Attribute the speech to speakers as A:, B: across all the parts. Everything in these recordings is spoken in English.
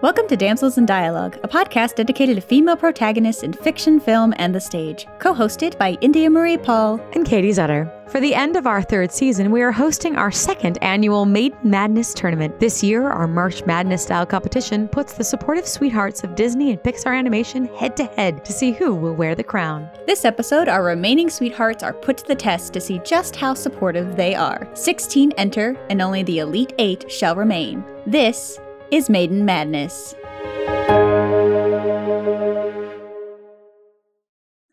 A: Welcome to Damsels in Dialogue, a podcast dedicated to female protagonists in fiction, film, and the stage, co hosted by India Marie Paul.
B: and Katie Zutter. For the end of our third season, we are hosting our second annual Maiden Madness tournament. This year, our March Madness style competition puts the supportive sweethearts of Disney and Pixar animation head to head to see who will wear the crown.
A: This episode, our remaining sweethearts are put to the test to see just how supportive they are. 16 enter, and only the Elite Eight shall remain. This is Maiden Madness.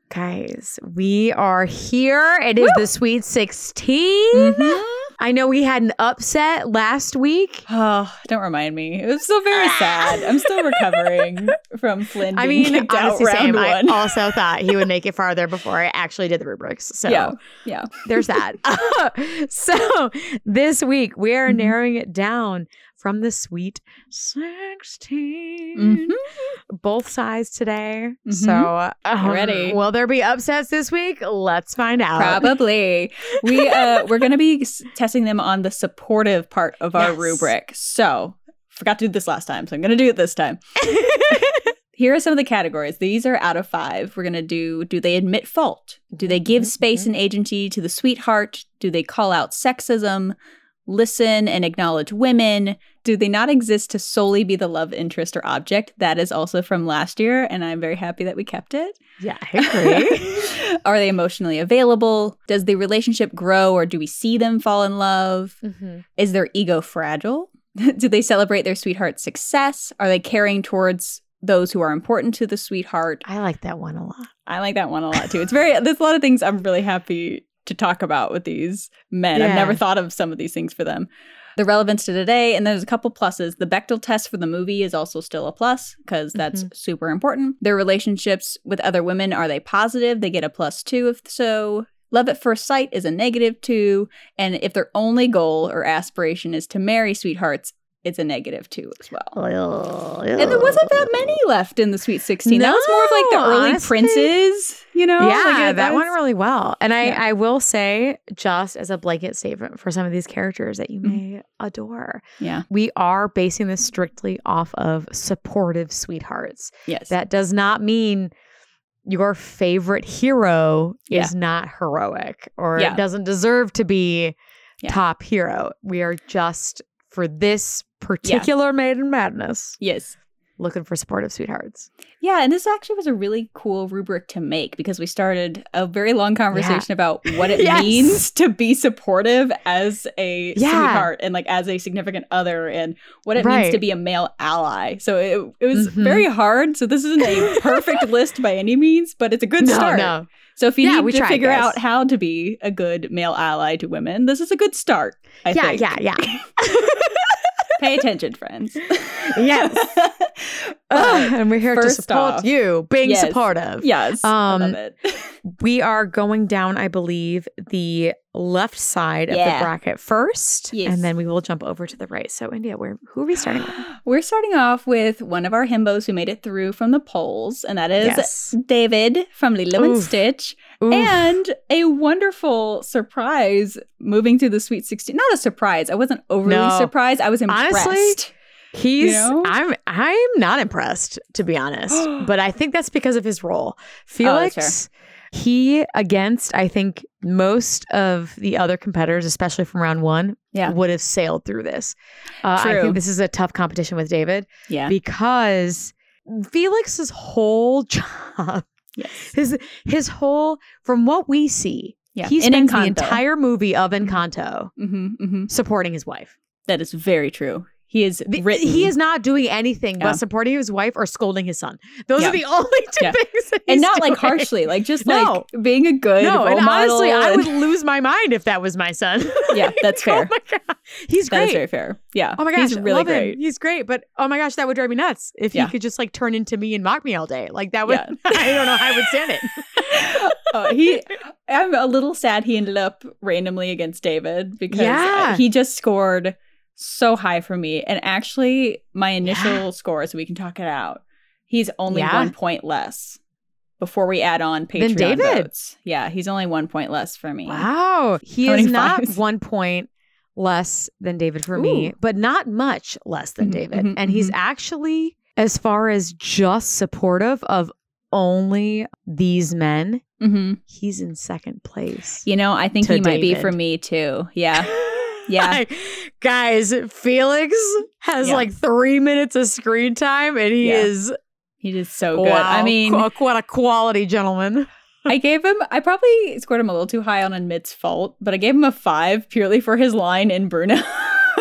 B: Guys, we are here. It is the Sweet 16.
A: Mm-hmm.
B: I know we had an upset last week.
A: Oh, don't remind me. It was still very sad. I'm still recovering from Flynn.
B: Ah. I
A: being
B: mean,
A: kicked out
B: honestly,
A: round
B: Sam, I
A: one.
B: also thought he would make it farther before I actually did the rubrics. So
A: Yeah, yeah.
B: there's that. so this week we are
A: Mhm.
B: narrowing it down from the sweet 16.
A: Mhm.
B: Both sides today.
A: Mhm.
B: So um,
A: ready.
B: Will there be upsets this week? Let's find
A: Uh,
B: out.
A: Probably. We uh we're going to be s- testing them on the supportive part of our
B: Yes.
A: rubric. So, forgot to do this last time, so I'm going to do it this time. Here are some of the categories. These are out of 5. We're going to do do they admit fault? Do they give
B: Mhm,
A: space
B: mhm.
A: and agency to the sweetheart? Do they call out sexism? Listen and acknowledge women? Do they not exist to solely be the love interest or object? That is also from last year and I'm very happy that we kept it.
B: yeah, I agree.
A: Are they emotionally available? Does the relationship grow or do we see them fall in love?
B: Mhm.
A: Is their ego fragile? do they celebrate their sweetheart's success? Are they caring towards those who are important to the sweetheart?
B: I like that one a lot.
A: I like that one a lot too. It's very, there's a lot of things I'm really happy to talk about with these men. I've
B: Yeah.
A: never thought of some of these things for them. The relevance to today, and there's a couple pluses. The Bechtel test for the movie is also still a plus because that's super important. Their relationships with other women, are they positive? They get a plus two if so. Love at first sight is a negative two. And if their only goal or aspiration is to marry sweethearts, it's a negative two as well. And there wasn't that many left in the Sweet 16. that was more of like the
B: No,
A: early
B: honestly.
A: princes, you know?
B: yeah,
A: Like, it-
B: that one
A: was-
B: really well. And I,
A: Yeah.
B: I will say, just as a blanket statement for some of these characters that you
A: Mhm.
B: may adore,
A: Yeah.
B: we are basing this strictly off of supportive sweethearts.
A: Yes.
B: That does not mean your favorite hero
A: Yeah.
B: is not heroic or
A: Yeah.
B: doesn't deserve to be
A: Yeah.
B: top hero. We are just for this particular maiden madness
A: yes.
B: looking for supportive sweethearts.
A: Yeah, and this actually was a really cool rubric to make because we started a very long conversation about what it
B: Yes.
A: means to be supportive as a
B: Yeah.
A: sweetheart and like as a significant other and what it means to
B: Right.
A: be a male ally. So it, it was
B: Mhm.
A: very hard. So this isn't a perfect list by any means, but it's a good start.
B: no.
A: So if you
B: Yeah,
A: need
B: we
A: to
B: tried
A: figure
B: this.
A: out how to be a good male ally to women, this is a good start. I
B: yeah,
A: think.
B: yeah, yeah,
A: Pay attention, friends.
B: Yes.
A: But-
B: and we're here to
A: Uh, first
B: support
A: off-
B: you being
A: Yes.
B: supportive.
A: Yes. I love
B: Um,
A: it.
B: We are going down, I believe, the left side of
A: Yeah.
B: the bracket first,
A: Yes.
B: and then we will jump over to the right. So, India, where who are we starting with?
A: We're starting off with one of our himbos who made it through from the polls, and that is
B: Yes.
A: David from Lilo and
B: Oof.
A: Stitch,
B: Oof.
A: and a wonderful surprise moving through the Sweet 16. Not a surprise. I wasn't overly
B: No.
A: surprised. I was impressed.
B: Honestly, He's
A: know?
B: I'm I'm not impressed to be honest, but I think that's because of his role.
A: that's
B: Felix he against I think most of the other competitors especially from round 1
A: Yeah.
B: would have sailed through this. Uh, I
A: True.
B: think this is a tough competition with David
A: yeah.
B: because Felix's whole job
A: yes.
B: his his whole from what we see
A: Yeah.
B: he
A: In
B: spends the
A: Encanto. Mm-hmm.
B: entire movie of Encanto
A: hmm hmm
B: supporting his wife.
A: That is very true. He is
B: The-
A: written.
B: He is not doing anything
A: Yeah.
B: but supporting his wife or scolding his son. Those
A: Yeah.
B: are the only two
A: Yeah.
B: things. That
A: and
B: he's
A: not like
B: doing.
A: harshly, like just
B: No.
A: like being a good
B: No,
A: role
B: and honestly,
A: model
B: I
A: and-
B: would lose my mind if that was my son.
A: Yeah, that's
B: oh
A: fair.
B: my god, he's
A: That is
B: great.
A: very fair. Yeah.
B: Oh my gosh,
A: he's
B: I
A: really
B: love him.
A: great.
B: He's great, but oh my gosh, that would drive me nuts if
A: Yeah.
B: he could just like turn into me and mock me all day. Like that would.
A: Yeah.
B: I don't know how I would stand it.
A: Uh, he, I'm a little sad he ended up randomly against David because uh,
B: Yeah.
A: he just scored so high for me. And actually, my initial
B: Yeah.
A: score, so we can talk it out. He's only
B: Yeah.
A: one point less before we add on Patreon
B: Than David?
A: votes. Yeah, he's only one point less for me.
B: Wow, he
A: How many
B: is not
A: fives?
B: one point less than David for me,
A: Ooh.
B: but not much less than
A: Mhm,
B: David.
A: mhm,
B: and he's
A: mhm.
B: actually, as far as just supportive of only these men,
A: hmm
B: he's in second place.
A: You know, I think
B: To
A: he might be
B: David.
A: for me too. Yeah. Yeah.
B: Like, guys, Felix has
A: Yeah.
B: like three minutes of screen time and he
A: Yeah.
B: is
A: He did so good. I mean,
B: qu- what a quality gentleman.
A: I gave him, I probably scored him a little too high on Admit's fault, but I gave him a five purely for his line in Bruno. and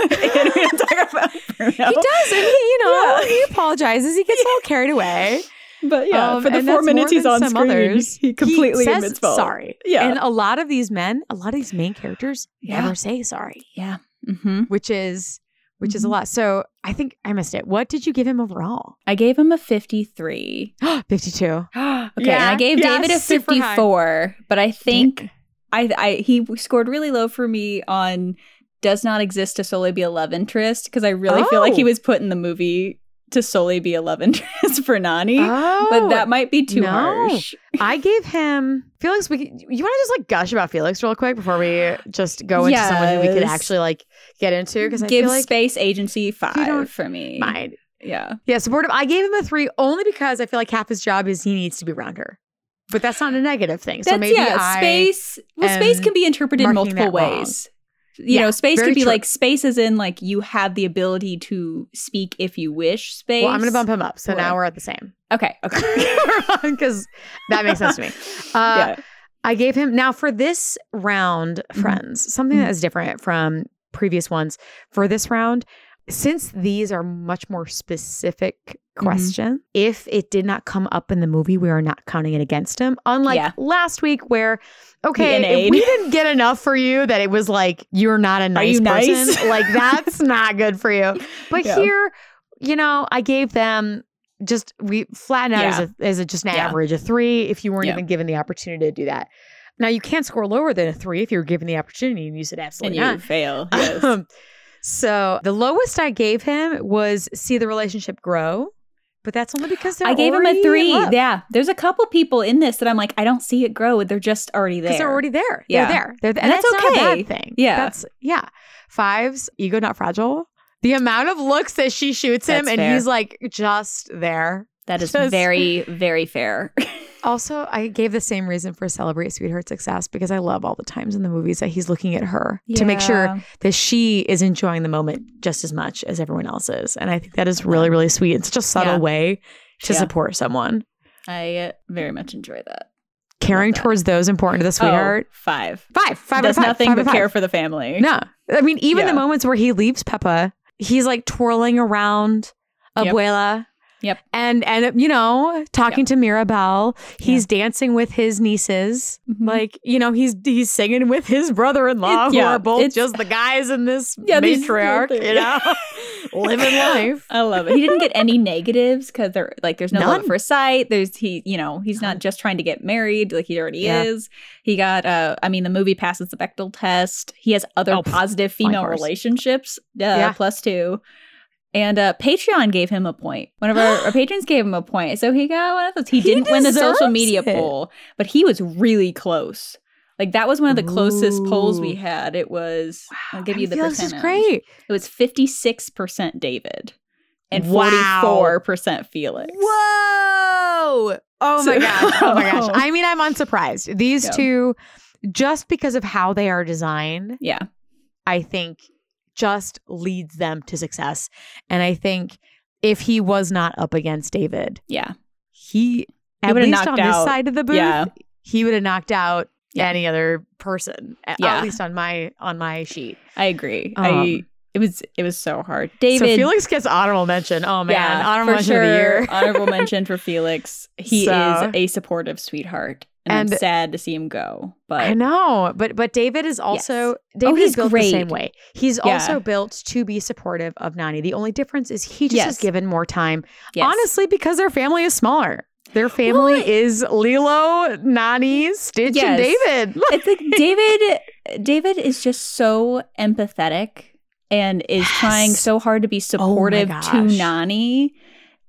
A: we didn't talk about Bruno.
B: He does, and he, you know,
A: Yeah.
B: he apologizes. He gets a little carried away.
A: But yeah,
B: Um,
A: for the
B: and
A: four
B: that's
A: minutes
B: more
A: he's
B: than
A: on
B: some
A: screen,
B: others.
A: he completely
B: says
A: admits fault.
B: sorry.
A: Yeah.
B: And a lot of these men, a lot of these main characters,
A: Yeah.
B: never say sorry,
A: yeah. Mm-hmm.
B: which is which is a
A: Mhm.
B: lot. So I think I missed it. What did you give him overall?
A: I gave him a 53.
B: Fifty-two.
A: okay. and I
B: Yeah,
A: gave
B: yeah,
A: David a
B: super high.
A: 54, but I think I, I he scored really low for me on does not exist to solely be a love interest because I really feel like he
B: Oh.
A: was put in the movie to solely be a love interest for Nani.
B: Oh,
A: but that might be too
B: no.
A: harsh.
B: I gave him Felix. We could- you want to just like gush about Felix real quick before we just go into someone who we could
A: Yes.
B: actually like get into because I
A: Give
B: feel like
A: space agency five
B: don't
A: for me.
B: mine.
A: Yeah.
B: Yeah, supportive. I gave him a three only because I feel like half his job is he needs to be around her. But that's not a negative thing. So
A: That's
B: maybe
A: yeah,
B: I,
A: space well space
B: am
A: can be interpreted in
B: marking
A: multiple
B: that wrong.
A: ways. You
B: Yeah,
A: know, space
B: very
A: could be
B: true.
A: like space as in like you have the ability to speak if you wish space.
B: Well, I'm going to bump him up. So now
A: Right.
B: we're at the same.
A: Okay, okay.
B: Because that makes sense to me. Uh,
A: yeah.
B: I gave him now for this round,
A: Mhm.
B: friends, something that
A: Mhm.
B: is different from previous ones. For this round, since these are much more specific
A: Mm-hmm.
B: question, if it did not come up in the movie, we are not counting it against him. Unlike
A: Yeah.
B: last week, where okay,
A: an
B: if
A: aid.
B: we didn't get enough for you that it was like you're not a nice
A: you
B: person,
A: nice?
B: like that's not good for you. But
A: Yeah.
B: here, you know, I gave them just we flatten out as a as a just an
A: Yeah.
B: average of three if you weren't
A: Yeah.
B: even given the opportunity to do that. Now you can't score lower than a three if you're given the opportunity and you said
A: And
B: absolutely
A: you
B: not.
A: fail. Yes.
B: Um, so the lowest I gave him was see the relationship grow, but that's only because they're
A: I gave him
B: already
A: a
B: in
A: three.
B: love.
A: Yeah. There's a couple people in this that I'm like, I don't see it grow. They're just already there.
B: because they're already there.
A: Yeah.
B: They're there. They're th-
A: And
B: and,
A: that's
B: that's, not a
A: okay.
B: bad thing.
A: Yeah.
B: That's yeah. Fives, ego not fragile. The amount of looks that she shoots him
A: That's
B: and
A: fair.
B: he's like just there.
A: that is
B: just-
A: very, very fair.
B: Also, I gave the same reason for Celebrate Sweetheart Success because I love all the times in the movies that he's looking at her to make sure that she is enjoying the moment just as much as everyone else is. And I think that is really, really sweet. It's just a subtle
A: Yeah.
B: way to
A: Yeah.
B: support someone.
A: I uh, very much enjoy that.
B: Caring
A: that.
B: towards those important to the sweetheart.
A: Oh, five.
B: Five, five out
A: Does
B: of five,
A: nothing
B: five out
A: but
B: of five.
A: care for the family.
B: No. I mean, even
A: Yeah.
B: the moments where he leaves Peppa, he's like twirling around
A: Yep.
B: Abuela.
A: Yep.
B: And and you know, talking to Mirabelle. He's dancing with his nieces.
A: Mhm.
B: Like, you know, he's he's singing with his brother-in-law,
A: It-
B: who
A: yeah,
B: are both
A: it's-
B: just the guys in this
A: Yeah, these-
B: matriarch, you know, living life.
A: I love it. He didn't get any negatives because there, like, there's no love
B: None.
A: at first sight. There's he, you know, he's
B: None.
A: not just trying to get married like he already
B: Yeah.
A: is. He got, uh, I mean, the movie passes the Bechtel test. He has other
B: Oh, pff,
A: positive female
B: course.
A: relationships, uh,
B: Yeah.
A: plus two. And uh, Patreon gave him a point. One of our, our patrons gave him a point, so he got one of those. He,
B: He
A: didn't win the social
B: deserves
A: media
B: it.
A: poll, but he was really close. Like that was one of the closest polls
B: Ooh.
A: we had. It was. I'll give
B: I
A: you the
B: feel
A: percentage.
B: this is great.
A: It was 56% David and
B: Wow.
A: 44% Felix.
B: Whoa! Oh my
A: So-
B: gosh. Oh my gosh. I mean, I'm unsurprised. These
A: Yeah.
B: two, just because of how they are designed,
A: Yeah.
B: I think just leads them to success. And I think if he was not up against David,
A: Yeah.
B: he, at
A: would've
B: least on
A: knocked
B: this
A: out-
B: side of the booth,
A: yeah.
B: he would have knocked out
A: Yeah.
B: any other person. a-
A: Yeah.
B: At least on my on my sheet.
A: I agree. I
B: Um,
A: it was it was so hard. David
B: so Felix gets honorable mention. Oh man,
A: yeah,
B: honorable
A: for
B: mention
A: sure.
B: of the year.
A: honorable mention for Felix. He is
B: So-
A: a supportive sweetheart. And, I'm
B: And-
A: sad to see him go.
B: I
A: But
B: know, but but David is also David
A: Oh,
B: is
A: he's
B: built the same
A: great.
B: way. He's
A: Yeah.
B: also built to be supportive of Nani. The only difference is he just is
A: Yes.
B: given more time,
A: yes.
B: honestly, because their family is smaller. Their family
A: Well, I-
B: is Lilo, Nani, Stitch,
A: Yes.
B: and David.
A: it's like David David is just so empathetic and is
B: Yes. Oh
A: trying so hard to be supportive to
B: gosh.
A: Nani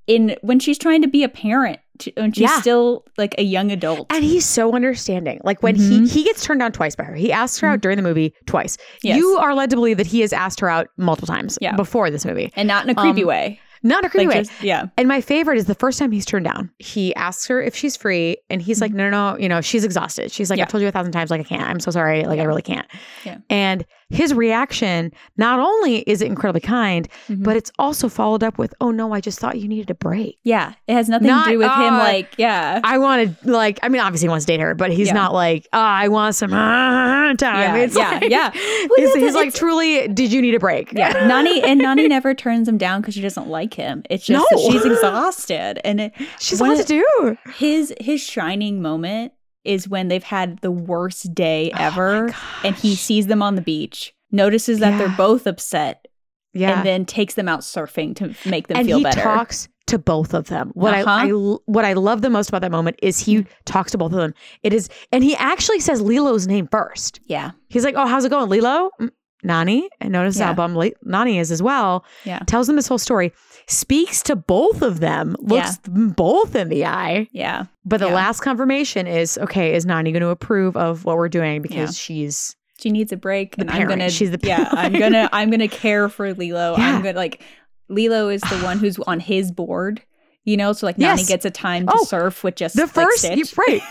A: in when she's trying to be a parent t- and she's
B: Yeah.
A: still like a young adult.
B: And he's so understanding. Like when he
A: Mhm.
B: he gets turned down twice by her. He asks her out during the movie twice.
A: Yes.
B: You are led to believe that he has asked her out multiple times
A: Yeah.
B: before this movie.
A: and not in a creepy
B: Um,
A: way.
B: Not in a creepy
A: Like
B: way.
A: just- yeah.
B: and my favorite is the first time he's turned down. Mm-hmm. He asks her if she's free, and he's like, "No, no, no. You know, she's exhausted. She's like,
A: Yeah.
B: I've told you a thousand times, like I can't. I'm so sorry. Like I
A: Yeah.
B: really can't."
A: Yeah.
B: And his reaction, not only is it incredibly kind,
A: Mhm.
B: but it's also followed up with, "Oh no, I just thought you needed a break."
A: Yeah. It has nothing
B: Not,
A: to do with him
B: uh,
A: like, yeah.
B: I want to like. I mean, obviously he wants to date her, but he's
A: Yeah.
B: not like, "Ah, I want some ah,
A: Yeah,
B: time." it's
A: yeah,
B: like,
A: yeah.
B: He's,
A: yeah,
B: he's like,
A: it's-
B: "Truly, did you need a break?"
A: yeah, Nani and Nani never turns him down because she doesn't like him. It's just that
B: No.
A: she's exhausted, and it,
B: she's
A: One
B: what to
A: of-
B: do.
A: his his shining moment is when they've had the worst day
B: Oh my
A: ever, and he
B: gosh.
A: sees them on the beach, notices that
B: Yeah.
A: they're both upset,
B: Yeah.
A: and then takes them out surfing to make them
B: and
A: feel
B: he
A: better.
B: talks to both of them. What I-
A: Uh-huh. Mm-hmm.
B: I, l- what I love the most about that moment is he talks to both of them. It is, and he actually says Lilo's name first.
A: yeah,
B: He's like, "Oh, how's it going, Lilo?" "Mm, Nani, and notice how
A: Yeah.
B: bum Li- Nani is as well.
A: Yeah.
B: tells them this whole story, speaks to both of them, looks them both in the eye.
A: yeah,
B: But the
A: Yeah.
B: last confirmation is, okay, is Nani going to approve of what we're doing because she's
A: she needs a break,
B: The
A: and
B: parent.
A: I'm gonna
B: She's the
A: yeah, I'm
B: parent.
A: gonna I'm gonna care for Lilo.
B: Yeah.
A: I'm gonna like Lilo is the one who's on his board. You know, so like Nani
B: Yes.
A: gets a time to
B: Oh,
A: surf with just
B: the
A: like,
B: first
A: Stitch.
B: you- right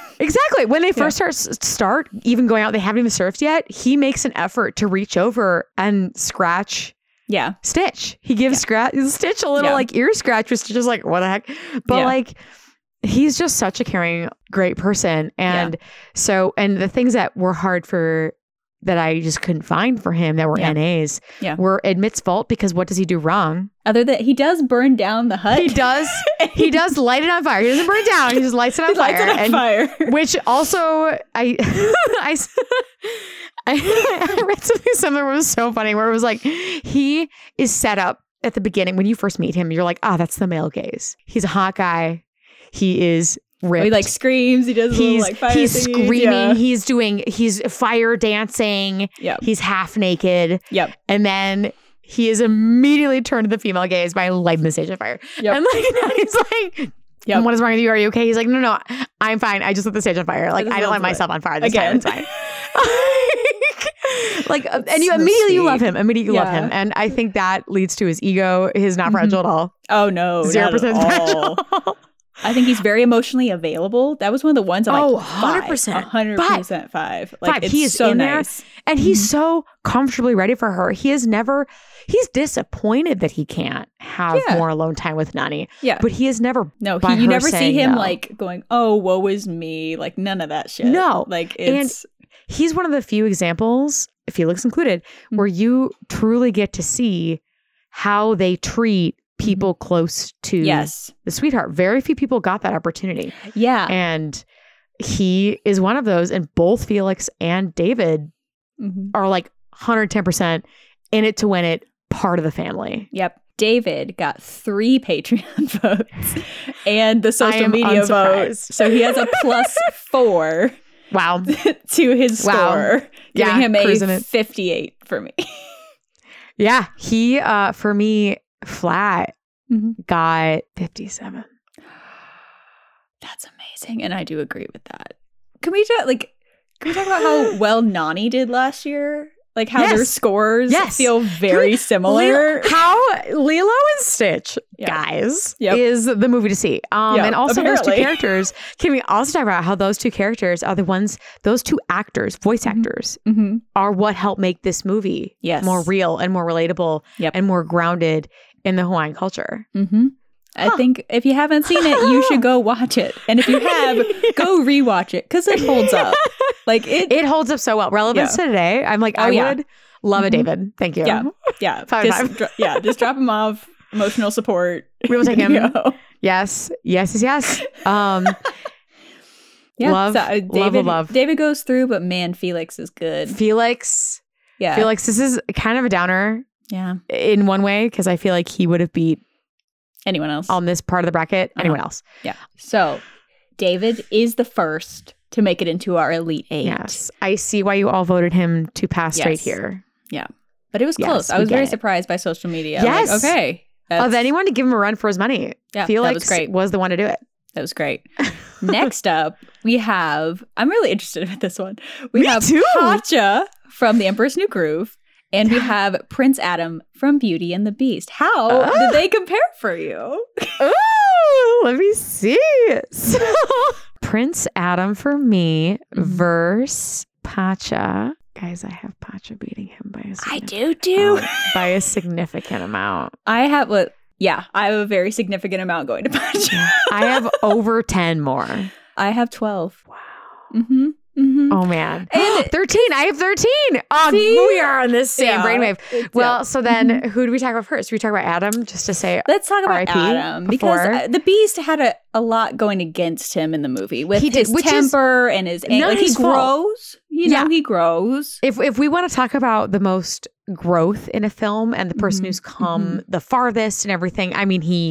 B: exactly when they first start start even going out they haven't even surfed yet he makes an effort to reach over and scratch
A: yeah.
B: stitch he gives scratch stitch a little
A: Yeah.
B: like ear scratch which is just like what the heck but
A: Yeah.
B: like he's just such a caring great person and so and the things that were hard for that I just couldn't find for him that were
A: Yeah.
B: NAs
A: Yeah.
B: were admits fault because what does he do wrong?
A: Other than he does burn down the hut.
B: He does he does light it on fire. He doesn't burn it down. He just lights it on
A: He
B: fire.
A: lights it on
B: and
A: fire.
B: which also I I s- I- I read something similar. It was so funny where it was like he is set up at the beginning when you first meet him. You're like, ah, that's the male gaze. He's a hot guy. He is ripped.
A: He like screams. He does little,
B: he's
A: like fire
B: he's
A: thingies.
B: screaming.
A: Yeah.
B: He's doing. He's fire dancing.
A: Yep.
B: He's half naked.
A: Yep.
B: And then he is immediately turned to the female gaze by lighting the stage on fire.
A: Yep.
B: And like he's like,
A: Yep.
B: what is wrong with you? Are you okay? He's like, no, no, I'm fine. I just lit the stage on fire. Like
A: This
B: I don't
A: sounds
B: light
A: like-
B: myself on fire this
A: Again.
B: time. It's fine. like, uh, and you
A: so
B: immediately you
A: sweet.
B: love him. Immediately you love
A: Yeah.
B: him, and I think that leads to his ego. His not
A: Mhm.
B: fragile at all.
A: Oh no. not
B: Zero
A: at
B: percent
A: all.
B: fragile.
A: I think he's very emotionally available. That was one of the ones I'm
B: Oh,
A: like. five,
B: 100%.
A: 100% five. Like
B: Five.
A: it's
B: He is
A: so
B: in there.
A: nice.
B: and he's
A: Mm-hmm.
B: so comfortably ready for her. He is never. He's disappointed that he can't have
A: Yeah.
B: more alone time with Nani,
A: Yeah.
B: but he is never
A: No,
B: by
A: he, you
B: her
A: never see
B: saying
A: him
B: no.
A: like going, "Oh, woe is me." Like none of that shit.
B: No.
A: Like
B: And-
A: it's
B: he's one of the few examples, Felix included,
A: Mhm.
B: where you truly get to see how they treat people close to
A: Mm-hmm. yes.
B: the sweetheart. Very few people got that opportunity.
A: Yeah.
B: And he is one of those. And both Felix and David
A: Mhm.
B: are like 110% in it to win it, part of the family.
A: Yep. David got three Patreon votes and the
B: I
A: social
B: am
A: media vote.
B: unsurprised.
A: So he has a plus four
B: Wow.
A: to his score,
B: Wow.
A: giving
B: Yeah,
A: him a
B: cruising it.
A: 58 for me.
B: Yeah. He, uh, for me, flat
A: Mhm.
B: got 57.
A: That's amazing. And I do agree with that. Can we talk, like, can we talk about how well Nani did last year? Like how their
B: Yes.
A: scores
B: Yes.
A: feel very similar.
B: Lilo- how Lilo and Stitch,
A: Yeah.
B: guys,
A: Yep.
B: is the movie to see. Um,
A: Yeah,
B: and also those two
A: apparently.
B: characters. Can we also talk about how those two characters are the ones, those two actors, voice
A: Mhm.
B: actors,
A: Mhm.
B: are what help make this movie
A: Yes.
B: more real and more relatable
A: Yep.
B: and more grounded in the Hawaiian culture.
A: hmm
B: Huh.
A: I think if you haven't seen it, you should go watch it. And if you have, go rewatch it because it holds up. Like it,
B: It holds up so well. Relevance to today. I'm like,
A: Oh,
B: I
A: yeah.
B: would love
A: Mhm.
B: a David. Thank you.
A: Yeah. yeah.
B: Five
A: just
B: five.
A: dro- yeah, just drop him off. Emotional support.
B: We will take him.
A: you know.
B: Yes. Yes. Yes. yes. Um,
A: Yeah.
B: Love,
A: so, uh,
B: love,
A: David,
B: love.
A: David goes through, but man, Felix is good.
B: Felix.
A: Yeah.
B: Felix, this is kind of a downer
A: yeah.
B: in one way because I feel like he would have beat
A: Anyone else?
B: on this part of the bracket
A: Uh-huh.
B: anyone else.
A: so David is the first to make it into our Elite Eight.
B: Yes, I see why you all voted him to pass straight
A: Yes.
B: here.
A: But it was
B: Yes,
A: close. I
B: we
A: was
B: get
A: very
B: it.
A: surprised by social media. I'm like,
B: Yes.
A: okay. that's-
B: of anyone to give him a run for his money,
A: yeah, that
B: Felix
A: was great.
B: the one to do it.
A: That was great. Next up, we have, I'm really interested about this one. We
B: Me
A: have
B: too.
A: Katja from The Emperor's New Groove, and we have Prince Adam from Beauty and the Beast. How
B: Ah.
A: did they compare for you?
B: Ooh, let me see. So, Prince Adam for me
A: Mm-hmm.
B: verse Pacha. Guys, I have Pacha beating him by a significant
A: too.
B: amount- by a significant amount.
A: I have what? Yeah, I have a very significant amount going to punch.
B: I have over 10 more.
A: I have 12.
B: Wow.
A: Mm-hmm. Mm-hmm.
B: Oh man.
A: And-
B: 13. I have 13. Oh,
A: See?
B: we are on the same
A: Yeah.
B: brainwave.
A: It's-
B: Well, so then
A: Mhm.
B: who do we talk about first? We talk about Adam just to say
A: Let's talk about
B: R.I.P.
A: Adam because
B: before.
A: uh, the Beast had a, a lot going against him in the movie with
B: He did,
A: his
B: which is
A: temper and his anger.
B: not
A: Like, he
B: his fault.
A: grows, you know,
B: Yeah.
A: he grows.
B: if if we want to talk about the most growth in a film and the person
A: Mhm.
B: who's come the farthest and everything, I mean he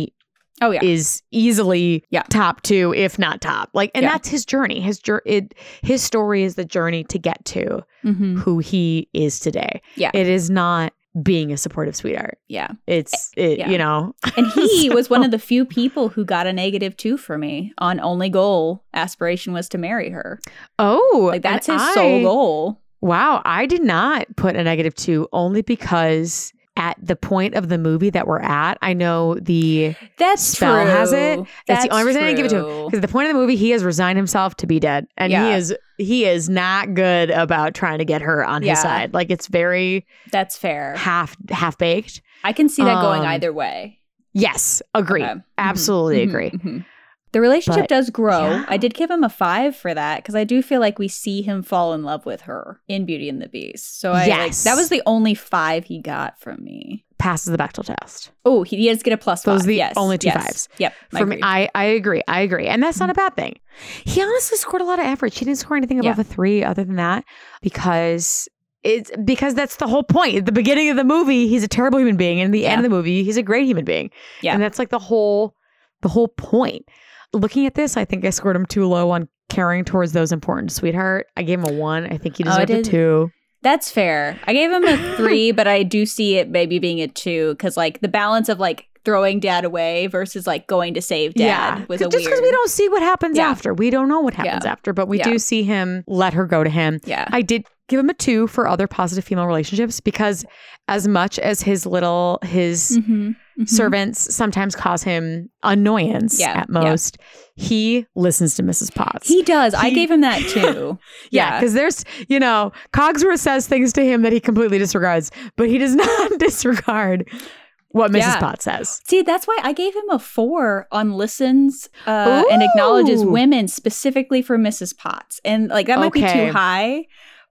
A: Oh yeah,
B: is easily
A: Yeah.
B: top two, if not top. Like, and
A: Yeah.
B: that's his journey. His jour it, his story is the journey to get to
A: hmm
B: who he is today.
A: Yeah.
B: it is not being a supportive sweetheart.
A: yeah.
B: It's
A: Eh,
B: it,
A: yeah.
B: you know,
A: And he was one of the few people who got a negative two for me on only goal. Aspiration was to marry her.
B: oh,
A: Like that's
B: and
A: his
B: I-
A: sole goal.
B: Wow, I did not put a negative two only because at the point of the movie that we're at, I know the
A: That's
B: Spell
A: true.
B: has it. That's the only reason I didn't give it to him.
A: true.
B: because at the point of the movie he has resigned himself to be dead, and he
A: Yeah.
B: is he is not good about trying to get her on his
A: Yeah.
B: side. Like it's very
A: That's fair.
B: half half baked.
A: I can see that going
B: Um,
A: either way.
B: Yes, agree.
A: Okay. Mhm.
B: Absolutely
A: Mhm.
B: agree.
A: Mhm. The relationship
B: But-
A: does grow.
B: yeah.
A: I did give him a five for that because I do feel like we see him fall in love with her in Beauty and the Beast. So I like,
B: Yes.
A: that was the only five he got from me.
B: Passes the Bechtel test.
A: Oh, he, he does get a plus
B: Those are
A: five.
B: the
A: yes,
B: only two
A: yes.
B: fives.
A: Yep. I
B: For me,
A: agree.
B: I, I agree. I agree. And that's not a bad thing. He honestly scored a lot of average. He didn't score anything above a three other than that because it's because that's the whole point. At the beginning of the movie, he's a terrible human being. And at the end of the movie, he's a great human being.
A: Yeah.
B: And that's like the whole the whole point. Looking at this, I think I scored him too low on caring towards those important to sweetheart. I gave him a one. I think he
A: Oh, I
B: deserved a
A: did-
B: two.
A: That's fair. I gave him a three, but I do see it maybe being a two because like the balance of like throwing dad away versus like going to save dad was a
B: Cause- just because we
A: weird-
B: don't see what happens
A: Yeah.
B: after. We don't know what happens after, but we
A: Yeah.
B: do see him let her go to him.
A: Yeah.
B: I did give him a two for other positive female relationships because as much as his little his
A: Mm-hmm.
B: servants sometimes cause him annoyance
A: Yeah,
B: at
A: yeah.
B: most, he listens to Mrs. Potts.
A: He does. I
B: He-
A: gave him that too.
B: yeah, because there's you know, Cogsworth says things to him that he completely disregards, but he does not disregard what Mrs.
A: Yeah.
B: Potts says.
A: See, that's why I gave him a four on listens uh, and acknowledges
B: Ooh.
A: women specifically for Mrs. Potts, and like that might be
B: Okay.
A: too high,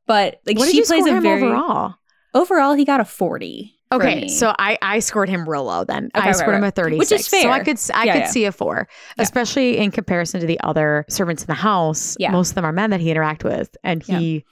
A: but like
B: what did
A: she
B: you
A: plays
B: score
A: a
B: him
A: very
B: overall?
A: overall. He got a forty. for
B: Okay,
A: me.
B: so I I scored him real low then.
A: Okay,
B: I
A: right,
B: scored him
A: right.
B: a thirty,
A: Which is
B: So I
A: fair.
B: could s- I
A: Yeah,
B: could
A: yeah.
B: see a four,
A: Yeah.
B: especially in comparison to the other servants in the house.
A: Yeah.
B: most of them are men that he interact with, and
A: Yeah.
B: he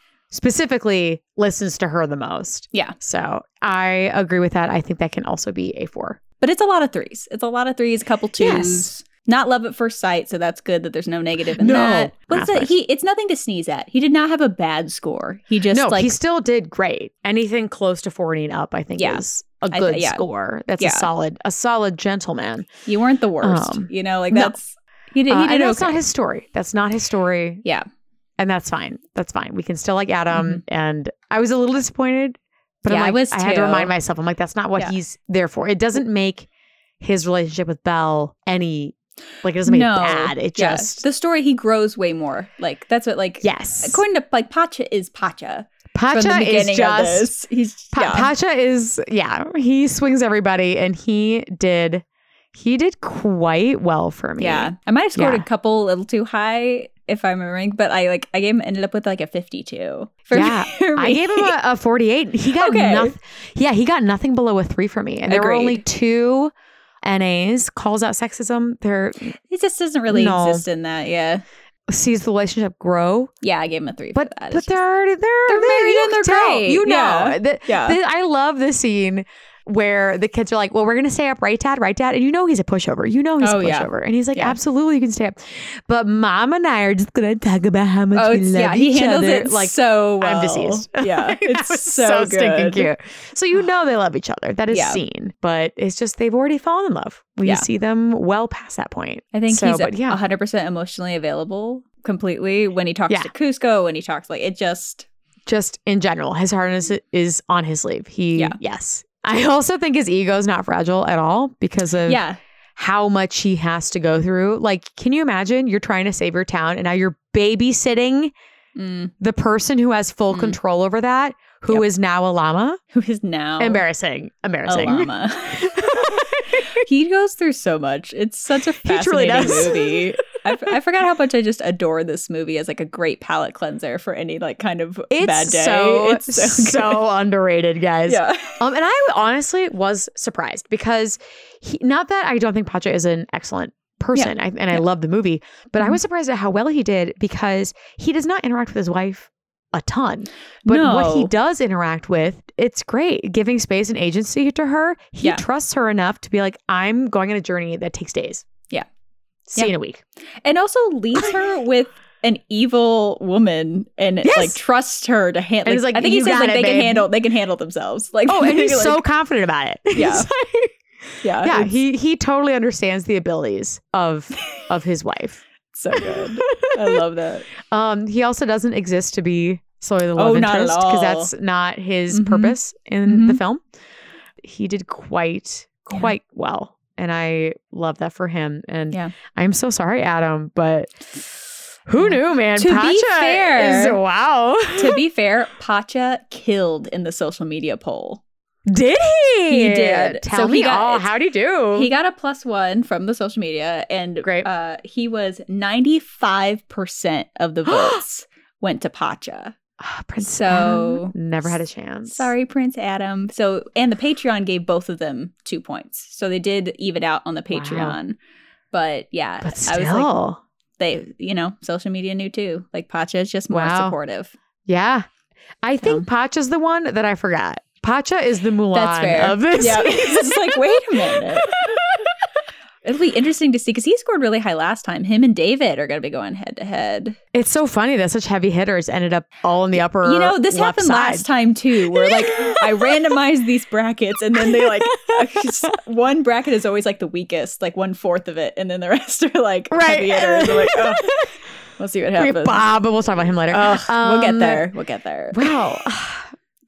B: specifically listens to her the most.
A: Yeah.
B: So I agree with that. I think that can also be a four.
A: but it's a lot of threes. It's a lot of threes, a couple twos.
B: Yes.
A: Not love at first sight, so that's good that there's no negative in
B: No,
A: that. What's
B: not
A: that? He it's nothing to sneeze at. He did not have a bad score. He just
B: no,
A: like
B: he still did great. Anything close to forty and up, I think,
A: Yeah.
B: is a
A: I-
B: good
A: yeah.
B: score. That's
A: Yeah.
B: a solid a solid gentleman.
A: you weren't the worst.
B: Um,
A: you know, like
B: no.
A: that's he did. He
B: Uh, and
A: did
B: that's
A: okay.
B: not his story. That's not his story.
A: yeah. Mm-hmm.
B: and that's fine. That's fine. We can still like Adam. And I was a little disappointed, but
A: Yeah, I
B: I'm like, I,
A: was
B: had to
A: too.
B: remind myself. I'm like, that's not what
A: Yeah.
B: he's there for. It doesn't make his relationship with Belle any like it doesn't make
A: No.
B: it bad. It
A: Yeah.
B: just
A: the story he grows way more. Like that's what like
B: yes.
A: according to like Pacha is Pacha. from the
B: Pacha is
A: beginning of
B: just
A: this. he's
B: Pa-
A: yeah.
B: Pacha is yeah. He swings everybody, and he did he did quite well for me.
A: Yeah. I might have scored
B: Yeah.
A: a couple a little too high if I'm remembering, but I like I game ended up with like a 52. For
B: Yeah.
A: for
B: I
A: me.
B: gave him a, a 48. He got
A: Okay.
B: nothing. Yeah, he got nothing below a three for me. And there were only
A: Agreed.
B: two NAs, calls out sexism, there
A: It just doesn't really
B: No.
A: exist in that. Yeah.
B: sees the relationship grow.
A: Yeah, I gave him a three.
B: But
A: for that.
B: but
A: It's
B: they're already they're,
A: They're
B: they-
A: married
B: you
A: and
B: can
A: they're
B: tell.
A: great.
B: You know.
A: Yeah.
B: The-
A: just- yeah.
B: the- I love the scene where the kids are like, well, we're going to stay up, right, dad, right, dad. And you know he's a pushover. You know he's
A: Oh,
B: a
A: yeah.
B: pushover. And he's like,
A: Yeah.
B: absolutely, you can stay up. But mom and I are just going to talk about how much
A: Oh,
B: we
A: it's,
B: love
A: yeah,
B: each
A: he handles
B: other.
A: it so well.
B: I'm deceased.
A: Yeah,
B: Like, that was
A: it's so,
B: stinking
A: good.
B: cute. So you know they love each other. That is
A: Yeah.
B: seen, but it's just they've already fallen in love. We
A: Yeah.
B: see them well past that point.
A: I think
B: so,
A: he's
B: but yeah,
A: 100% emotionally available completely when he talks
B: Yeah.
A: to Cusco, when he talks like it just
B: just in general, his heart is, is on his sleeve. He
A: Yeah.
B: yes. I also think his ego is not fragile at all because of
A: yeah.
B: how much he has to go through. Like, can you imagine? You're trying to save your town, and now you're babysitting
A: Mm,
B: the person who has full
A: Mm.
B: control over that, who is
A: Yep.
B: now a llama.
A: who is now
B: Embarrassing,
A: a
B: embarrassing.
A: llama. he goes through so much. It's such a
B: He truly
A: fascinating
B: does.
A: movie. I, f- I forgot how much I just adore this movie as like a great palate cleanser for any like kind of
B: It's
A: bad day.
B: so
A: it's so,
B: so underrated,
A: good.
B: guys.
A: yeah.
B: Um, and I honestly was surprised because he, not that I don't think Pacha is an excellent person, I, and I
A: Yeah.
B: love the movie, but I
A: Mhm.
B: was surprised at how well he did because he does not interact with his wife a ton. But what he
A: No.
B: does interact with, it's great. Giving space and agency to her, he
A: Yeah.
B: trusts her enough to be like, "I'm going on a journey that takes days."
A: Yeah.
B: See you in a week.
A: and also leaves her with an evil woman and
B: Yes.
A: like trusts her to handle.
B: And he's like,
A: I think he
B: "You
A: says like
B: got it,
A: they
B: babe."
A: can handle they can handle themselves. Like
B: Oh, and he's
A: like,
B: so confident about it. He's
A: Yeah.
B: like-
A: yeah
B: yeah,
A: it's
B: he he totally understands the abilities of of his wife.
A: so good. I love that.
B: Um, he also doesn't exist to be solely the love
A: Oh, not at
B: interest because
A: all.
B: that's not his
A: Mhm.
B: purpose in the
A: Mhm.
B: film. He did quite
A: Yeah.
B: quite well, and I love that for him. And
A: Yeah.
B: I'm so sorry, Adam, but who knew, man?
A: To be
B: Pacha
A: fair-
B: is- wow.
A: to be fair, Pacha killed in the social media poll.
B: did
A: He
B: he?
A: did.
B: Tell
A: So
B: me
A: he got-
B: all.
A: it's-
B: How do you do?
A: He got a plus one from the social media, and
B: Great.
A: Uh, he was ninety five percent of the votes went to Pacha.
B: Ah, Prince
A: So-
B: Adam never had a chance.
A: Sorry, Prince Adam. So, and the Patreon gave both of them two points, so they did even out on the
B: Wow.
A: Patreon. But yeah,
B: but
A: I
B: still,
A: was like, they, you know, social media knew too. Like Pacha is just more
B: Wow.
A: supportive.
B: yeah. I think
A: So.
B: Pacha's the one that I forgot. Pacha is the Mulan
A: That's fair.
B: of this.
A: Yeah,
B: season.
A: it's like wait a minute. It'll be interesting to see because he scored really high last time. Him and David are going to be going head to head.
B: It's so funny that such heavy hitters ended up all in the upper.
A: You know, this
B: left
A: happened
B: side.
A: last time too, where like I randomized these brackets and then they like one bracket is always like the weakest, like one fourth of it, and then the rest are like
B: right.
A: heavy hitters. I'm like, oh, we'll see what happens.
B: Bob, but we'll talk about him later.
A: Ugh, we'll
B: Um,
A: get there. We'll get there.
B: Wow.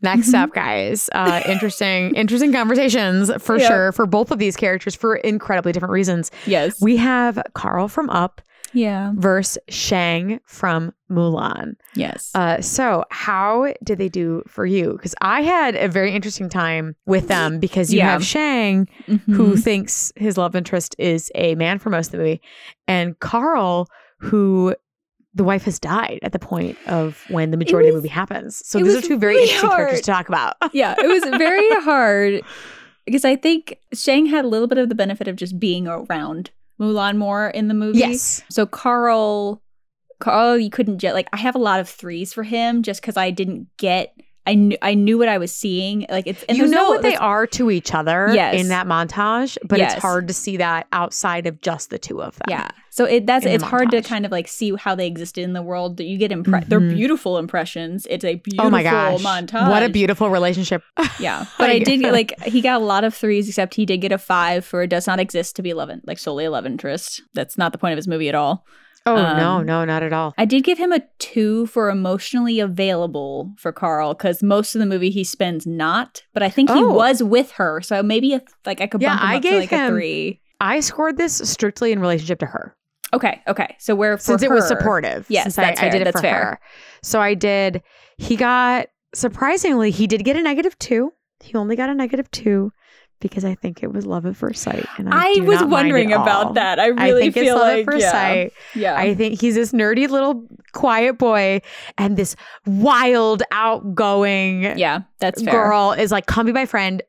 B: Next
A: Mhm.
B: up, guys. Uh, interesting, interesting conversations for
A: Yeah.
B: sure for both of these characters for incredibly different reasons.
A: Yes.
B: We have Carl from Up
A: yeah.
B: versus Shang from Mulan.
A: Yes.
B: Uh, so, how did they do for you? Because I had a very interesting time with them because you
A: Yeah.
B: have Shang
A: Mm-hmm.
B: who thinks his love interest is a man for most of the movie, and Carl, who the wife has died at the point of when the majority of the
A: was-
B: movie happens. So
A: it
B: these are
A: was
B: two very
A: really
B: interesting characters
A: hard.
B: to talk about.
A: yeah, it was very hard because I think Shang had a little bit of the benefit of just being around Mulan more in the movie.
B: yes.
A: So Carl, Carl, you couldn't get like I have a lot of threes for him just because I didn't get. I knew I knew what I was seeing. Like it's and
B: you
A: there's
B: know
A: no-
B: what they
A: there's-
B: are to each other
A: Yes.
B: in that montage, but
A: Yes.
B: it's hard to see that outside of just the two of them.
A: Yeah. So it that's
B: in the
A: it's hard to
B: montage.
A: kind of like see how they existed in the world. That you get impre- they're
B: Mhm.
A: beautiful impressions. It's a beautiful
B: Oh my gosh.
A: montage.
B: What a beautiful relationship.
A: Yeah, but I
B: Like-
A: did get like he got a lot of threes, except he did get a five for does not exist to be eleven, like solely a love interest. That's not the point of his movie at all.
B: Oh, no,
A: Um,
B: no, not at all.
A: I did give him a two for emotionally available for Carl because most of the movie he spends not, but I think he
B: Oh.
A: was with her, so maybe if like I could
B: Yeah,
A: bump him
B: I
A: up
B: gave
A: to like
B: him-
A: a three.
B: I scored this strictly in relationship to her.
A: Okay, okay. So where for
B: since it was
A: her-
B: supportive.
A: Yes,
B: since
A: that's
B: I, I
A: fair,
B: did it
A: that's
B: for
A: fair.
B: her. So I did. He got surprisingly, he did get a negative two. He only got a negative two because I think it was love at first sight. And I,
A: I
B: do
A: was
B: not mind
A: wondering
B: at all.
A: about that. I really
B: I think
A: feel
B: it's love
A: like
B: at first
A: yeah,
B: sight.
A: yeah.
B: I think he's this nerdy little quiet boy, and this wild, outgoing
A: yeah, that's fair.
B: girl is like, "Come be my friend."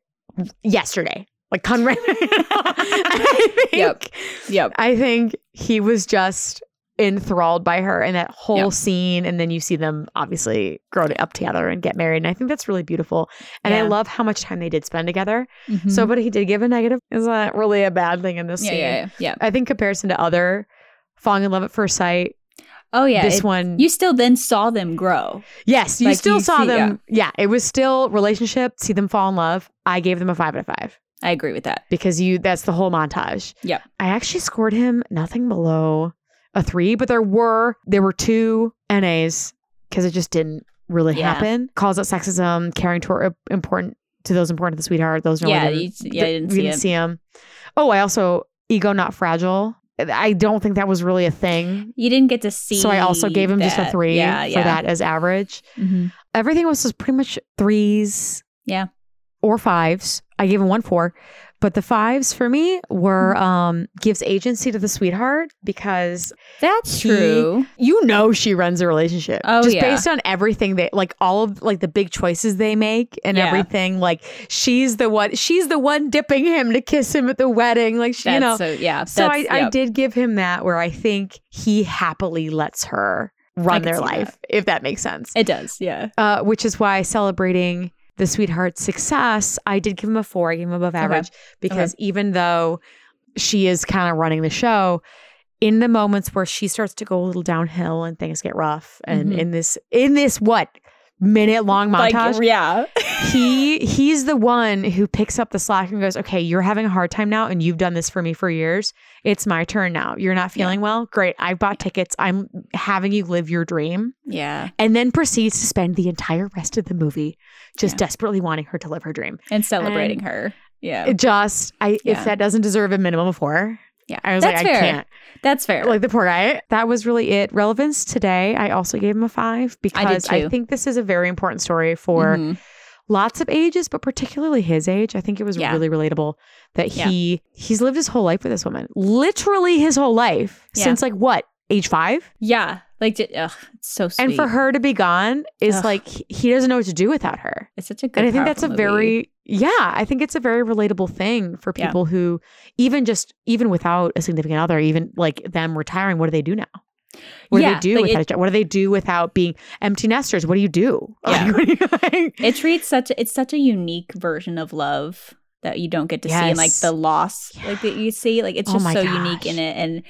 B: Yesterday, like, come right. now." I think
A: Yep. Yep.
B: I think he was just enthralled by her and that whole
A: Yeah.
B: scene and then you see them obviously grow to- up together and get married and i think that's really beautiful and i
A: Yeah.
B: love how much time they did spend together so but he did give a negative is not really a bad thing in this
A: Mm-hmm. yeah,
B: scene
A: yeah, yeah, yeah.
B: i think comparison to other falling in love at first sight
A: Oh yeah,
B: this
A: it-
B: one
A: you still then saw them grow.
B: yes you
A: like,
B: still
A: you
B: saw
A: see-
B: them yeah. it was still relationship see them fall in love i gave them a five out of five
A: I agree with that.
B: because you that's the whole montage.
A: Yep.
B: I actually scored him nothing below a three, but there were there were two NAs because it just didn't really
A: Yeah.
B: happen. Calls out sexism, caring toward important to those important to the sweetheart. Those
A: Yeah,
B: really
A: you, yeah, I
B: th-
A: didn't
B: we
A: see
B: didn't
A: it.
B: see him. Oh, I also ego not fragile. I don't think that was really a thing.
A: You didn't get to see.
B: So I also gave him just a
A: that.
B: three
A: Yeah,
B: for
A: yeah.
B: that as average.
A: Mhm.
B: Everything was just pretty much threes.
A: Yeah.
B: Or fives. I gave him one four. But the fives for me were
A: Mm-hmm.
B: um gives agency to the sweetheart because
A: That's
B: He-
A: true.
B: you know she runs the relationship.
A: Oh,
B: just
A: yeah.
B: based on everything they like all of like the big choices they make and
A: Yeah.
B: everything. Like she's the one she's the one dipping him to kiss him at the wedding. Like she,
A: That's
B: you know.
A: so yeah.
B: So I,
A: that's-
B: I
A: yep.
B: did give him that where I think he happily lets her run
A: can
B: their
A: see that.
B: life, if that makes sense
A: It does. Yeah.
B: uh, which is why celebrating the sweetheart's success, I did give him a four. I gave him above
A: Okay.
B: average because even though she is kind of running the show, in the moments where she starts to go a little downhill and things get rough, and
A: Mhm.
B: in this in this what minute long montage,
A: Like yeah.
B: he he's the one who picks up the slack and goes, "Okay, you're having a hard time now, and you've done this for me for years. It's my turn now. You're not feeling well. Great, I bought tickets. I'm having you live your dream."
A: Yeah.
B: and then proceeds to spend the entire rest of the movie just
A: Yeah.
B: desperately wanting her to live her dream.
A: And celebrating her. Yeah.
B: It just, I if
A: Yeah.
B: that doesn't deserve a minimum of four,
A: yeah.
B: I was
A: That's
B: like,
A: fair.
B: I can't.
A: That's fair.
B: Like the poor guy. That was really it. Relevance today, I also gave him a five because I,
A: too.
B: think this is a very important story for
A: Mhm.
B: lots of ages, but particularly his age. I think it was
A: Yeah.
B: really relatable that
A: Yeah.
B: he he's lived his whole life with this woman, literally his whole life
A: Yeah.
B: since like what age five.
A: yeah. Like j- ugh, it's so sweet.
B: And for her to be gone is
A: Ugh.
B: like he- he doesn't know what to do without her.
A: it's such a good.
B: and I think that's a
A: powerful movie.
B: very yeah, I think it's a very relatable thing for
A: Yeah.
B: people who even just even without a significant other, even like them retiring, what do they do now? What do
A: Yeah,
B: they do
A: like,
B: without
A: it-
B: each other? What do they do without being empty nesters? What do you do?
A: Yeah.
B: Like, what do you- like-
A: It treats such it's such a unique version of love that you don't get to see and like
B: Yes.
A: the loss like that you see like it's
B: Oh
A: just
B: my
A: so unique in
B: gosh.
A: it and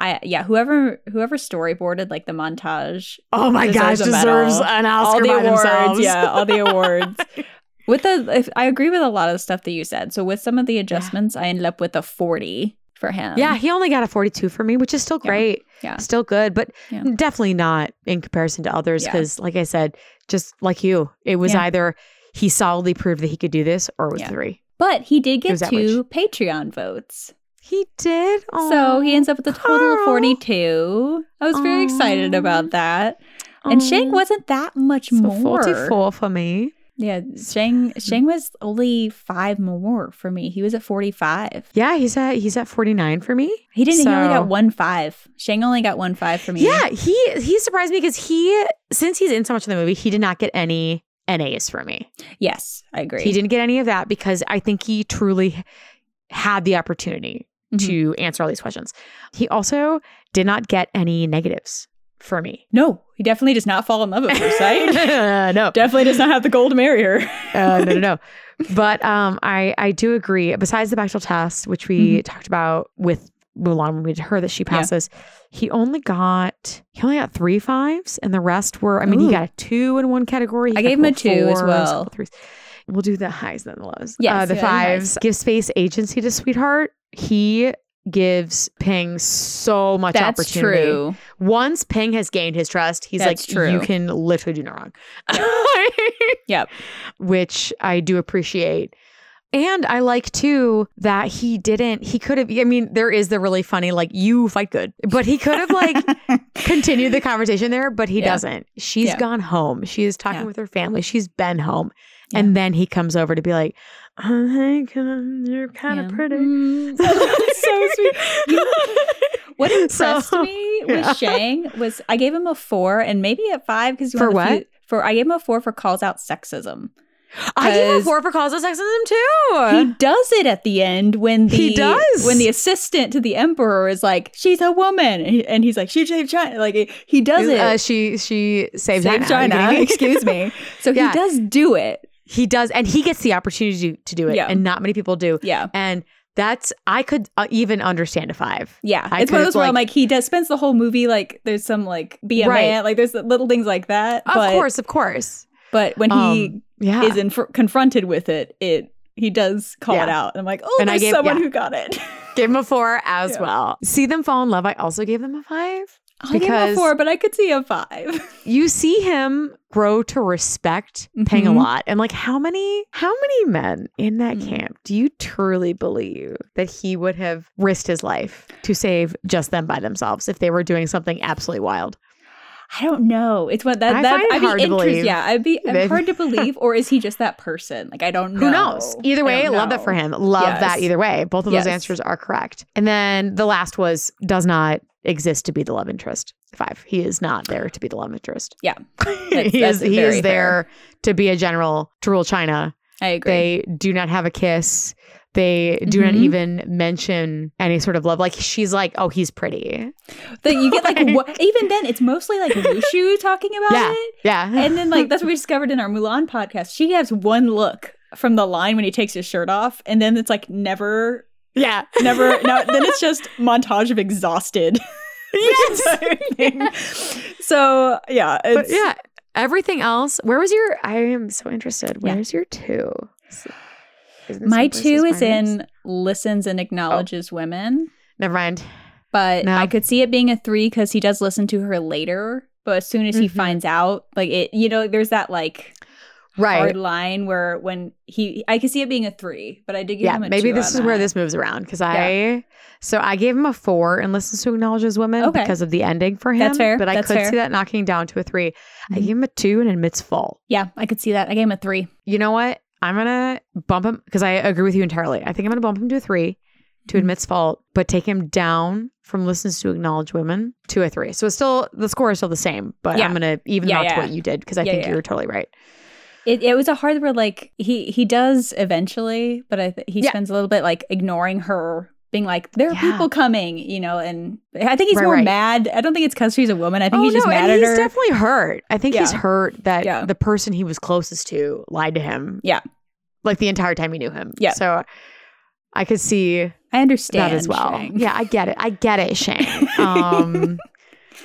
A: I yeah whoever whoever storyboarded like the montage
B: oh my gosh,
A: deserves a medal.
B: deserves an Oscar
A: all the
B: by
A: awards
B: themselves.
A: yeah all the awards with the if, I agree with a lot of the stuff that you said so with some of the adjustments I ended up with a 40 for him
B: yeah, he only got a 42 for me, which is still
A: Yeah.
B: great.
A: Yeah.
B: Still good, but
A: Yeah.
B: definitely not in comparison to others.
A: Yeah.
B: Cause like I said, just like you, it was
A: Yeah.
B: either he solidly proved that he could do this or it was
A: Yeah.
B: three.
A: but he did
B: It
A: get
B: was that
A: two Patreon votes
B: He did.
A: so
B: Aw.
A: he ends up with a total of
B: Carl.
A: 42 I was very excited
B: Aw.
A: about that And Shang
B: Aw.
A: wasn't that much
B: So
A: more.
B: 44 for me.
A: Yeah, Shang Shang was only five more for me. He was at forty five.
B: Yeah, he's at he's at 49 for me.
A: He didn't. he only
B: So-
A: got one five. Shang only got one five for me.
B: Yeah, he he surprised me because he since he's in so much of the movie, he did not get any NAs for me.
A: Yes, I agree.
B: He didn't get any of that because I think he truly had the opportunity
A: Mhm.
B: to answer all these questions. He also did not get any negatives for me.
A: No, he definitely does not fall in love at first sight.
B: no.
A: definitely does not have the goal to marry her.
B: uh, no, no, no. But um, I I do agree. Besides the Bechdel test, which we talked about with Mulan when we did her that she
A: Mm-hmm. Yeah.
B: passes, he only got he only got three fives, and the rest were. I mean, he
A: Ooh.
B: got a two in one category. He
A: I
B: got
A: gave him a
B: couple
A: two as
B: fours,
A: well.
B: couple Threes. We'll do the highs then the lows.
A: Yes,
B: uh, the
A: yeah, the highs.
B: fives give space agency to sweetheart. He gives Ping so much
A: That's
B: opportunity
A: true.
B: once Ping has gained his trust, he's
A: That's
B: like,
A: true.
B: you can literally do no wrong.
A: Yep.
B: Which I do appreciate. And I like too that he didn't, he could have, I mean, there is the really funny, like, you fight good, but he could have like continued the conversation there, but he
A: Yeah.
B: doesn't. She's
A: Yeah.
B: gone home. She is talking
A: Yeah.
B: with her family. She's been home. And then he comes over to be like, I think um, you're kind of
A: Yeah.
B: pretty.
A: Mm, that's so sweet. What impressed
B: So-
A: me
B: yeah.
A: with Shang was I gave him a four and maybe a five because
B: For what?
A: for I gave him a four for calls out sexism
B: I gave it a
A: 'Cause-
B: four for Calls of Sexism too.
A: He does it at the end when the
B: He does.
A: when the assistant to the emperor is like, "She's a woman," and, he- and he's like, "She saved China." Like he- he does it.
B: Uh, she she saved
A: Saved
B: China. Are you kidding me?
A: Excuse me. So
B: Yeah.
A: he does do it.
B: he does, and he gets the opportunity to, to do it,
A: Yeah.
B: and not many people do.
A: Yeah,
B: And that's I could uh, even understand a five.
A: yeah.
B: I
A: it's one
B: could've,
A: of those where I'm
B: like-
A: like, he does spends the whole movie like there's some like be a
B: Right.
A: man, like there's little things like that. but,
B: of course, of course.
A: but when he
B: Um, yeah.
A: is in confronted with it, it he does call it
B: Yeah.
A: out. And I'm like, oh,
B: And I
A: there's
B: gave-
A: someone
B: yeah.
A: who got it.
B: Give him a four as
A: Yeah.
B: well. See them fall in love. I also gave them a five.
A: I gave him
B: Because-
A: a four, but I could see a five.
B: You see him grow to respect Peng a
A: Mhm.
B: lot. And like how many how many men in that
A: Mhm.
B: camp do you truly believe that he would have risked his life to save just them by themselves if they were doing something absolutely wild?
A: I don't know. It's what that
B: I
A: that
B: find it
A: I'd be
B: hard to
A: interest-
B: believe.
A: Yeah, I'd be I'm
B: Maybe.
A: hard to believe, or is he just that person? Like I don't know.
B: Who knows? Either
A: I
B: way,
A: don't
B: love that
A: know.
B: for him. Love that
A: Yes.
B: either way. Both of
A: Yes.
B: those answers are correct. And then the last was does not exist to be the love interest. Five. He is not there to be the love interest.
A: Yeah. That's-
B: he is
A: that's
B: he
A: very
B: is there to be a general to rule China.
A: I agree.
B: They do not have a kiss. They do not
A: Mhm.
B: even mention any sort of love. Like she's like, oh, he's pretty.
A: that you get like
B: Like-
A: wha- even then, it's mostly like Wushu talking about
B: Yeah.
A: it,
B: Yeah.
A: and then like that's what we discovered in our Mulan podcast. She has one look from the line when he takes his shirt off, and then it's like never.
B: yeah.
A: Never now. Then it's just montage of exhausted.
B: yes.
A: entire thing. So yeah, it's,
B: But yeah. Everything else. Where was your I am so interested.
A: Yeah.
B: Where's your two? Is this
A: My
B: versus
A: two is
B: minus?
A: in listens and acknowledges women.
B: Never mind.
A: but
B: Oh. No.
A: I could see it being a three because he does listen to her later. But as soon as he
B: Mhm.
A: finds out, like it, you know, there's that like
B: Right.
A: hard line where when he, I could see it being a three, but I did give
B: Yeah.
A: him a
B: Maybe
A: two
B: this
A: on
B: is where
A: that.
B: this moves around because I. So I gave him a four and listens to acknowledges women
A: Okay.
B: because of the ending for him.
A: That's fair.
B: But I
A: That's
B: could
A: fair.
B: see that knocking down to a 3 I
A: Mhm.
B: gave him a two and admits fault.
A: Yeah, I could see that. I gave him a three.
B: you know what? I'm gonna bump him because I agree with you entirely. I think I'm gonna bump him to a three to
A: Mhm.
B: admits fault, but take him down from listens to acknowledge women to a three. So it's still the score is still the same, but
A: Yeah.
B: I'm gonna even
A: Yeah,
B: out to
A: yeah.
B: what you did because I
A: Yeah,
B: think
A: yeah.
B: you were totally right.
A: It, it was a hard where like he he does eventually, but I th- he
B: Yeah.
A: spends a little bit like ignoring her. Being like, there are
B: Yeah.
A: people coming, you know, and I think he's
B: Right,
A: more
B: right. Oh,
A: mad. I don't think it's because she's a woman. I think he's just mad
B: and
A: at
B: he's
A: her.
B: definitely hurt. I think he's
A: Yeah.
B: hurt that
A: Yeah.
B: the person he was closest to lied to him.
A: Yeah.
B: like the entire time he knew him.
A: Yeah.
B: so I could see
A: I understand
B: that as well.
A: Shang.
B: Yeah, I get it. I get it, Shane. Um,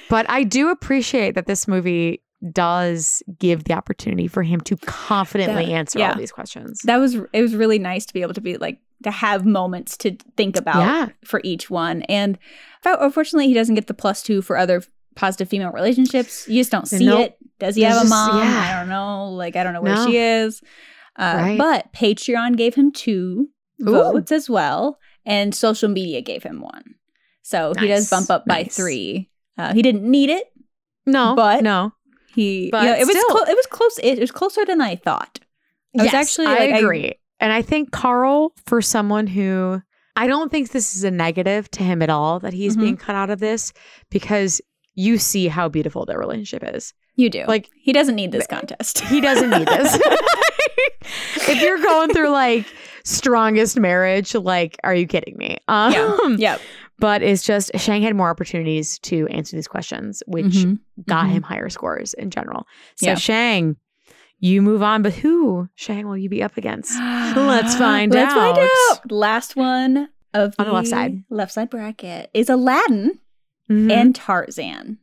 B: but I do appreciate that this movie does give the opportunity for him to confidently
A: That-
B: answer
A: yeah.
B: all these questions.
A: that was it was really nice to be able to be like to have moments to think about
B: yeah,
A: for each one and fo- unfortunately he doesn't get the plus two for other positive female relationships you just don't see
B: Nope.
A: it does he
B: There's
A: have a
B: just-
A: mom
B: yeah.
A: i don't know like i don't know where
B: No.
A: she is uh,
B: Right.
A: but patreon gave him two
B: Ooh.
A: votes as well and social media gave him one so he does
B: Nice.
A: bump up by
B: Nice.
A: three uh, he didn't need it
B: no,
A: But-
B: no,
A: he
B: But
A: you know, it was
B: still.
A: clo- it was close it was closer than i thought I was actually, like,
B: I
A: I-
B: agree, and I think Carl, for someone who I don't think this is a negative to him at all that he's
A: Mhm.
B: being cut out of this because you see how beautiful their relationship is.
A: you do
B: Like-
A: he doesn't need this contest
B: He doesn't need this. if you're going through like strongest marriage, like, are you kidding me? Um,
A: yeah
B: But it's just Shang had more opportunities to answer these questions, which
A: Mhm.
B: got
A: Mhm.
B: him higher scores in general. So
A: Yeah.
B: Shang, you move on, but who Shang will you be up against? Let's find
A: Let's find
B: out.
A: out. Last one of
B: On the left side.
A: left side bracket is Aladdin
B: Mhm.
A: and Tarzan,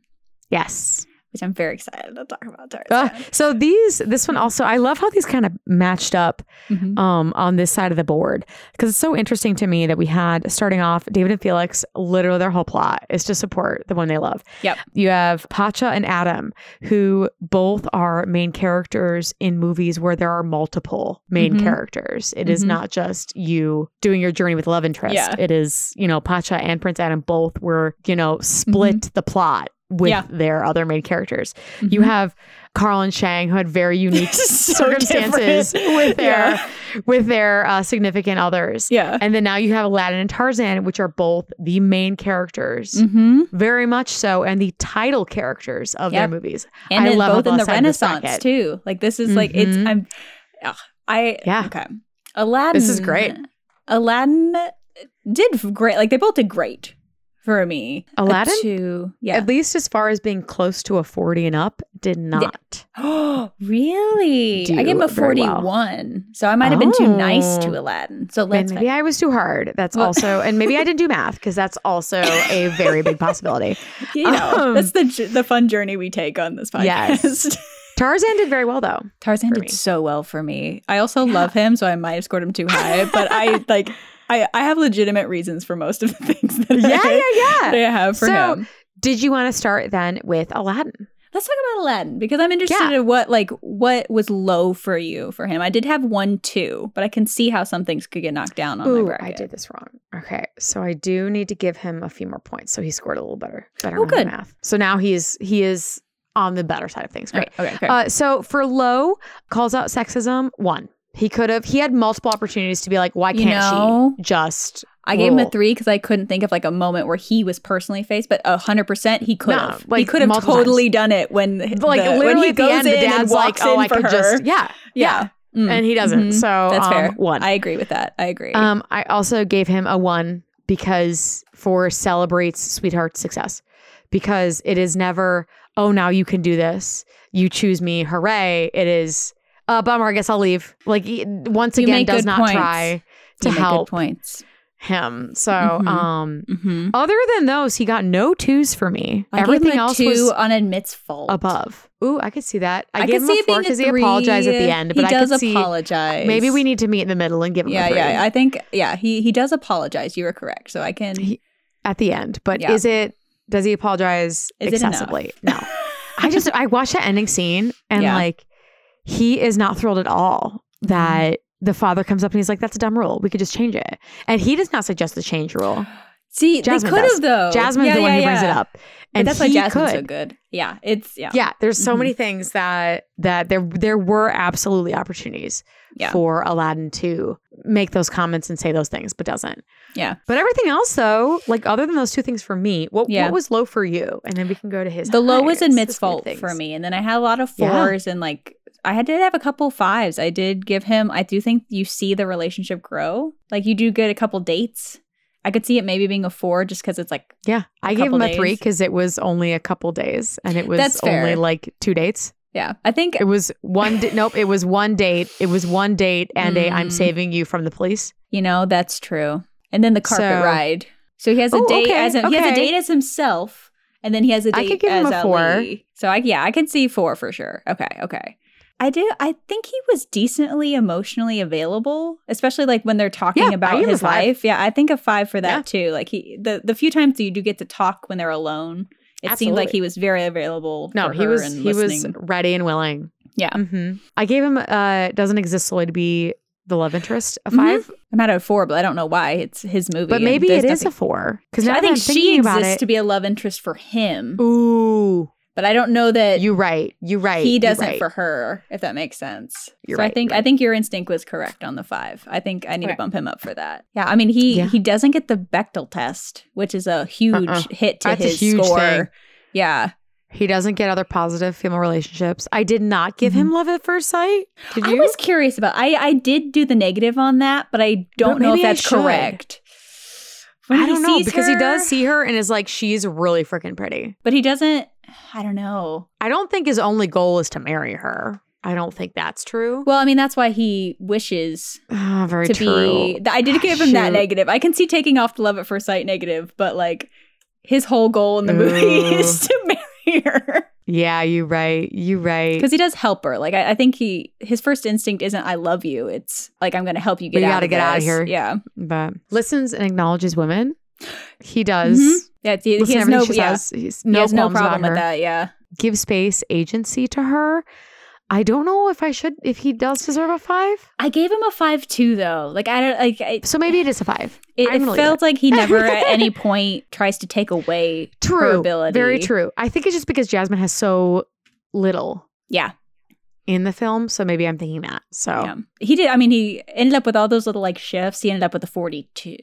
B: yes.
A: which I'm very excited to talk about
B: Uh,
A: Tarzan.
B: so these, this one also, I love how these kind of matched up
A: Mhm.
B: um, on this side of the board because it's so interesting to me that we had starting off David and Felix. Literally, their whole plot is to support the one they love.
A: Yep.
B: You have Pacha and Adam, who both are main characters in movies where there are multiple main
A: Mhm.
B: characters. It is
A: Mhm.
B: not just you doing your journey with love interest.
A: Yeah.
B: It is you know Pacha and Prince Adam both were you know split the plot with
A: Mm-hmm. Yeah.
B: their other main characters. You
A: Mhm.
B: have Carl and Shang who had very unique
A: So
B: circumstances
A: different.
B: with their
A: Yeah.
B: with their uh, significant others.
A: yeah.
B: And then now you have Aladdin and Tarzan, which are both the main characters,
A: Mhm.
B: very much so, and the title characters of
A: Yep.
B: their movies.
A: And
B: I
A: then
B: love how
A: both in the
B: left side of this
A: Renaissance
B: bracket.
A: too. Like this is like it's
B: Mhm.
A: I'm. ah, I
B: Yeah.
A: okay. Aladdin.
B: This is great.
A: Aladdin did f- great. Like they both did great for me. A
B: Aladdin?
A: two. Yeah.
B: At least as far as being close to a 40 and up, did not.
A: Oh, really?
B: Do
A: I gave him a
B: very well.
A: forty-one, so I might have been too nice
B: Oh.
A: to Aladdin. So
B: Man,
A: let's.
B: maybe I was too hard. That's
A: Well-
B: also, and maybe I didn't do math because that's also a very big possibility.
A: you know,
B: Um,
A: that's the j- the fun journey we take on this podcast.
B: Yes. Tarzan did very well though.
A: Tarzan
B: for me.
A: did so well for me. I also love him, so I might have scored him too high. But I like, I I have legitimate reasons for most of the things that
B: Yeah,
A: I,
B: yeah, yeah.
A: that I have for
B: So-
A: him.
B: Did you want to start then with Aladdin?
A: Let's talk about Aladdin because I'm interested
B: Yeah.
A: in what like what was low for you for him. I did have one two, but I can see how some things could get knocked down on my
B: Ooh,
A: bracket.
B: I did this wrong. Okay, so I do need to give him a few more points. So he scored a little better, better
A: Oh,
B: on the
A: good.
B: math. So now he is he is on the better side of things. Great.
A: Great. Okay. okay.
B: Uh, so for Lowe, calls out sexism. One, he could have. He had multiple opportunities to be like, why
A: You
B: can't
A: know-
B: she just?
A: I gave him a
B: rule.
A: three because I couldn't think of like a moment where he was personally faced, but hundred percent he could
B: No,
A: have. he
B: like,
A: could have
B: multiple
A: totally done it when
B: But like
A: the-
B: literally
A: when he
B: at the
A: goes
B: end,
A: in
B: the
A: and
B: dad's like,
A: walks
B: oh,
A: in
B: I
A: for
B: could
A: her.
B: just yeah, yeah,
A: Mm.
B: and he doesn't.
A: Mhm.
B: So
A: That's
B: um,
A: fair.
B: One.
A: I agree with that. I agree.
B: Um, I also gave him a one because for celebrates sweetheart success because it is never oh now you can do this you choose me hooray it is uh bummer I guess I'll leave like he- once
A: You
B: again
A: make
B: does
A: good
B: not
A: points.
B: try to
A: You make
B: help
A: good points.
B: him so
A: Mhm.
B: um
A: Mm-hmm.
B: other than those he got no twos for me everything else
A: two
B: was
A: on admits fault.
B: above ooh I could see that I,
A: I, could
B: gave him
A: see
B: a
A: it
B: four
A: being
B: because
A: because
B: he apologized at the end but
A: he
B: I
A: does
B: could see
A: apologize.
B: maybe we need to meet in the middle and give him
A: Yeah,
B: a three.
A: yeah. I think yeah. He he does apologize. You were correct. So I can.
B: He- at the end. But
A: Yeah.
B: is it does he apologize
A: Is it enough?
B: excessively? No. I just I watched that ending scene and
A: Yeah. Mm-hmm.
B: like he is not thrilled at all that the father comes up and he's like, That's a dumb rule. We could just change it. And he does not suggest the change rule.
A: see,
B: Jasmine
A: they could
B: does.
A: have though.
B: Jasmine's
A: Oh, Yeah,
B: the one
A: yeah,
B: who brings it
A: yeah.
B: up.
A: But
B: And
A: that's why
B: he
A: Jasmine's
B: could.
A: so good. Yeah, it's yeah.
B: Yeah, there's so
A: Mhm.
B: many things that that there there were absolutely opportunities
A: Yeah.
B: for Aladdin to make those comments and say those things, but doesn't.
A: Yeah.
B: But everything else though, like other than those two things for me, what
A: Yeah.
B: what was low for you? And then we can go to his.
A: The low was
B: highs,
A: admits
B: the
A: fault
B: things.
A: for me, and then I had a lot of
B: Yeah.
A: fours and like I had- did have a couple fives. I did give him. I do think you see the relationship grow. Like you do get a couple dates. I could see it maybe being a four just because it's like
B: Yeah. I gave
A: couple
B: him a three
A: days.
B: because it was only a couple days and it was
A: That's
B: only
A: fair.
B: like two dates.
A: yeah. I think
B: It was one di- nope, it was one date. It was one date and a I'm
A: Mm.
B: saving you from the police.
A: You know, that's true. And then the carpet
B: So-
A: ride. So he has a
B: Oh,
A: date
B: okay,
A: as a, he has
B: okay.
A: a date as himself, and then he has a
B: I
A: date
B: could give
A: as
B: him a four.
A: Ali. So I yeah, I can see four for sure. Okay, okay. I do. I think he was decently emotionally available, especially like when they're talking
B: Yeah, I
A: about
B: give him a
A: his
B: five.
A: life. Yeah, I think a five for that too. Like he the the few times that you do get to talk when they're alone, it seemed like
B: Absolutely.
A: he was very available.
B: No,
A: for
B: he
A: her
B: was
A: and
B: he was
A: listening.
B: ready and willing.
A: Yeah.
B: Mhm. I gave him uh doesn't exist solely to be the love interest a
A: Mhm.
B: 5
A: I'm at a four, but I don't know why it's his movie.
B: but
A: and
B: maybe
A: there's
B: it is
A: nothing-
B: a four because
A: I think she
B: about
A: exists
B: it.
A: to be a love interest for him,
B: Ooh,
A: but I don't know that
B: you right, you right.
A: he
B: you
A: doesn't
B: right.
A: for her. If that makes sense,
B: You're
A: so
B: right,
A: I think
B: you're right.
A: I think your instinct was correct on the five. I think I need
B: Okay.
A: to bump him up for that. Yeah, I mean he
B: Yeah.
A: he doesn't get the Bechtel test, which is a huge
B: Uh-uh.
A: hit to
B: That's a
A: his
B: huge
A: score.
B: thing.
A: Yeah,
B: He doesn't get other positive female relationships. I did not give him love at first sight.
A: Mm-hmm.
B: Did
A: I
B: you?
A: was curious about. I I did do the negative on that, but I don't
B: But
A: know if
B: maybe I
A: that's
B: should.
A: correct. When
B: I
A: he
B: don't know
A: sees
B: because he does
A: her-
B: see her and is like, she's really freaking pretty.
A: but he doesn't. I don't know.
B: I don't think his only goal is to marry her. I don't think that's true.
A: Well, I mean that's why he wishes
B: Ah, very
A: to
B: true.
A: be. th- I did give him that
B: Shoot.
A: negative. I can see taking off the love at first sight negative, but like his whole goal in the movie
B: Ooh.
A: is to marry her
B: yeah, you right. You right.
A: because he does help her. Like I, I think he his first instinct isn't "I love you." It's like I'm going to help you get
B: We
A: out.
B: gotta
A: of
B: get out of
A: this."
B: here.
A: Yeah,
B: But listens and acknowledges women. He does.
A: Mhm. yeah. He, he
B: Listen to
A: has
B: everything
A: no.
B: she
A: Yeah,
B: says. He's
A: he
B: no,
A: has no
B: qualms about
A: problem with
B: her.
A: that. Yeah,
B: give space agency to her. I don't know if I should if he does deserve a five.
A: I gave him a five two though. Like I don't like. I,
B: So maybe it is a five.
A: it
B: I'm
A: it
B: gonna leave
A: felt like he never at any point tries to take away her
B: True.
A: ability.
B: Very true. I think it's just because Jasmine has so little
A: Yeah.
B: in the film. So maybe I'm thinking that. So
A: Yeah. He did. I mean, he ended up with all those little like shifts. He ended up with a 42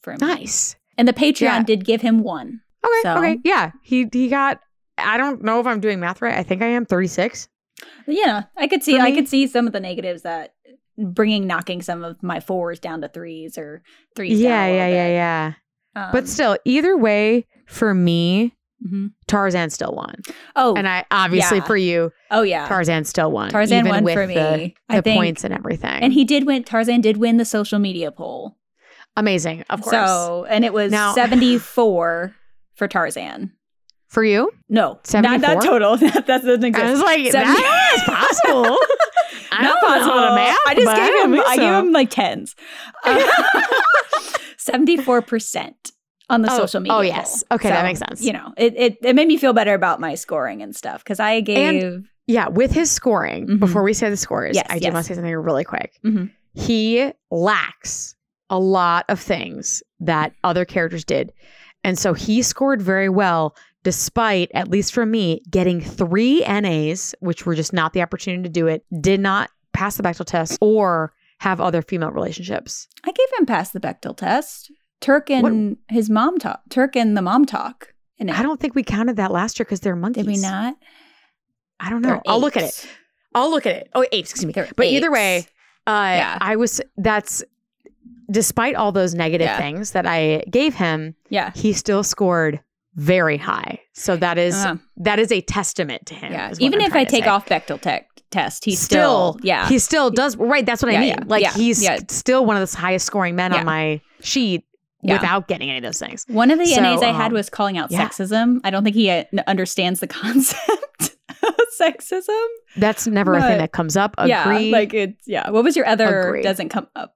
A: for me.
B: nice.
A: And the Patreon
B: Yeah.
A: did give him one.
B: Okay.
A: So-
B: Okay. Yeah. He he got I don't know if I'm doing math right. I think I am 36.
A: But, Yeah, I could see.
B: For
A: I
B: me-
A: could see some of the negatives that bringing knocking some of my fours down to threes or threes.
B: Yeah, yeah, yeah, yeah.
A: yeah.
B: but still, either way, for me,
A: hmm
B: Tarzan still won,
A: oh,
B: and I obviously
A: yeah.
B: for you,
A: oh yeah,
B: Tarzan still won.
A: Tarzan
B: even
A: won
B: with
A: for
B: the,
A: me. I
B: the
A: think-
B: points and everything.
A: and he did win. Tarzan did win the social media poll.
B: amazing, of course.
A: So, and it was
B: Now-
A: seventy four for Tarzan.
B: for you,
A: No, not that
B: 74?
A: total. that doesn't exist.
B: I was like,
A: Seventy-
B: that is possible. I
A: Not
B: don't know the
A: possible.
B: math,
A: I just
B: but
A: gave
B: I
A: him.
B: don't think
A: I gave
B: so.
A: him like tens. Um, Seventy-four percent on the
B: Oh,
A: social media.
B: oh, yes.
A: poll.
B: Okay, that makes sense.
A: You know, it, it it made me feel better about my scoring and stuff because I gave.
B: Yeah, with his scoring,
A: Mhm.
B: before we say the scores,
A: Yes,
B: I did
A: yes.
B: want to say something really quick.
A: Mhm.
B: He lacks a lot of things that other characters did. And so he scored very well, despite, at least for me, getting three NAs, which were just not the opportunity to do it, did not pass the Bechtel test or have other female relationships.
A: I gave him past the Bechtel test. Turk and his mom talk. Turk and the mom talk. And
B: I don't think we counted that last year because they're monkeys.
A: Did we not?
B: I don't know. I'll look at it. I'll look at it. Oh, apes, excuse me. But either way, Uh,
A: Yeah.
B: I was that's despite all those negative
A: Yeah.
B: things that I gave him,
A: yeah.
B: he still scored very high. So that is
A: Uh,
B: that is a testament to him.
A: yeah.
B: is what
A: Even
B: I'm
A: if
B: trying
A: I
B: to
A: take
B: say.
A: off Bechtel tech test, he's still, yeah.
B: he still does right. That's what I
A: Yeah,
B: mean.
A: yeah,
B: like
A: yeah,
B: he's
A: yeah.
B: still one of the highest scoring men
A: Yeah.
B: on my sheet
A: Yeah.
B: without getting any of those things.
A: One of the
B: So,
A: NAs I had
B: um,
A: was calling out
B: yeah.
A: sexism. I don't think he uh, n- understands the concept of sexism.
B: That's never a
A: But-
B: thing that comes up. Agree.
A: Yeah, like it's yeah. What was your other
B: Agree.
A: doesn't come up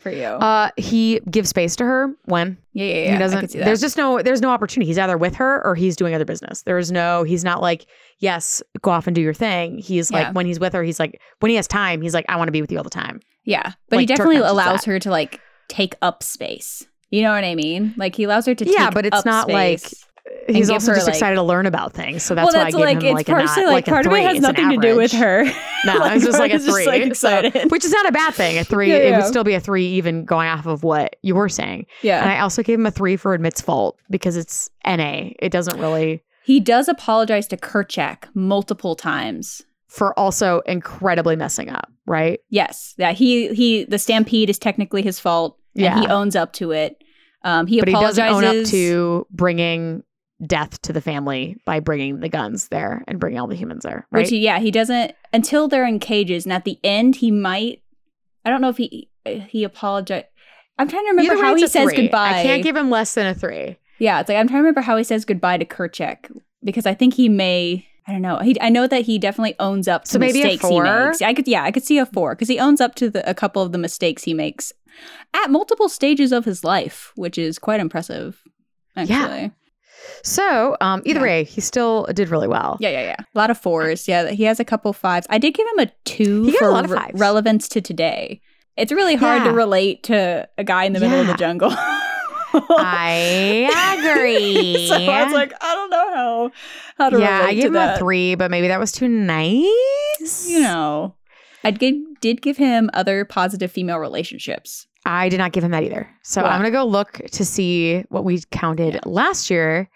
A: for you?
B: uh, he gives space to her when
A: yeah, yeah, yeah.
B: he
A: I
B: doesn't
A: could see that.
B: there's just no there's no opportunity he's either with her or he's doing other business there's no he's not like yes go off and do your thing he's
A: Yeah.
B: like when he's with her he's like when he has time he's like i want to be with you all the time
A: yeah, but he
B: like, Turk
A: definitely
B: mentions
A: allows
B: that.
A: her to like take up space. You know what I mean? Like he allows her to.
B: Yeah,
A: take
B: but it's
A: up
B: not, like,
A: space.
B: he's
A: give
B: also
A: her,
B: just
A: like-
B: excited to learn about things so that's,
A: well,
B: why i
A: that's
B: gave
A: like
B: him
A: it's
B: like a
A: partially
B: not,
A: like,
B: like,
A: part
B: a
A: of
B: three.
A: it has
B: It's an
A: nothing to do with
B: average.
A: her.
B: no
A: Like,
B: it's just
A: part
B: like a
A: is just,
B: three
A: like,
B: so-
A: excited.
B: which is not a bad thing a three
A: Yeah,
B: it
A: yeah.
B: would still be a three even going off of what you were saying
A: yeah,
B: and i also gave him a three for admits fault because it's na it doesn't really
A: he does apologize to Kerchak multiple times.
B: for also incredibly messing up right
A: Yes, yeah. He he. The stampede is technically his fault.
B: Yeah.
A: and he owns up to it. Um, he
B: but he
A: apologizes.
B: doesn't own up to bringing death to the family by bringing the guns there and bringing all the humans there. Right?
A: Which he, yeah, he doesn't until they're in cages, and at the end he might. I don't know if he eh, he apologized. I'm trying to remember
B: Either way,
A: how
B: it's
A: he
B: a
A: says
B: three.
A: goodbye.
B: I can't give him less than a three.
A: yeah, it's like I'm trying to remember how he says goodbye to Kerchek because I think he may. I don't know. He I know that he definitely owns up to
B: So maybe a
A: mistakes he
B: four?
A: makes. I could yeah, I could see a four because he owns up to the, a couple of the mistakes he makes at multiple stages of his life, which is quite impressive. Actually. Yeah.
B: So um, either
A: Yeah.
B: way, he still did really well.
A: Yeah, yeah, yeah. A lot of fours. Yeah, he has a couple fives. I did give him a two
B: He got a
A: for
B: lot of
A: re-
B: fives.
A: relevance to today. It's really hard to
B: Yeah.
A: relate to a guy in the middle of the
B: Yeah.
A: jungle.
B: I agree.
A: so I was like, I don't know how how to
B: yeah,
A: relate to
B: I gave him
A: that.
B: a three, but maybe that was too nice.
A: You know, I did did give him other positive female relationships.
B: I did not give him that either. So
A: Wow.
B: I'm gonna go look to see what we counted last year.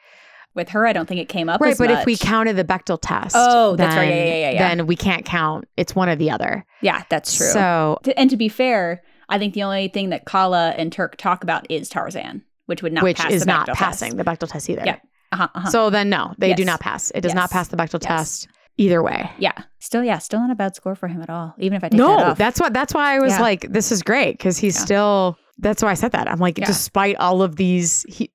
A: With her, I don't think it came up.
B: right,
A: as
B: but if we
A: much.
B: counted the Bechtel test,
A: Oh, that's right. Yeah,
B: then-
A: yeah, yeah, yeah.
B: Then we can't count. It's one or the other.
A: yeah, that's true.
B: So
A: To- and to be fair, I think the only thing that Kala and Turk talk about is Tarzan, which would not
B: which
A: pass
B: is
A: the
B: not
A: Bechdel test.
B: passing the Bechtel test either.
A: Yeah. Uh-huh, uh-huh.
B: So then no, they do
A: Yes.
B: not pass. It does
A: Yes.
B: not pass the Bechtel
A: Yes.
B: test either way.
A: Yeah. Still, yeah, still not a bad score for him at all. Even if I take that
B: No,
A: off.
B: that's what that's why I was
A: Yeah.
B: like, this is great because he's
A: Yeah.
B: still. That's why I said that. I'm like,
A: Yeah.
B: despite all of these he,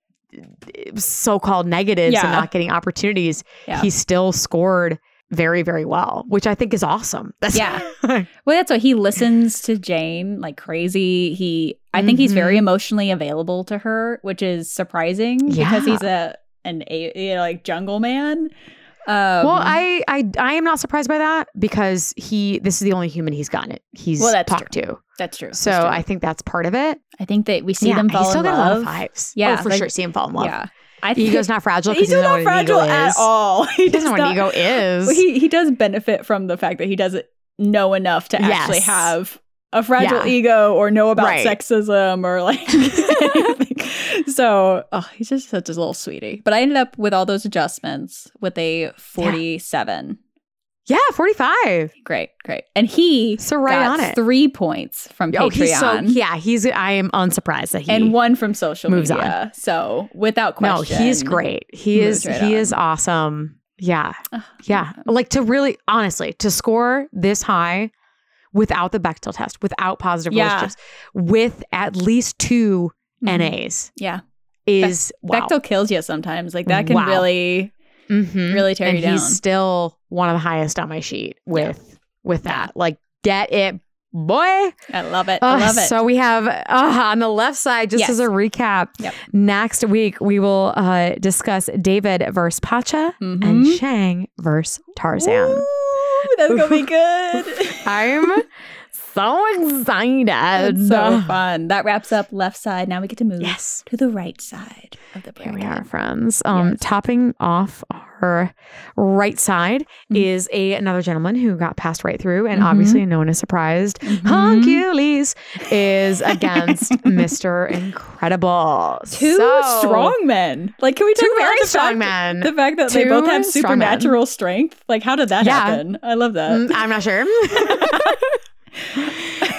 B: so-called negatives
A: Yeah.
B: and not getting opportunities,
A: Yeah.
B: he still scored very very well, which I think is awesome. That's
A: Yeah. Um, well, that's what he listens to Jane like crazy. He, I think he's
B: Mm-hmm.
A: very emotionally available to her, which is surprising because he's a an a you know, like jungle man. Um,
B: well, I, I I am not surprised by that because he this is the only human he's gotten it. He's
A: Well, that's
B: talked to.
A: that's true.
B: So
A: That's true.
B: I think that's part of it.
A: I think that we see
B: yeah,
A: them fall
B: he's still
A: in
B: got
A: love.
B: a lot of fives.
A: Yeah,
B: oh, for
A: like-
B: sure. See him fall in love.
A: Yeah, I think
B: Ego's not fragile. 'cause
A: he's
B: he doesn't know
A: not
B: what an ego
A: fragile at
B: is.
A: all. He,
B: He doesn't know
A: does
B: what an
A: not-
B: ego is.
A: Well, he he does benefit from the fact that he doesn't know enough to actually
B: Yes.
A: have a fragile
B: Yeah.
A: ego or know about
B: Right.
A: sexism or like anything. so oh, he's just such a little sweetie. But I ended up with all those adjustments with a forty-seven
B: Yeah, 45.
A: Great, great. And he
B: So right
A: got
B: on it.
A: three points from
B: Oh,
A: Patreon.
B: he's so yeah, he's I am unsurprised that he
A: and one from social
B: moves
A: media. So without question.
B: No, he's great. He
A: moves
B: is
A: right
B: he
A: on.
B: is awesome. Yeah.
A: Ugh,
B: Yeah. Like to really honestly, to score this high without the Bechtel test, without positive
A: Yeah.
B: relationships, with at least 2
A: mhm.
B: NAs
A: Yeah.
B: is wow.
A: Bechtel kills you sometimes. Like that can
B: Wow.
A: really,
B: Mhm.
A: really tear
B: and
A: you down.
B: he's still one of the highest on my sheet with with
A: Yeah.
B: that. Like get it, boy.
A: I love it.
B: Ugh,
A: I love it.
B: Ah, So we have uh, on the left side, just
A: Yes.
B: as a recap,
A: Yep.
B: next week we will uh, discuss David versus Pacha
A: Mhm.
B: and Shang versus Tarzan.
A: Ooh, that's gonna be good.
B: I'm so excited.
A: That's so fun. That wraps up left side. Now we get to move
B: uh, Yes.
A: to the right side of the
B: Here
A: bracket.
B: we are, friends. Um,
A: Yes.
B: topping off our right side
A: Mhm.
B: is a another gentleman who got passed right through, and
A: Mhm.
B: obviously no one is surprised.
A: Mhm.
B: Hercules is against Mr. Incredible.
A: Two
B: So-
A: strong men. Like, can we talk
B: two
A: about
B: very
A: the
B: strong
A: fact,
B: men.
A: The fact that they
B: Two
A: both have
B: strong men.
A: supernatural strength. Like, how did that
B: Yeah.
A: happen? I love that.
B: Mm, I'm not sure.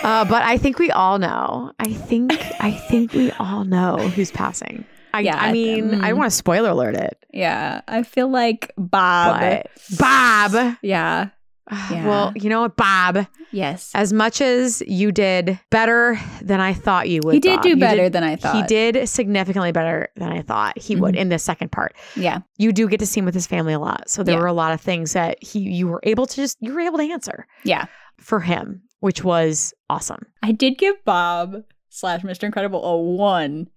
B: uh, but I think we all know. I think I think we all know who's passing. I,
A: Yeah, Mm.
B: I
A: I
B: mean,
A: think-
B: I don't want to spoiler alert it,
A: Yeah, I feel like Bob.
B: but Bob.
A: Yeah.
B: Ugh, Well, you know what, Bob?
A: Yes.
B: As much as you did better than I thought you would,
A: He did
B: Bob,
A: do
B: you
A: better than I
B: He
A: thought.
B: did significantly better than I thought he would
A: Mhm.
B: in the second part.
A: Yeah.
B: You do get to see him with his family a lot, so there
A: Yeah.
B: were a lot of things that he you were able to just you were able to answer.
A: Yeah.
B: for him, which was awesome.
A: I did give Bob slash Mr. Incredible a one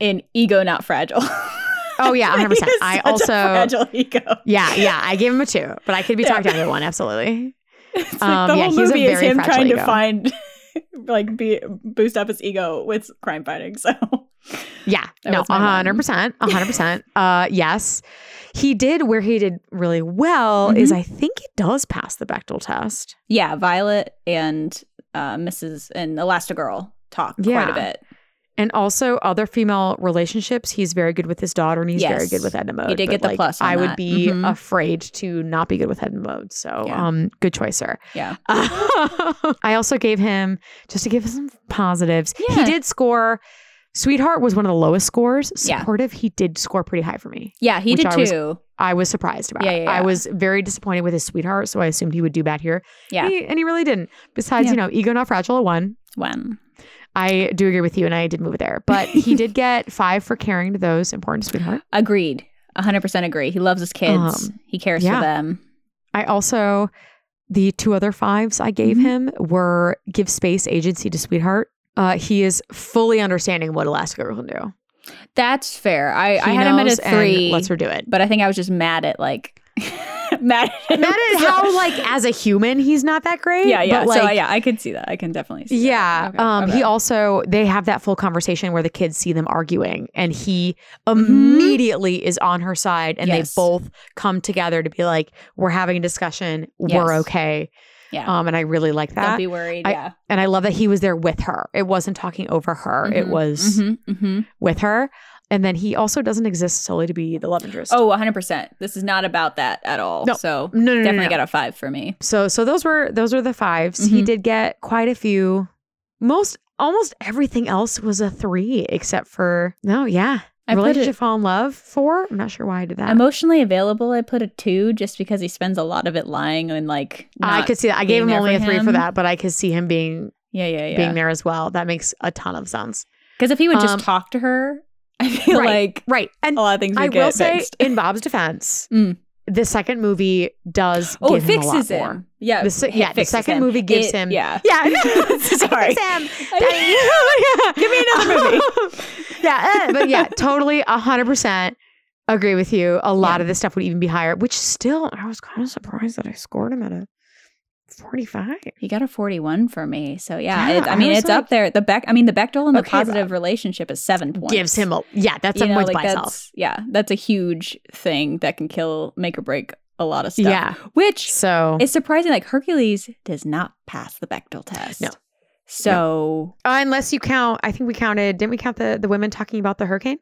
A: in ego not fragile.
B: Oh, yeah, 100%.
A: He is
B: I
A: such
B: also-
A: a fragile ego.
B: Yeah, yeah, I gave him a two, but I could be
A: Yeah.
B: talked down to a one, absolutely.
A: It's like
B: Um,
A: the
B: yeah,
A: whole
B: he's a
A: movie is
B: very
A: him
B: fragile
A: trying
B: ego.
A: to find like be boost up his ego with crime fighting. So
B: Yeah,
A: That
B: no,
A: was my one.
B: hundred percent, hundred percent. Uh, yes, he did where he did really well is
A: Mm-hmm.
B: I think it does pass the Bechtel test.
A: yeah, Violet and uh, Mrs. and Elastigirl talk
B: Yeah.
A: quite a bit.
B: And also other female relationships, he's very good with his daughter, and he's very
A: Yes.
B: good with Edna Mode.
A: You did
B: but,
A: get the
B: like,
A: plus on
B: I would
A: that.
B: be
A: Mhm.
B: afraid to not be good with Edna Mode. So,
A: Yeah.
B: um, good choice, sir.
A: Yeah.
B: I also gave him just to give him some positives. He
A: Yeah.
B: did score. Sweetheart was one of the lowest scores.
A: Yeah.
B: Supportive, he did score pretty high for me.
A: Yeah, he
B: Which
A: did
B: I was-
A: too.
B: I was surprised about.
A: Yeah,
B: it.
A: yeah,
B: I
A: yeah.
B: was very disappointed with his sweetheart, so I assumed he would do bad here.
A: Yeah.
B: He- and he really didn't. Besides,
A: Yeah.
B: you know, ego not fragile a one.
A: When?
B: I do agree with you, and I did move it there. But he did get five for caring to those important to sweetheart. Agreed.
A: Agreed. 100% agree. He loves his kids.
B: Um,
A: he cares
B: yeah.
A: for them.
B: I also the two other fives I gave
A: Mhm.
B: him were give space agency to sweetheart. Uh, he is fully understanding what Elastigirl can do.
A: That's fair. I, I
B: He
A: had him at a
B: knows and
A: three,
B: Lets her do it.
A: but I think I was just mad at like mad at him.
B: Mad at
A: So-
B: how like as a human he's not that great.
A: yeah yeah
B: But, like,
A: so yeah I could see that I can definitely see
B: Yeah.
A: that. Okay,
B: um,
A: okay.
B: He also, they have that full conversation where the kids see them arguing and he immediately is on her side and
A: Mm-hmm. Yes.
B: they both come together to be like, we're having a discussion. We're
A: Yes.
B: okay.
A: yeah
B: Um, and I really like
A: don't
B: that.
A: be worried
B: I-
A: yeah
B: and I love that he was there with her. It wasn't talking over her, it
A: Mhm.
B: was
A: mm-hmm, mm-hmm.
B: with her. And then he also doesn't exist solely to be the love interest.
A: oh 100 percent this is not about that at all
B: No.
A: so
B: no, no, no, no,
A: definitely
B: no.
A: got a five for me
B: So so those were those were the 5s He
A: Mhm.
B: did get quite a few. Most almost everything else was a three, except for no, yeah.
A: I put
B: Relationship
A: it-
B: fall in love four. I'm not sure why I did that.
A: emotionally available I put a two just because he spends a lot of it lying and like
B: I
A: not-
B: could see that. I gave him
A: being there
B: only a
A: for
B: three for
A: him.
B: that, but I could see him being
A: yeah yeah yeah
B: being there as well. That makes a ton of sense.
A: because if he would just
B: Um,
A: talk to her I feel
B: Right.
A: like
B: Right. And
A: a lot of things would
B: I
A: get
B: will say,
A: Oh, fixed.
B: in Bob's defense,
A: Mm.
B: the second movie does
A: Oh, it
B: give him a lot
A: fixes
B: more.
A: him. Yeah,
B: The se-
A: it
B: yeah, the
A: fixes
B: second
A: him.
B: movie gives
A: It-
B: him-
A: Yeah,
B: Yeah.
A: Sorry.
B: Sam.
A: Give me another movie.
B: Oh yeah, eh, but yeah, totally 100% agree with you. A lot
A: Yeah.
B: of this stuff would even be higher, which still, I was kind of surprised that I scored him at a 45.
A: He got a 41 for me. So yeah,
B: Yeah,
A: it, I
B: I
A: mean
B: was
A: it's
B: like-
A: up there. The Beck I mean the Bechtel and the
B: Okay,
A: positive
B: Bob.
A: relationship is 7 points.
B: Gives him a, yeah, that's
A: You
B: a
A: know,
B: point
A: like,
B: by itself.
A: that's, Yeah, that's a huge thing that can kill make or break a lot of stuff.
B: Yeah.
A: Which
B: So,
A: is surprising like Hercules does not pass the Bechtel test.
B: No.
A: So
B: uh, unless you count, I think we counted, didn't we count the, the women talking about the hurricane?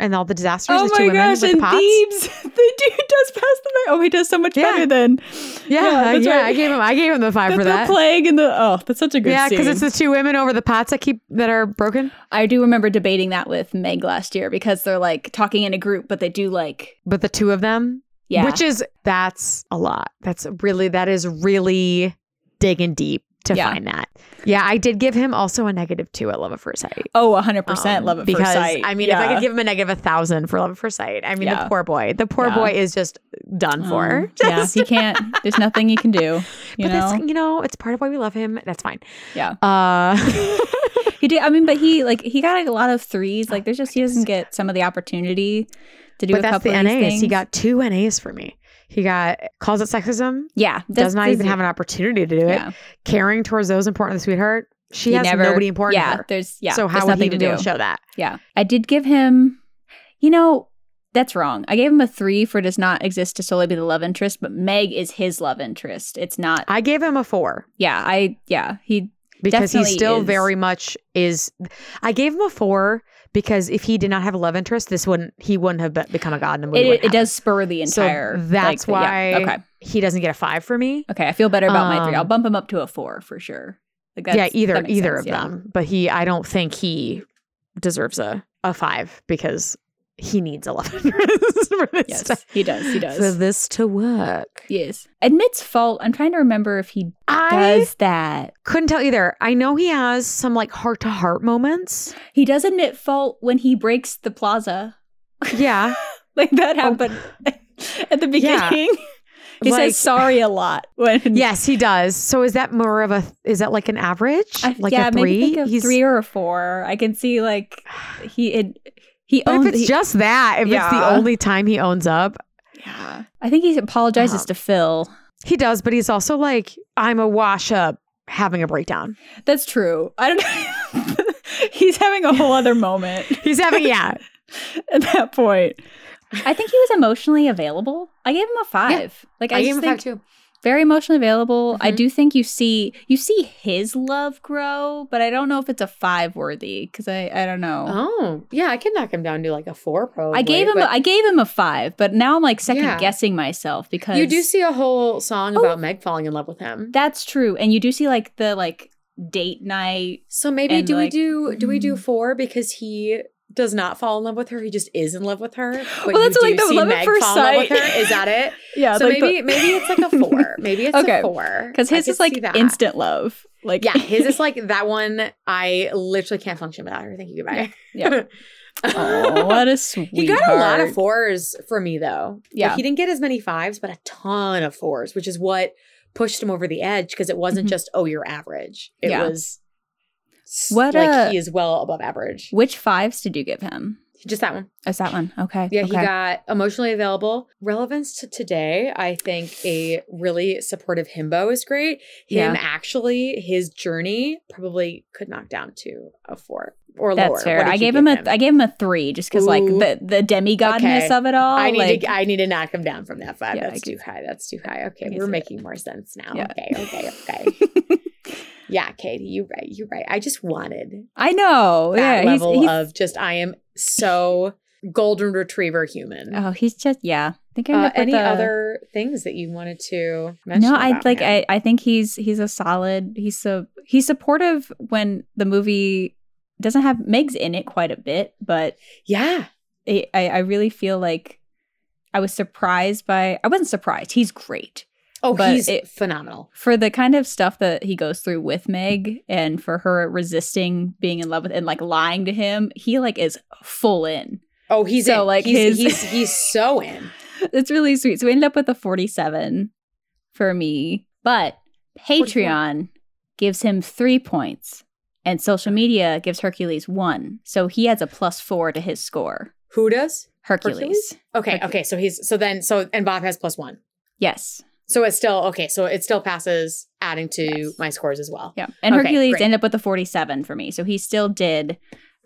B: and all the disasters.
A: oh
B: the two
A: my
B: women
A: gosh,
B: with the
A: and
B: pots.
A: Thebes, the dude does pass the night. Oh, he does so much
B: Yeah.
A: better than
B: Yeah, uh, yeah,
A: that's right.
B: I gave him. I gave him the five
A: the,
B: for
A: the
B: that.
A: plague and the oh, that's such a good
B: yeah,
A: scene.
B: because it's the two women over the pots that keep that are broken,
A: I do remember debating that with Meg last year because they're like talking in a group, but they do like
B: but the two of them.
A: yeah,
B: which is that's a lot. That's really that is really digging deep to
A: Yeah.
B: find that. Yeah, I did give him also a negative two at Love at First Sight.
A: oh, hundred percent
B: Um,
A: love at
B: because,
A: first sight.
B: I mean,
A: yeah.
B: if I could give him a negative a thousand for Love at First Sight, I mean,
A: Yeah.
B: the poor boy, the poor
A: Yeah.
B: boy is just done for.
A: Um, yeah, he can't. There's nothing you can do. You know,
B: but that's you know, it's part of why we love him. That's fine.
A: Yeah.
B: Uh,
A: he did. I mean, but he like he got like, a lot of threes. Like, there's just he doesn't get some of the opportunity to do
B: but
A: a
B: that's
A: couple
B: the
A: of
B: NAs.
A: these things.
B: He got two NAs for me. He got calls it sexism.
A: yeah,
B: does not even have an opportunity to do it.
A: Yeah,
B: Caring towards those important to the sweetheart. She
A: He
B: has
A: never-
B: nobody important. to
A: yeah.
B: her.
A: There's yeah.
B: so
A: there's
B: how would
A: nothing
B: he even
A: to
B: be
A: do?
B: able to show that?
A: Yeah. I did give him, you know, that's wrong. I gave him a three for does not exist to solely be the love interest, but Meg is his love interest. It's not,
B: I gave him a four
A: yeah, I, yeah, he,
B: because he
A: Definitely
B: still
A: is.
B: very much is. I gave him a four because if he did not have a love interest, this wouldn't he wouldn't have be- become a god in the movie.
A: it,
B: wouldn't
A: it
B: happen.
A: does spur the
B: So
A: entire.
B: that's
A: the- yeah.
B: why-
A: Okay.
B: He doesn't get a five for me.
A: Okay. I feel better about my three. I'll
B: Um,
A: bump him up to a four for sure. Like
B: yeah,
A: that's-
B: either
A: that makes
B: either
A: sense,
B: of
A: yeah.
B: them. But he, I don't think he deserves a a five because he needs a love interest for this
A: Yes.
B: stuff.
A: He does. He does.
B: for this to work.
A: yes. Admits fault. I'm trying to remember if he
B: I
A: does that.
B: couldn't tell either. I know he has some like heart to heart moments.
A: He does admit fault when he breaks the plaza.
B: Yeah.
A: Like that happened at the
B: Oh. Yeah.
A: beginning. He
B: Like-
A: says sorry a lot when
B: Yes, he does. So is that more of a is that like an average?
A: I,
B: like
A: yeah,
B: a three?
A: maybe think of
B: He's-
A: three or a four. I can see like he it, he
B: But if
A: owns.
B: it's
A: he-
B: just that, if it's the
A: Yeah.
B: only time he owns up,
A: yeah, I think he apologizes
B: Um,
A: to Phil.
B: he does. But he's also like, I'm a wash up, having a breakdown.
A: That's true. I don't. know. He's having a whole other moment
B: He's having yeah.
A: at that point. I think he was emotionally available. I gave him a five. Mm-hmm. Like I, just think
B: too.
A: very emotionally available. I
B: Mhm.
A: do think you see you see his love grow, but I don't know if it's a five worthy because I I don't know.
B: Oh yeah, I could knock him down to like a four. Probably.
A: I gave him a, I gave him a five, but now I'm like second
B: Yeah.
A: guessing myself because
B: see a whole song
A: Oh. about
B: Meg falling in love with him.
A: that's true, and you do see like the like date night.
B: So maybe
A: And,
B: do
A: like,
B: we do do we do
A: mm.
B: four because he does not fall in love with her. He just is in love with her. But
A: Well, that's
B: you do
A: like the
B: see
A: love at
B: Meg
A: first
B: fall in love with
A: sight.
B: her. Is that it?
A: Yeah,
B: so maybe maybe it's like a four. Maybe it's
A: Okay.
B: a four
A: because
B: I
A: his
B: could
A: is like
B: see that.
A: instant love. Like
B: Yeah, his is like that one. I literally can't function without her. Thank you. Goodbye.
A: Yeah. oh, what a sweetheart.
B: He got a lot of fours for me though. Like,
A: Yeah.
B: he didn't get as many fives, but a ton of fours, which is what pushed him over the edge because it wasn't
A: Mhm.
B: just oh you're average. It
A: Yeah.
B: was s-
A: What uh,
B: like
A: a-
B: he is well above average.
A: Which fives did you give him?
B: Just that one.
A: Is that one okay?
B: Yeah,
A: okay.
B: he got emotionally available. Relevance to today, I think a really supportive himbo is great. Him
A: Yeah.
B: actually, his journey probably could knock down to a four or
A: That's
B: lower. What
A: fair.
B: did
A: I
B: you
A: gave
B: give
A: him a I gave him a three just because like
B: Ooh.
A: the the demigodness
B: Okay.
A: of it all.
B: I need
A: like,
B: to I need to knock him down from that five.
A: Yeah, I
B: That's
A: can-
B: too high. That's too high. Okay,
A: I can
B: we're
A: see
B: making more sense now.
A: Yeah.
B: Okay, okay, okay. yeah, Katie, you're right. You're right. I just wanted
A: I know.
B: that
A: yeah,
B: level
A: he's, he's
B: of just I am so golden retriever human.
A: oh he's just yeah. I think I ended
B: Uh,
A: up with
B: any
A: a-
B: other things that you wanted to mention?
A: no i
B: about
A: like
B: him?
A: I, I think he's he's a solid he's so he's supportive when the movie doesn't have meg's in it quite a bit but
B: yeah,
A: it, i i really feel like i was surprised by i wasn't surprised he's great
B: oh,
A: But
B: he's
A: it-
B: phenomenal.
A: for the kind of stuff that he goes through with meg and for her resisting being in love with and like lying to him he like is full in
B: Oh, he's
A: So,
B: in.
A: like, his-
B: he's, he's he's so in.
A: it's really sweet so we ended up with a 47 for me but patreon gives him three points and social media gives hercules one so he adds a plus four to his score
B: Who does?
A: hercules,
B: Hercules? Okay,
A: Hercu-
B: okay. So he's so then so and Bob has plus one.
A: yes
B: So it's still okay. So it still passes, adding to
A: Yes.
B: my scores as well.
A: yeah and
B: Okay,
A: hercules
B: great.
A: ended up with a 47 for me so he still did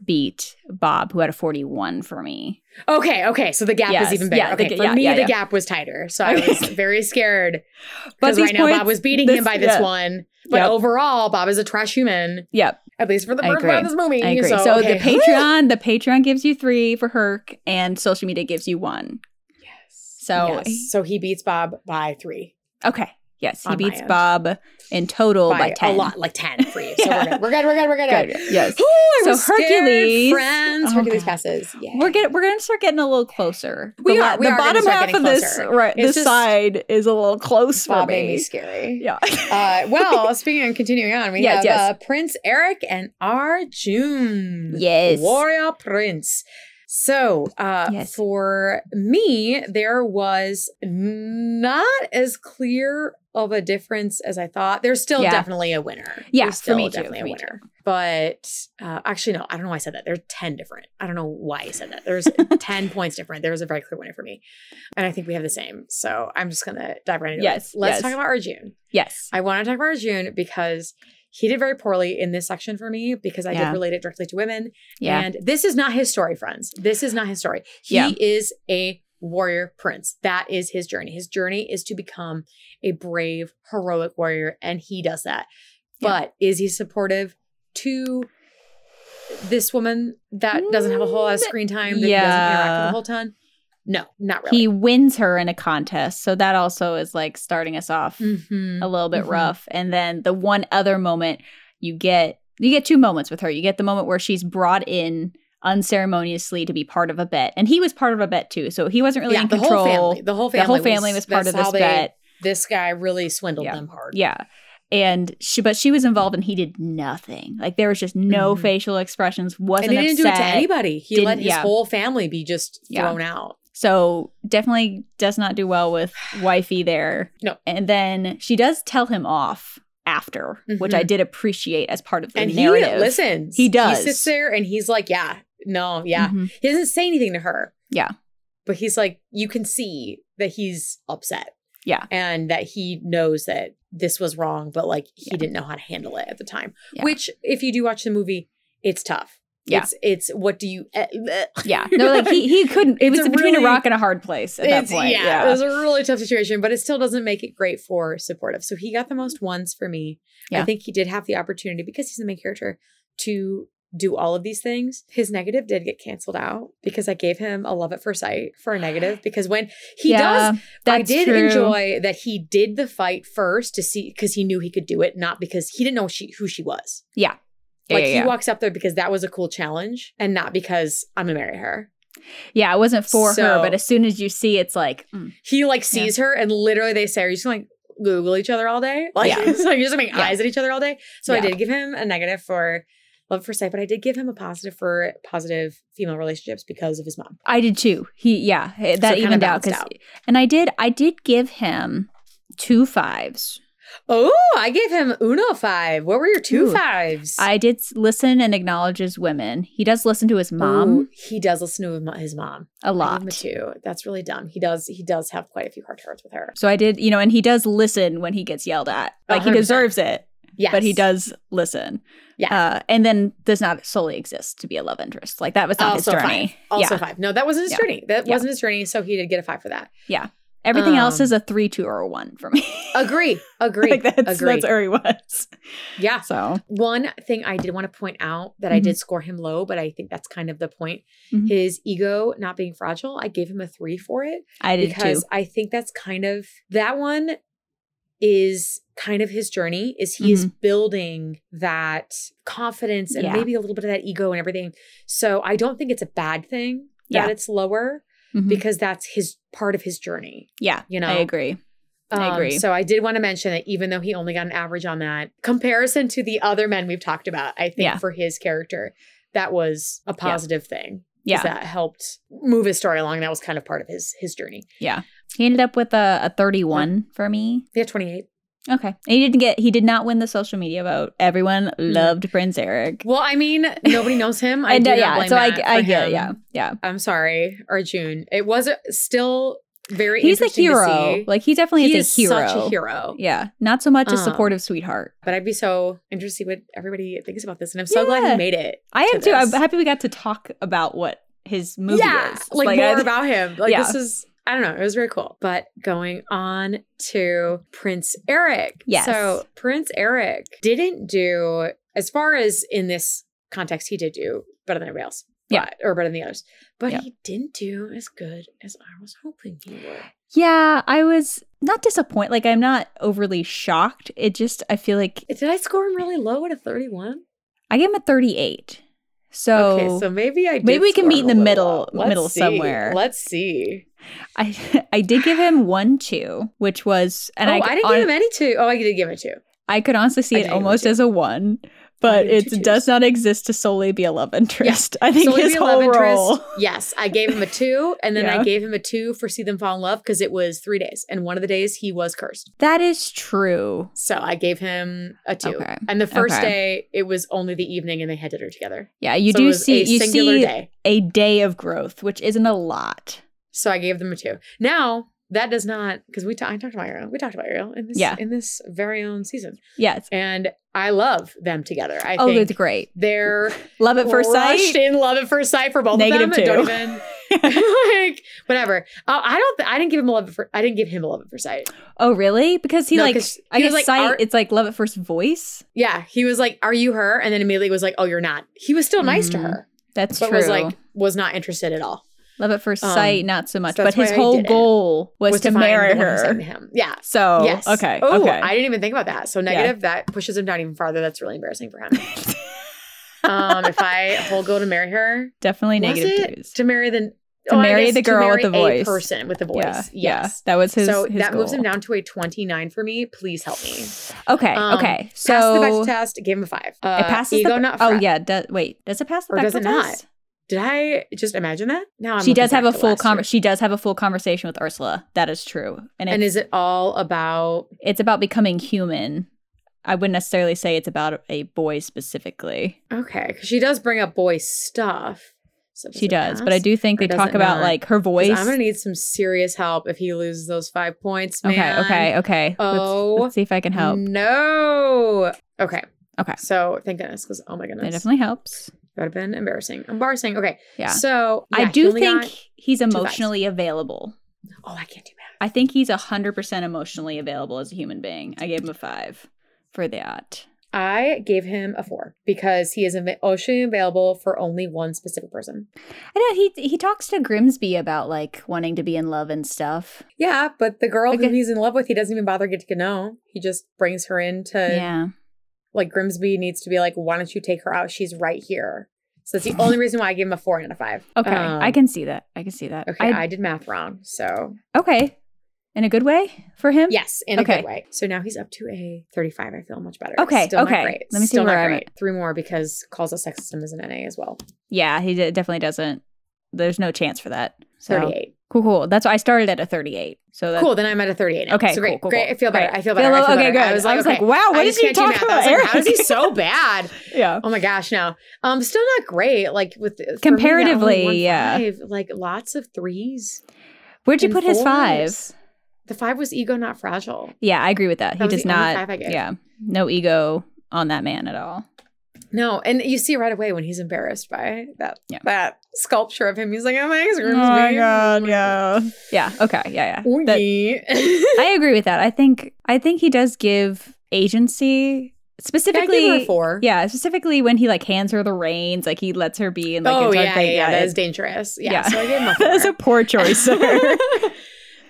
A: beat bob who had a 41 for me
B: Okay, okay. So the gap
A: Yes,
B: is even bigger.
A: yeah, the
B: okay,
A: ga-
B: for
A: yeah,
B: me
A: yeah,
B: the
A: yeah.
B: gap was tighter, so I
A: Okay.
B: was very scared
A: But
B: because right
A: these
B: now Bob
A: points-
B: was beating
A: this-
B: him by this
A: yeah.
B: one. But oh
A: Yep.
B: overall, Bob is a trash human.
A: yep
B: at least for the
A: I
B: first part of
A: agree.
B: this movie.
A: I agree. So,
B: okay.
A: the Patreon, the Patreon gives you three for Herc, and social media gives you one.
B: Yes.
A: So
B: Yes. So he beats Bob by three.
A: okay, yes, he
B: On my
A: beats
B: end.
A: Bob in total Oh, by, ten.
B: a lot, like ten for you. So
A: Yeah.
B: we're good. We're good. We're good. We're good.
A: Good. Yes.
B: Whew, I
A: So
B: was scared,
A: Hercules-
B: friends.
A: Oh,
B: Hercules
A: God.
B: passes. Yeah.
A: We're get, we're gonna start getting a little closer.
B: We
A: the, la-
B: are- we
A: the
B: are gonna
A: bottom
B: start
A: half
B: getting
A: of this
B: closer.
A: right.
B: It's
A: this
B: just-
A: side is a little close
B: Bob
A: for me.
B: made me scary.
A: Yeah.
B: Uh, well, speaking and continuing on, we
A: Yes,
B: have
A: yes.
B: Uh, Prince Eric and R. June.
A: Yes.
B: Warrior Prince. So, uh,
A: Yes.
B: for me, there was not as clear of a difference as I thought. There's still
A: Yeah.
B: definitely a winner.
A: Yeah,
B: There's
A: for
B: still
A: me too,
B: definitely
A: for
B: a
A: me
B: winner. But uh, actually, no, I don't know why I said that. There are 10 different. I don't know why I said that. There's 10 points different. There was a very clear winner for me. And I think we have the same. So, I'm just going to dive right into
A: Yes,
B: it. Let's
A: yes.
B: talk about Arjun.
A: Yes.
B: I want to talk about Arjun because he did very poorly in this section for me because I
A: Yeah.
B: did relate it directly to women.
A: Yeah.
B: And this is not his story, friends. This is not his story. He
A: Yeah.
B: is a warrior prince. That is his journey. His journey is to become a brave, heroic warrior, and he does that.
A: Yeah.
B: But is he supportive to this woman that doesn't have a whole lot of
A: Mm,
B: screen time, that he doesn't interact
A: yeah.
B: with a whole ton? No, not really.
A: He wins her in a contest, so that also is like starting us off
B: Mhm.
A: a little bit
B: Mhm.
A: rough. And then the one other moment you get, you get two moments with her. You get the moment where she's brought in unceremoniously to be part of a bet, and he was part of a bet too, so he wasn't really in
B: the
A: control.
B: whole family. The whole
A: The
B: family.
A: whole family was part
B: that's
A: of this
B: how they-
A: bet.
B: this guy really swindled
A: Yeah.
B: them hard.
A: Yeah. And she, but she was involved, and he did nothing. Like there was just no
B: Mhm.
A: facial expressions.
B: And
A: Wasn't
B: he didn't do it
A: upset.
B: to anybody. He let
A: Didn't-
B: his
A: yeah.
B: whole family be just
A: Yeah.
B: thrown out.
A: So definitely does not do well with wifey there.
B: No.
A: And then she does tell him off after, which I
B: Mhm.
A: did appreciate as part of the
B: And he
A: narrative.
B: listens.
A: He does.
B: He sits there and he's like, Yeah, no, yeah.
A: Mhm.
B: He doesn't say anything to her.
A: Yeah.
B: But he's like, you can see that he's upset.
A: Yeah.
B: And that he knows that this was wrong, but like he
A: Yeah.
B: didn't know how to handle it at the time.
A: Yeah.
B: Which, if you do watch the movie, it's tough.
A: Yeah.
B: It's, it's what do you. eh, bleh.
A: Yeah. No, like he, he couldn't. It
B: It's
A: was
B: a
A: between
B: really-
A: a rock and a hard place at that
B: It's-
A: point.
B: Yeah,
A: Yeah.
B: it was a really tough situation, but it still doesn't make it great for supportive. So he got the most ones for me. I
A: Yeah.
B: think he did have the opportunity because he's the main character to do all of these things. His negative did get canceled out because I gave him a love at first sight for a negative because when he does I
A: That's
B: did
A: true.
B: enjoy that he did the fight first to see because he knew he could do it, not because he didn't know she who she was.
A: Yeah. Yeah,
B: Like
A: yeah,
B: he
A: yeah.
B: walks up there because that was a cool challenge and not because I'm gonna marry her.
A: Yeah, it wasn't for her,
B: So-
A: but as soon as you see, it's like, mm,
B: he like sees her and literally they say, Are you just gonna, like Google each other all day? Like
A: Yeah.
B: so you're just making
A: Yeah.
B: eyes at each other all day. So I
A: Yeah.
B: did give him a negative for love at first sight, but I did give him a positive for positive female relationships because of his mom.
A: I did too. He, yeah, eh, that
B: kinda
A: evened out.
B: balanced
A: 'cause- and I did, I did give him two fives.
B: Oh, I gave him Uno five. What were your two
A: Ooh.
B: fives?
A: I did s- listen and acknowledges women. He does listen to his mom
B: Ooh, he does listen to his mo- his mom.
A: a
B: I gave him a
A: lot.
B: two. That's really dumb. He does he does have quite a few hard hearts with her.
A: So I did, you know, and he does listen when he gets yelled at.
B: A
A: Like he
B: hundred
A: deserves it,
B: Yes.
A: but he does listen.
B: Yeah.
A: Uh, and then does not solely exist to be a love interest. Like that was not
B: Also
A: his journey.
B: five. Also
A: yeah.
B: five. No, that wasn't his
A: Yeah.
B: journey. That
A: Yeah.
B: wasn't his journey. So he did get a five for that.
A: Everything else
B: Um,
A: is a three, two, or a one for me.
B: Agree. Agree.
A: like that's
B: Agree.
A: that's where he was.
B: yeah.
A: So
B: One thing I did want to point out that I
A: Mm-hmm.
B: did score him low, but I think that's kind of the point.
A: Mhm.
B: His ego not being fragile, I gave him a three for it
A: I did
B: because
A: too.
B: I think that's kind of that one is kind of his journey is he is building that confidence and
A: Mm-hmm. Yeah.
B: maybe a little bit of that ego and everything. So I don't think it's a bad thing
A: Yeah.
B: that it's lower
A: Mhm.
B: because that's his part of his journey.
A: yeah,
B: you know,
A: I agree. I
B: Um,
A: agree.
B: So I did want to mention that even though he only got an average on that comparison to the other men we've talked about, I think
A: Yeah.
B: for his character, that was a positive thing.
A: Yeah,
B: 'cause that helped move his story along. That was kind of part of his his journey.
A: he ended up with a, a
B: Uh-huh.
A: thirty-one for me.
B: Yeah, twenty eight.
A: Okay, and he didn't get. He did not win the social media vote. Everyone loved Prince Eric.
B: Well, I mean, nobody knows him. Mm-hmm. I
A: And,
B: do
A: uh,
B: not
A: yeah,
B: blame
A: so
B: that
A: I, I
B: for
A: get,
B: him.
A: yeah, yeah.
B: I'm sorry, Arjun. It was still very.
A: He's a
B: interesting to
A: hero.
B: see.
A: Like he definitely
B: he
A: is, a hero.
B: such a hero.
A: Yeah, not so much a
B: Um,
A: supportive sweetheart.
B: But I'd be so interested to see what everybody thinks about this, and I'm so glad
A: Yeah.
B: he made it.
A: I am
B: to
A: too. I'm
B: this.
A: happy we got to talk about what his movie
B: yeah,
A: is.
B: Like,
A: I-
B: more about him. Like
A: Yeah.
B: this is I don't know, it was very cool. But going on to Prince Eric.
A: Yes.
B: So Prince Eric didn't do As far as in this context, he did do better than everybody else.
A: Yeah.
B: But- or better than the others. But
A: Yeah.
B: he didn't do as good as I was hoping he would.
A: Yeah, I was not disappointed. Like I'm not overly shocked. It just I feel like
B: Did I score him really low at a 31?
A: I gave him a 38. So,
B: okay, so maybe I did
A: maybe we can
B: score
A: meet
B: him
A: in the
B: a little
A: middle-
B: low. Let's
A: middle
B: see.
A: somewhere.
B: Let's see.
A: I I did give him one two, which was and
B: oh,
A: I,
B: I, didn't
A: on-
B: give him any two. Oh, I did give him two.
A: I could honestly see
B: I
A: it
B: didn't give him
A: almost
B: two.
A: as a one, but
B: gave him
A: it
B: two twos.
A: does not exist to solely be a love interest. I think
B: So it'd
A: his
B: be a
A: whole
B: love
A: role.
B: interest. Yes, I gave him a two, and then
A: Yeah.
B: I gave him a two for See Them Fall in Love because it was three days, and one of the days he was cursed.
A: That is true.
B: So I gave him a two.
A: Okay.
B: And the first
A: Okay.
B: day, it was only the evening, and they had dinner together.
A: Yeah, you
B: So it
A: do
B: was
A: see
B: a
A: you
B: singular
A: see
B: day.
A: a day of growth, which isn't a lot.
B: So I gave them a two. Now that does not because we ta- I talked about Ariel. We talked about Ariel in this
A: Yeah.
B: in this very own season,
A: Yes.
B: and I love them together. I
A: oh,
B: think
A: it's great.
B: they're
A: Love at first
B: crushed
A: sight.
B: in love at first sight for both
A: Negative
B: of them.
A: two.
B: Don't even like whatever. Oh, I don't. Th- I didn't give him a love. At fir- I didn't give him a love at first sight.
A: Oh, really? Because he
B: No,
A: like
B: 'cause
A: I
B: he was
A: guess
B: like,
A: sight.
B: "Are-"
A: it's like love at first voice.
B: Yeah, he was like, "Are you her?" And then immediately was like, "Oh, you're not." He was still nice to
A: Mhm.
B: her,
A: That's
B: but
A: true.
B: was like, was not interested at all.
A: love at first
B: um,
A: sight, not so much.
B: so
A: but his
B: that's why I
A: whole
B: didn't.
A: goal was, to,
B: find the
A: marry
B: one who sang to
A: her.
B: him. Yeah.
A: So
B: yes.
A: okay,
B: Oh,
A: okay.
B: I didn't even think about that. So negative. That pushes him down even farther. That's really embarrassing for him. um, if I whole go to marry her,
A: Definitely
B: was
A: negative
B: it?
A: twos.
B: to marry the oh,
A: To
B: I
A: marry
B: guess
A: the girl
B: to
A: with
B: marry
A: the
B: a
A: voice.
B: person with the voice.
A: Yeah,
B: yes.
A: yeah. That was his.
B: so
A: his
B: that moves him
A: goal.
B: down to a 29 for me. Please help me.
A: Okay,
B: Um,
A: okay.
B: So Passed the
A: So
B: Bechdel test, gave him a five. Uh,
A: it passes.
B: ego
A: the,
B: not
A: oh
B: fret.
A: yeah. Do, wait, does it pass the
B: Or
A: Bechdel
B: does it not?
A: test?
B: Did I just imagine that? Now I'm
A: she
B: looking
A: does have
B: back
A: a
B: to
A: full
B: last
A: conver-
B: year.
A: She does have a full conversation with Ursula. That is true, and,
B: And
A: it's,
B: is it all about?
A: it's about becoming human. I wouldn't necessarily say it's about a boy specifically.
B: Okay, 'cause she does bring up boy stuff. So
A: She
B: it
A: does, but I
B: pass?
A: do think
B: or
A: they
B: does
A: talk
B: it
A: about
B: not?
A: like her
B: 'Cause
A: voice.
B: I'm gonna need some serious help if he loses those five points,
A: okay,
B: man.
A: okay, okay. Let's-
B: Oh,
A: let's, see if I can help.
B: No. Okay.
A: Okay.
B: So thank goodness, because oh my
A: That
B: goodness, that
A: definitely helps.
B: would have been embarrassing. Embarrassing. Okay.
A: Yeah.
B: So yeah,
A: I
B: he
A: do
B: only
A: think
B: got-
A: he's
B: fives.
A: emotionally available.
B: oh, I can't do math.
A: I think he's 100% emotionally available as a human being. I gave him a five for that.
B: I gave him a four because he is av- emotionally available for only one specific person.
A: I know he he talks to Grimsby about like wanting to be in love and stuff.
B: Yeah, but the girl
A: Okay.
B: who he's in love with, he doesn't even bother get to know. He just brings her into
A: yeah.
B: like Grimsby needs to be like, why don't you take her out? She's right here. So that's the only reason why I gave him a four and a five.
A: Okay. I
B: Um,
A: can see that. I can see that.
B: Okay,
A: I-
B: I did math wrong. So
A: okay. In a good way for him?
B: Yes, in a
A: Um, Okay.
B: good way. So now he's up to a 35. I feel much better.
A: Okay,
B: Still
A: okay.
B: Not great.
A: Let me see
B: Still
A: where
B: not
A: I'm
B: great. Three more because calls us sexism is an NA as well.
A: Yeah, he d- definitely doesn't. There's no chance for that. So-
B: 38.
A: Cool, cool. That's why I started at a 38. So that's
B: Cool. Then I'm at a 38. Now.
A: Okay,
B: So great.
A: cool, cool,
B: great.
A: cool.
B: I feel better.
A: Great.
B: I feel better. I feel
A: okay,
B: better.
A: good.
B: I was like, okay,
A: wow,
B: I
A: Oh, what is
B: just
A: he
B: can't do
A: talking
B: math. I
A: about?
B: was like,
A: Eric?
B: How is he so bad?
A: yeah.
B: Oh my gosh, no. Um, still not great. Like with for me, that only
A: Comparatively,
B: one
A: yeah.
B: five, Like lots of threes.
A: Where'd you
B: and
A: put his
B: fours.
A: five?
B: The five was ego, not fragile.
A: Yeah, I agree with that.
B: That
A: he
B: was
A: does
B: the only
A: not.
B: five I gave.
A: Yeah, no ego on that man at all.
B: No, and you see right away when he's embarrassed by that
A: Yeah.
B: that sculpture of him. He's like, "Oh my Grimsby."
A: Yeah. Okay. Yeah. Yeah. That-
B: Oogie.
A: I agree with that. I think. I think he does give agency specifically.
B: four.
A: Yeah, specifically when he like hands her the reins, like he lets her be and like
B: oh
A: it's her
B: yeah,
A: thing.
B: yeah, yeah, that
A: it-
B: is dangerous. Yeah,
A: Yeah.
B: so I gave him a four.
A: that is a poor choice, sir.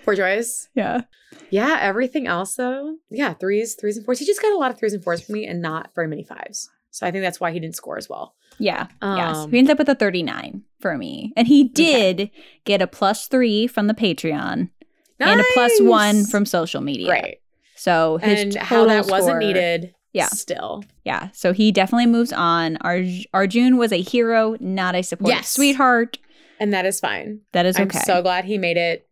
B: Poor Joyce.
A: yeah.
B: Yeah, everything else though. Yeah, threes, threes and fours. He just got a lot of threes and fours for me, and not very many fives. So I think that's why he didn't score as well.
A: Yeah. yes.
B: Um,
A: We ended up with a 39 for me. And he did get a plus three from the Patreon and a plus one
B: Nice.
A: from social media.
B: Right,
A: So his
B: and how that
A: total score-
B: wasn't needed.
A: Yeah.
B: still.
A: Yeah. So he definitely moves on. Arj- Arjun was a hero, not a supportive
B: Yes.
A: sweetheart.
B: And that is fine.
A: That is
B: I'm
A: okay.
B: so glad he made it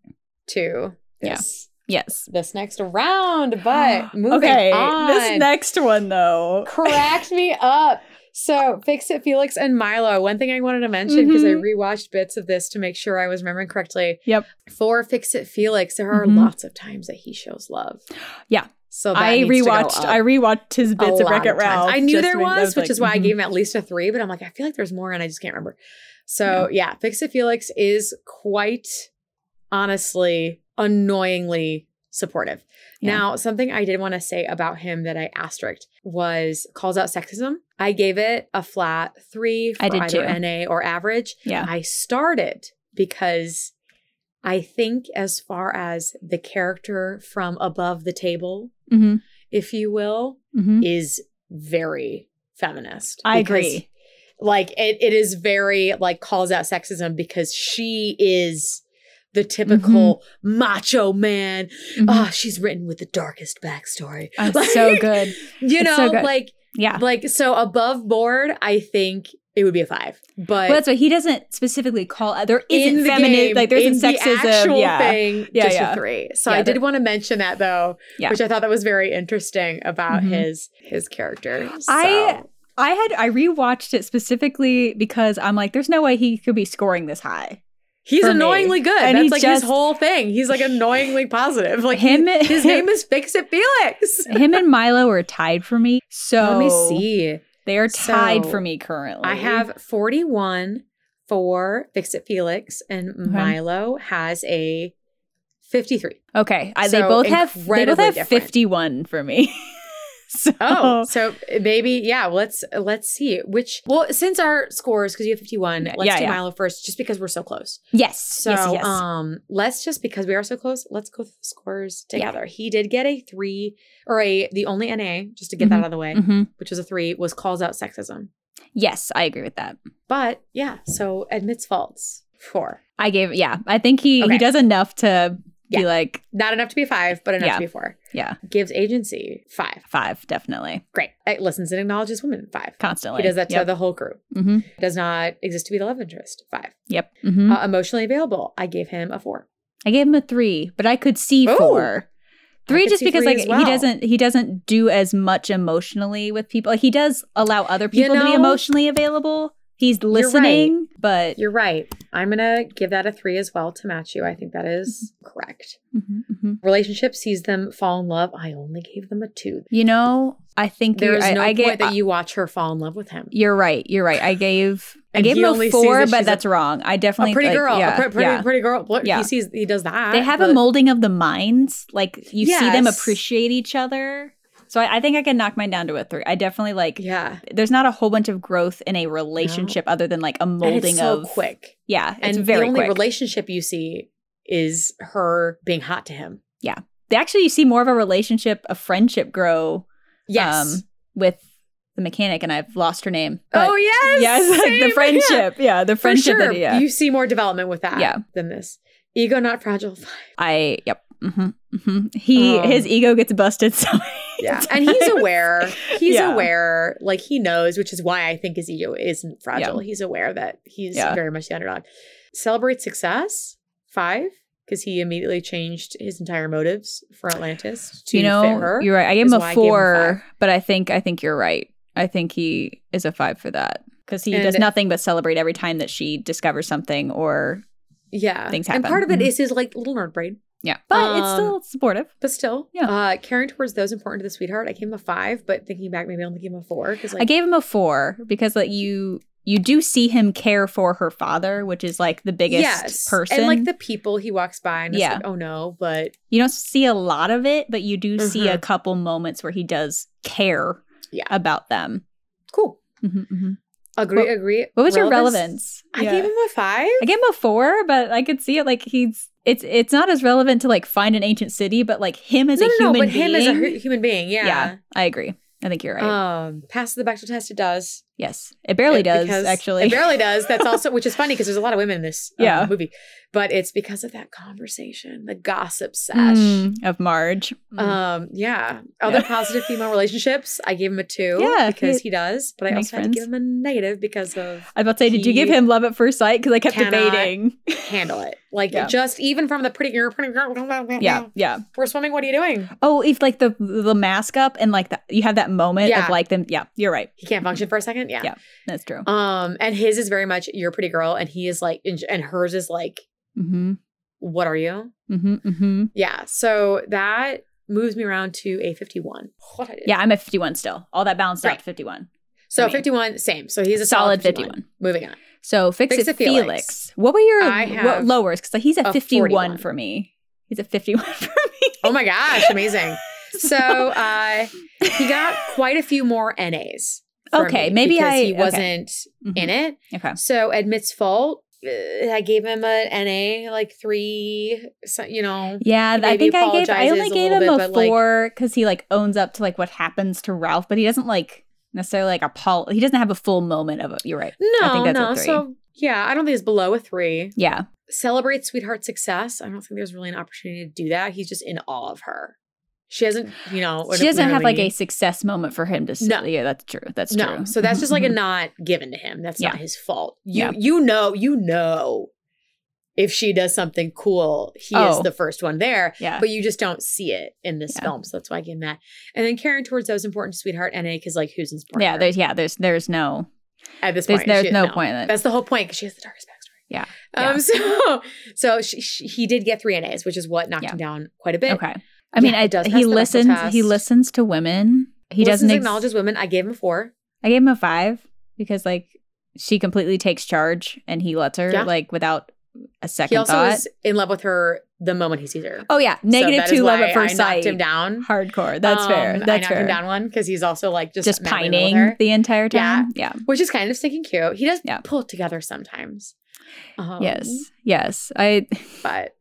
B: to
A: Yeah.
B: this
A: yes.
B: this next round. But moving
A: okay.
B: on.
A: This next one though.
B: cracked me up. So, Fix It Felix and Milo. One thing I wanted to mention because
A: Mhm.
B: I rewatched bits of this to make sure I was remembering correctly.
A: Yep.
B: For Fix It Felix, there are
A: Mhm.
B: lots of times that he shows love.
A: Yeah.
B: So Oh, that
A: I rewatched. I rewatched his bits of Wreck It Ralph.
B: I knew
A: just
B: there
A: to make- I
B: was, which
A: like,
B: is why I
A: mhm.
B: gave him at least a three. But I'm like, I feel like there's more, and I just can't remember. So yeah, Fix It Felix is quite honestly annoyingly supportive.
A: Yeah.
B: Now, something I did want to say about him that I asterisked was calls out sexism. I gave it a flat three for
A: I did
B: either
A: too.
B: NA or average.
A: Yeah.
B: I started because I think, as far as the character from above the table,
A: Mm-hmm.
B: if you will,
A: Mm-hmm.
B: is very feminist.
A: I
B: Because,
A: agree.
B: Like it, it is very like calls out sexism because she is the typical
A: Mm-hmm.
B: macho man. Ah, she's written with the darkest backstory.
A: Mhm. It's Mm-hmm. so
B: Like,
A: good.
B: You
A: It's
B: know,
A: so good.
B: like
A: Yeah.
B: like so above board, I think it would be a five. But
A: Well, that's why he doesn't specifically call out. There
B: in
A: isn't
B: the
A: feminine,
B: game,
A: like there
B: in
A: isn't
B: the
A: sexism.
B: actual
A: Yeah.
B: thing,
A: Yeah,
B: just
A: yeah.
B: a three. So
A: Yeah,
B: I did
A: there-
B: want to mention that though,
A: Yeah.
B: which I thought that was very interesting about
A: Mhm.
B: his his character.
A: I-
B: So-
A: I had I rewatched it specifically because I'm like, there's no way he could be scoring this high.
B: He's
A: for me.
B: annoyingly good.
A: And
B: That's
A: he
B: like
A: just-
B: his whole thing. He's like annoyingly positive. Like
A: Him-
B: he- his
A: him-
B: name is Fix It Felix.
A: Him and Milo are tied for me. So
B: Let me see.
A: They are tied
B: So,
A: for me currently.
B: I have 41 for Fix It Felix, and Milo has a 53.
A: Okay. I, they
B: So
A: both have they both
B: incredibly
A: have
B: different.
A: 51 for me. so
B: Oh, so maybe yeah. Let's let's see which. Well, since our scores, because you have 51,
A: Yeah,
B: let's
A: yeah,
B: do
A: yeah.
B: Milo first, just because we're so close.
A: yes.
B: So
A: yes, yes.
B: um let's just because we are so close, let's go through the scores
A: Yeah.
B: together. He did get a three or a the only NA, just to get that out of the way,
A: Mhm.
B: which was a three, was calls out sexism.
A: Yes, I agree with that.
B: But yeah, so admits faults. Four.
A: I gave yeah. I think he he
B: Okay.
A: does enough to be
B: Yeah.
A: like
B: Not enough to be five, but enough
A: Yeah.
B: to be four.
A: yeah,
B: Gives agency five.
A: 5 definitely.
B: Great. It listens and acknowledges women, five.
A: Constantly.
B: He does that to
A: Yep.
B: the whole group.
A: Mm-hmm.
B: Does not exist to be the love interest. 5
A: Yep. hmm
B: Uh, emotionally available. I gave him a four.
A: I gave him a 3, but I could see
B: Ooh.
A: 4.
B: Oh, I
A: 3
B: could
A: just
B: see
A: because
B: three
A: like
B: as
A: he
B: well.
A: doesn't he doesn't do as much emotionally with people. Like he does allow other
B: You
A: people to be
B: know-
A: emotionally available. He's
B: right.
A: listening, but
B: You're right. I'm gonna give that a three as well to match you. I think that is correct.
A: Mhm, mhm.
B: Relationships sees them fall in love. I only gave them a two.
A: You know, I think
B: There is
A: you're,
B: no
A: I, I
B: point
A: gave,
B: that you watch her fall in love with him.
A: You're right. You're right. I gave I
B: And
A: gave
B: he
A: him
B: only
A: a
B: sees
A: four,
B: that
A: but
B: she's a-
A: that's wrong. I definitely
B: a pretty
A: like,
B: girl,
A: Yeah,
B: a pre- pretty,
A: yeah.
B: pretty girl. What,
A: Yeah.
B: He sees he does that.
A: They have a
B: but-
A: molding of the minds. Like you see them
B: Yes.
A: appreciate each other. So I, I think I can knock mine down to a three. I definitely like.
B: Yeah,
A: There's not a whole bunch of growth in a relationship other than like a molding
B: and it's so
A: of
B: quick.
A: Yeah, it's
B: and
A: very
B: the only
A: quick.
B: relationship you see is her being hot to him.
A: they actually you see more of a relationship, a friendship grow.
B: Yes.
A: um, with the mechanic, and I've lost her name.
B: oh yes.
A: yes,
B: Same,
A: the friendship. Yeah, the
B: For
A: friendship.
B: sure.
A: that- yeah.
B: You see more development with that
A: Yeah.
B: than this. Ego not fragile.
A: I yep. hmm hmm He
B: Um,
A: his ego gets busted. So
B: Yeah. And he's aware. He's
A: Yeah.
B: aware. Like he knows, which is why I think his ego isn't fragile. He's aware that he's
A: Yeah.
B: very much the underdog. Celebrate success, five, because he immediately changed his entire motives for Atlantis to
A: you
B: fit
A: know
B: her.
A: you're right. I gave
B: is
A: him
B: why I
A: a
B: gave him a
A: four,
B: five.
A: but I think I think you're right. I think he is a five for that because he does
B: And-
A: nothing but celebrate every time that she discovers something or.
B: yeah.
A: Things
B: And part of
A: happen.
B: it is his like little nerd brain.
A: Yeah, but it's
B: Um,
A: still supportive.
B: But still,
A: Yeah.
B: uh, caring towards those important to the sweetheart, I gave him a five, but thinking back, maybe I only gave him a four. Because like,
A: I gave him a four because like you you do see him care for her father, which is like the biggest person.
B: And like the people he walks by and
A: Yeah.
B: it's like, oh no, but
A: you don't see a lot of it, but you do see
B: Mhm.
A: a couple moments where he does care
B: Yeah.
A: about them.
B: cool.
A: Mhm, mhm.
B: Agree,
A: What-
B: agree.
A: What was your relevance?
B: I
A: Yeah.
B: gave him a five.
A: I gave him a four, but I could see it like he's it's it's not as relevant to like find an ancient city, but like him as
B: no,
A: a
B: no,
A: human
B: no, but
A: being.
B: him as a hu- human being, yeah.
A: yeah, I agree. I think you're right.
B: Um, passes the Bechdel test. It does.
A: yes, it barely
B: It-
A: does
B: because-
A: actually.
B: It barely does. That's also which is funny because there's a lot of women in this um,
A: Yeah.
B: movie, but it's because of that conversation, the gossip sesh.
A: Mm, of Marge. Mm.
B: Um, yeah. Other
A: Yeah.
B: positive female relationships, I gave him a two
A: Yeah,
B: because
A: he
B: he, does, but I
A: makes
B: also had to give
A: friends.
B: him a negative because of
A: I was about to say, did you give
B: he
A: him love at first sight? Because I kept
B: cannot-
A: debating.
B: handle it. Like
A: Yeah.
B: just even from the pretty girl, pretty girl.
A: Yeah, yeah.
B: We're swimming. What are you doing?
A: Oh, if like the the mask up and like that, you have that moment
B: Yeah.
A: of like them. Yeah, you're right.
B: He can't function for a second. Yeah.
A: Yeah. That's true.
B: Um, and his is very much you're a pretty girl, and he is like, and- and hers is like,
A: Mm-hmm.
B: what are you?
A: Mm-hmm. Mm-hmm.
B: Yeah. So that moves me around to a 51. What I did.
A: Yeah, I'm at 51 still. All that balanced out
B: Right.
A: to 51.
B: So
A: I mean,
B: 51, same. So he's a
A: solid
B: solid,
A: 51.
B: 51. Moving on.
A: So fix,
B: Fix
A: it,
B: It
A: Felix.
B: Felix.
A: What were your
B: I
A: what
B: have
A: lowers? Because he's at
B: a
A: 51
B: 41.
A: for me. He's at 51 for me.
B: Oh my gosh, amazing. So uh, he got quite a few more NAs. for
A: Okay,
B: me
A: maybe
B: because
A: I-
B: he
A: okay.
B: wasn't in it.
A: Okay.
B: So admits fault. uh, I gave him a NA like three. So, you know,
A: Yeah,
B: He
A: th- I
B: maybe
A: think I gave I
B: apologizes
A: only
B: a
A: gave
B: little
A: him
B: bit,
A: a
B: but, like-
A: four because he like owns up to like what happens to Ralph, but he doesn't like necessarily like apol. He doesn't have a full moment of it. You're right. I
B: no,
A: think that's a
B: no.
A: three.
B: So yeah, I don't think it's below a three.
A: Yeah,
B: Celebrate sweetheart success. I don't think there's really an opportunity to do that. He's just in awe of her. She hasn't, you know,
A: she doesn't have like
B: really-
A: a success moment for him to. s-
B: No.
A: Yeah, that's true. That's
B: no.
A: true.
B: So that's just like a
A: Mhm.
B: not given to him. That's not his fault. You
A: Yeah.
B: you know you know if she does something cool, he
A: Oh.
B: is the first one there.
A: yeah.
B: But you just don't see it in this
A: Yeah.
B: film, so that's why I gave him that. And then Karen towards those important sweetheart na because like who's his partner?
A: yeah, there's yeah, there's there's no
B: at this
A: there's
B: point
A: there's
B: she-
A: no, point in it.
B: That's the whole point because she has the darkest backstory.
A: Uh, Yeah.
B: Um. So so she, she, he did get three NAs, which is what knocked
A: Yeah.
B: him down quite a bit.
A: Okay. I mean,
B: Yeah,
A: I,
B: it does
A: he
B: pass the Bechdel
A: listens. He
B: test.
A: listens to women. He doesn't ex-
B: acknowledges women. I gave him a four.
A: I gave him a five because like she completely takes charge and he lets her
B: Yeah.
A: like without a second
B: He also
A: thought.
B: is in love with her the moment he sees her.
A: oh yeah,
B: So
A: negative
B: that is
A: two love
B: why
A: at first
B: I
A: sight.
B: knocked him down.
A: Hardcore. That's fair.
B: Um, I
A: That's
B: knocked
A: fair.
B: him down one because he's also like just,
A: just
B: madly in love with her,
A: pining the entire
B: Yeah.
A: time. Yeah.
B: which is kind of stinking cute. He does
A: Yeah.
B: pull it together sometimes. Um,
A: yes. Yes. I.
B: but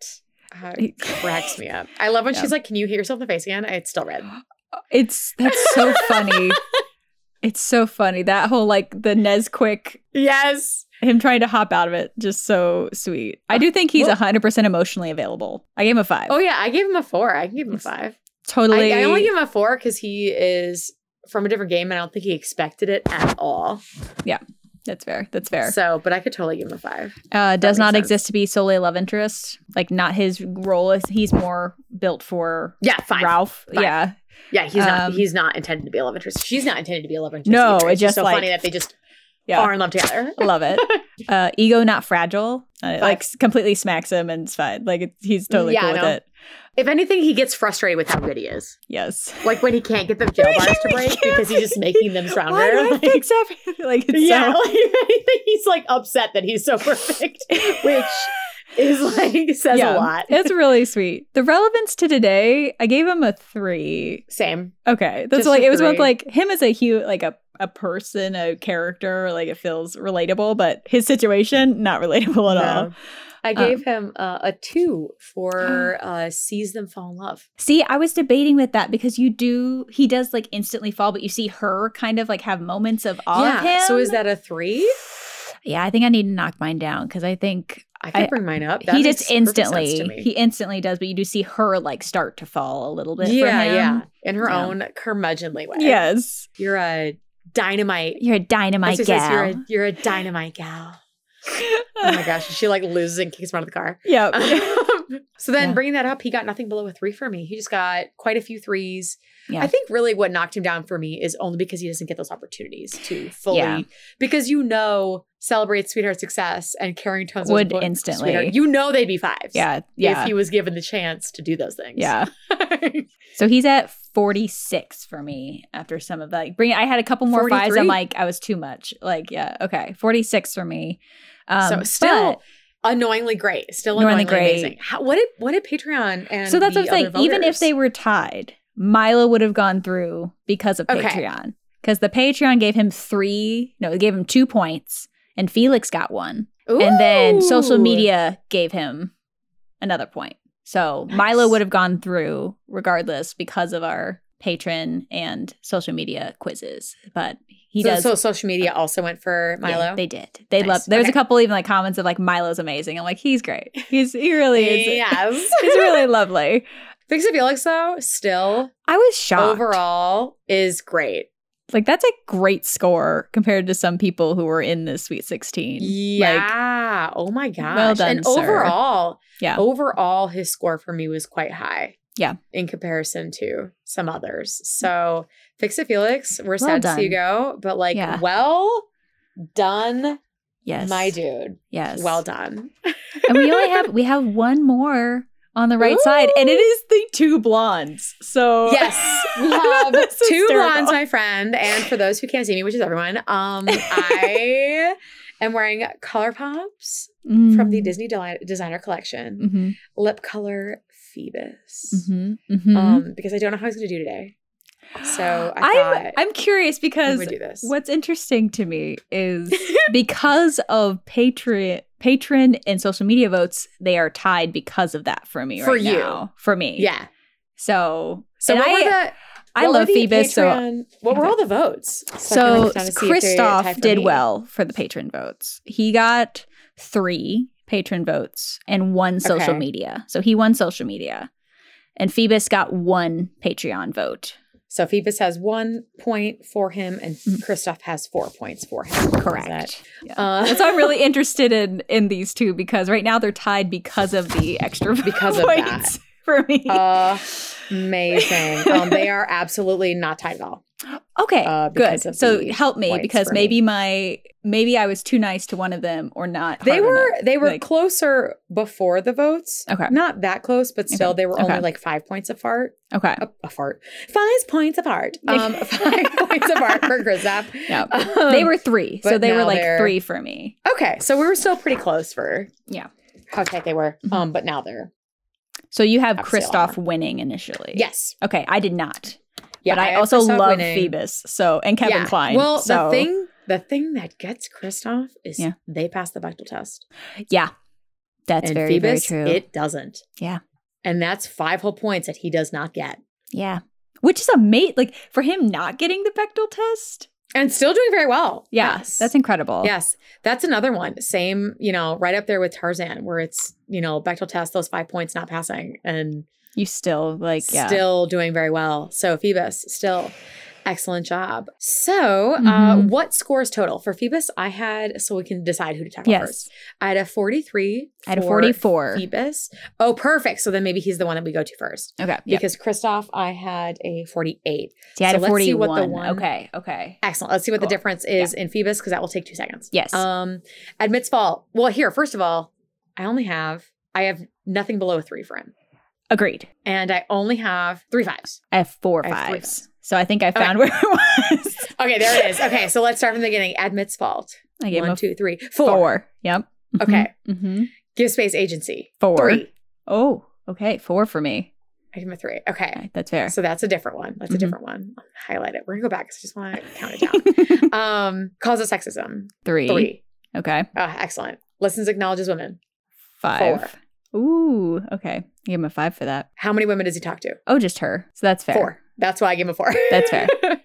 B: uh, it cracks me up. I love when
A: Yeah.
B: she's like, "Can you hit yourself in the face again?" It's still red.
A: It's that's so funny. It's so funny that whole like the Nesquik
B: Yes,
A: him trying to hop out of it just so sweet. I do think he's
B: Well-
A: 100% emotionally available. I gave him a 5.
B: Oh yeah, I gave him a four. I can give him a five.
A: totally.
B: I, I only give him a four because he is from a different game, and I don't think he expected it at all.
A: That's fair. That's fair.
B: So, but I could totally give him a five.
A: uh, does
B: makes
A: not
B: sense.
A: exist to be solely a love interest. Like not his role. is- He's more built for
B: Yeah, five.
A: Ralph.
B: Five.
A: Yeah.
B: Yeah, he's not.
A: Um,
B: He's not intended to be a love interest. She's not intended to be a love interest.
A: No,
B: either.
A: it
B: it's just
A: just,
B: so
A: like-
B: funny that they just
A: Yeah.
B: are in love together.
A: Love it. Uh, ego not fragile. Uh, it,
B: Five. Mm,
A: like s- completely smacks him and it's fine. Like it, he's totally
B: Yeah,
A: cool
B: I
A: with
B: know.
A: it.
B: If anything, he gets frustrated with how good he is.
A: Yes.
B: Like when he can't get the jail bars to
A: He
B: break
A: can't
B: because he's just
A: break.
B: making them
A: Why
B: stronger.
A: do I
B: Like,
A: fix everything? Like it's
B: yeah,
A: so-
B: like, if anything, he's like upset that he's so perfect, which is like says a lot.
A: it's really sweet. The relevance to today, I gave him a three.
B: Same.
A: Okay, that's
B: Just
A: like
B: a
A: it was both
B: three.
A: like him as a huge like a a person, a character. Like it feels relatable, but his situation not relatable at all.
B: No.
A: Um,
B: I gave him uh, a two for uh, sees them fall in love.
A: See, I was debating with that because you do he does like instantly fall, but you see her kind of like have moments of awe of him.
B: So is that a three?
A: Yeah, I think I need to knock mine down because I think
B: I could
A: I-
B: bring mine up.
A: he
B: That
A: just
B: makes perfect sense
A: instantly
B: to me.
A: he instantly does, but you do see her like start to fall a little bit. for
B: yeah,
A: him.
B: yeah, in her
A: Yeah.
B: own curmudgeonly way.
A: Yes,
B: you're a dynamite.
A: you're a dynamite
B: That's what she says,
A: gal.
B: You're a, you're a dynamite gal. Oh my gosh, she like loses and kicks him out of the car.
A: yeah,
B: so then
A: Yeah.
B: bringing that up, he got nothing below a three for me. He just got quite a few threes.
A: Yeah.
B: I think really what knocked him down for me is only because he doesn't get those opportunities to fully
A: Yeah.
B: because you know celebrate sweetheart success and carrying tons
A: Would
B: of
A: instantly.
B: You know they'd be fives.
A: yeah, yeah,
B: If he was given the chance to do those things.
A: yeah. So he's at 46 for me after some of that. Like, bring I had a couple more fives. I'm
B: 43?
A: like, I was too much. Like, yeah, okay. 46 for me. Um,
B: so still annoyingly great. Still
A: Annoyingly
B: annoyingly,
A: great.
B: amazing. How, what did what did Patreon
A: but-
B: and
A: so that's
B: the
A: what I'm saying.
B: other
A: Even if
B: voters-
A: they were tied, Milo would have gone through because of
B: Okay.
A: Patreon. Because the Patreon gave him three, no, it gave him two points, and Felix got one. And then social
B: Ooh.
A: media gave him another point. So Milo
B: Nice.
A: would have gone through regardless because of our patron and social media quizzes. But he
B: so,
A: does.
B: so social media also went for
A: yeah,
B: Milo.
A: they did. They
B: Nice.
A: loved. There was a
B: Okay.
A: couple even like comments of like Milo's amazing. I'm like, he's great. He's he really is.
B: Yes.
A: he's really lovely.
B: Fix It Felix though, still
A: I was shocked.
B: overall is great.
A: like that's a great score compared to some people who were in the Sweet Sixteen.
B: Yeah. oh my gosh.
A: done,
B: and
A: sir.
B: overall,
A: Yeah.
B: Overall, his score for me was quite high.
A: Yeah. Mm.
B: In comparison to some others. So Fix It Felix, we're
A: Well
B: sad to see you
A: done.
B: go, but like
A: Yeah.
B: well done,
A: yes,
B: my dude.
A: Yes,
B: Well done.
A: and we only have we have one more on the right
B: Ooh.
A: side, and it is the two blondes. So
B: Yes, we have
A: This is
B: two
A: terrible.
B: blondes, my friend, and for those who can't see me, which is everyone, um, I I'm wearing Color Pops
A: Mm.
B: from the Disney Deli- Designer Collection,
A: Mhm.
B: lip color Phoebus.
A: Mhm. Mhm.
B: Um, because I don't know how I was going to do today. So I
A: Mm-hmm. I'm
B: thought
A: I'm curious
B: I
A: because
B: would do this.
A: what's interesting to me is because of Patreon patron and social media votes, they are tied because of that for me
B: For
A: right
B: you.
A: now. For me.
B: Yeah.
A: So
B: So
A: and
B: what
A: I,
B: were the
A: I
B: what were
A: love
B: the
A: Phoebus, so
B: Patreon- what were all the votes? I can,
A: so
B: like, kinda see if they're tied
A: Kristoff
B: for
A: did
B: me.
A: well for the patron votes. He got three patron votes and one social
B: Okay.
A: media. So he won social media. And Phoebus got one Patreon vote.
B: So Phoebus has one point for him, and
A: Mhm.
B: Kristoff has four points for him.
A: Correct. Yeah.
B: Uh,
A: That's why I'm really interested in in these two because right now they're tied because of the extra
B: Because of that. Uh,
A: points for me.
B: Amazing. um, they are absolutely not tied at all.
A: okay,
B: uh, because
A: good.
B: of
A: So
B: the
A: help me
B: points
A: because
B: for me.
A: maybe my maybe I was too nice to one of them or not.
B: They
A: hard
B: were
A: enough.
B: they were
A: like-
B: closer before the votes.
A: Okay.
B: Not that close, but still
A: Okay.
B: they were
A: Okay.
B: only like five points apart.
A: okay.
B: A, a fart. Five points apart. Um, five points apart for Kristoff.
A: Yeah.
B: Um,
A: they were three, so
B: but
A: they were
B: now
A: like
B: they're-
A: three for me.
B: okay. So we were still pretty close for
A: Yeah.
B: how tight they were.
A: Mhm.
B: Um, but now they're
A: So you have
B: Obviously a lot
A: Kristoff
B: more.
A: winning initially.
B: yes.
A: Okay, I did not.
B: Yeah,
A: but I,
B: had
A: also
B: Kristoff
A: love
B: winning.
A: Phoebus. So and Kevin
B: Yeah.
A: Klein.
B: Well,
A: so,
B: the thing the thing that gets Kristoff is
A: Yeah.
B: they pass the Bechtel test.
A: yeah, that's
B: and
A: very
B: Phoebus,
A: very true.
B: it doesn't.
A: Yeah.
B: And that's five whole points that he does not get.
A: Yeah. Which is a mate, like for him not getting the Bechtel test.
B: And still doing very well.
A: Yeah,
B: Yes.
A: that's incredible.
B: Yes. That's another one. Same, you know, right up there with Tarzan, where it's, you know, Bechtel test, those five points not passing and
A: you still like yeah.
B: still doing very well. So Phoebus, still excellent job. So uh,
A: Mhm.
B: what scores total? For Phoebus, I had, so we can decide who to talk about
A: yes,
B: first. I had a 43.
A: I had a
B: for
A: forty-four.
B: Phoebus. Oh, perfect. So then maybe he's the one that we go to first.
A: Okay, yeah.
B: Because Christoph, I had a 48.
A: See, I had
B: so
A: a
B: let's see what the
A: forty-one.
B: one-
A: okay, okay.
B: Excellent. Let's see what
A: Cool.
B: the difference is in Phoebus because that will take two seconds.
A: Yes.
B: Um, admits fault. Well, here, first of all, I only have I have nothing below a three for him,
A: Agreed.
B: and I only have three fives.
A: I have four
B: I
A: fives.
B: have three fives.
A: So I think I found where it was.
B: Okay, there it is. Okay, so let's start from the beginning. Admits fault.
A: I gave him
B: One,
A: a
B: two, three, four.
A: four. Yep. Mhm,
B: Okay.
A: mhm.
B: Give space agency.
A: Four.
B: Three.
A: Oh, okay. Four for me.
B: I give him a three. Okay.
A: Okay, that's fair.
B: So that's a different one. That's
A: Mhm.
B: a different one. I'll highlight it. We're gonna go back 'cause I just want to count it down. um, causes sexism.
A: three.
B: Three.
A: Okay.
B: Ah, excellent. Listens, acknowledges women.
A: Five. Ooh. Okay. I gave him a five for that.
B: How many women does he talk to?
A: Oh, just her. So that's fair.
B: Four. That's why I gave him a four.
A: That's fair.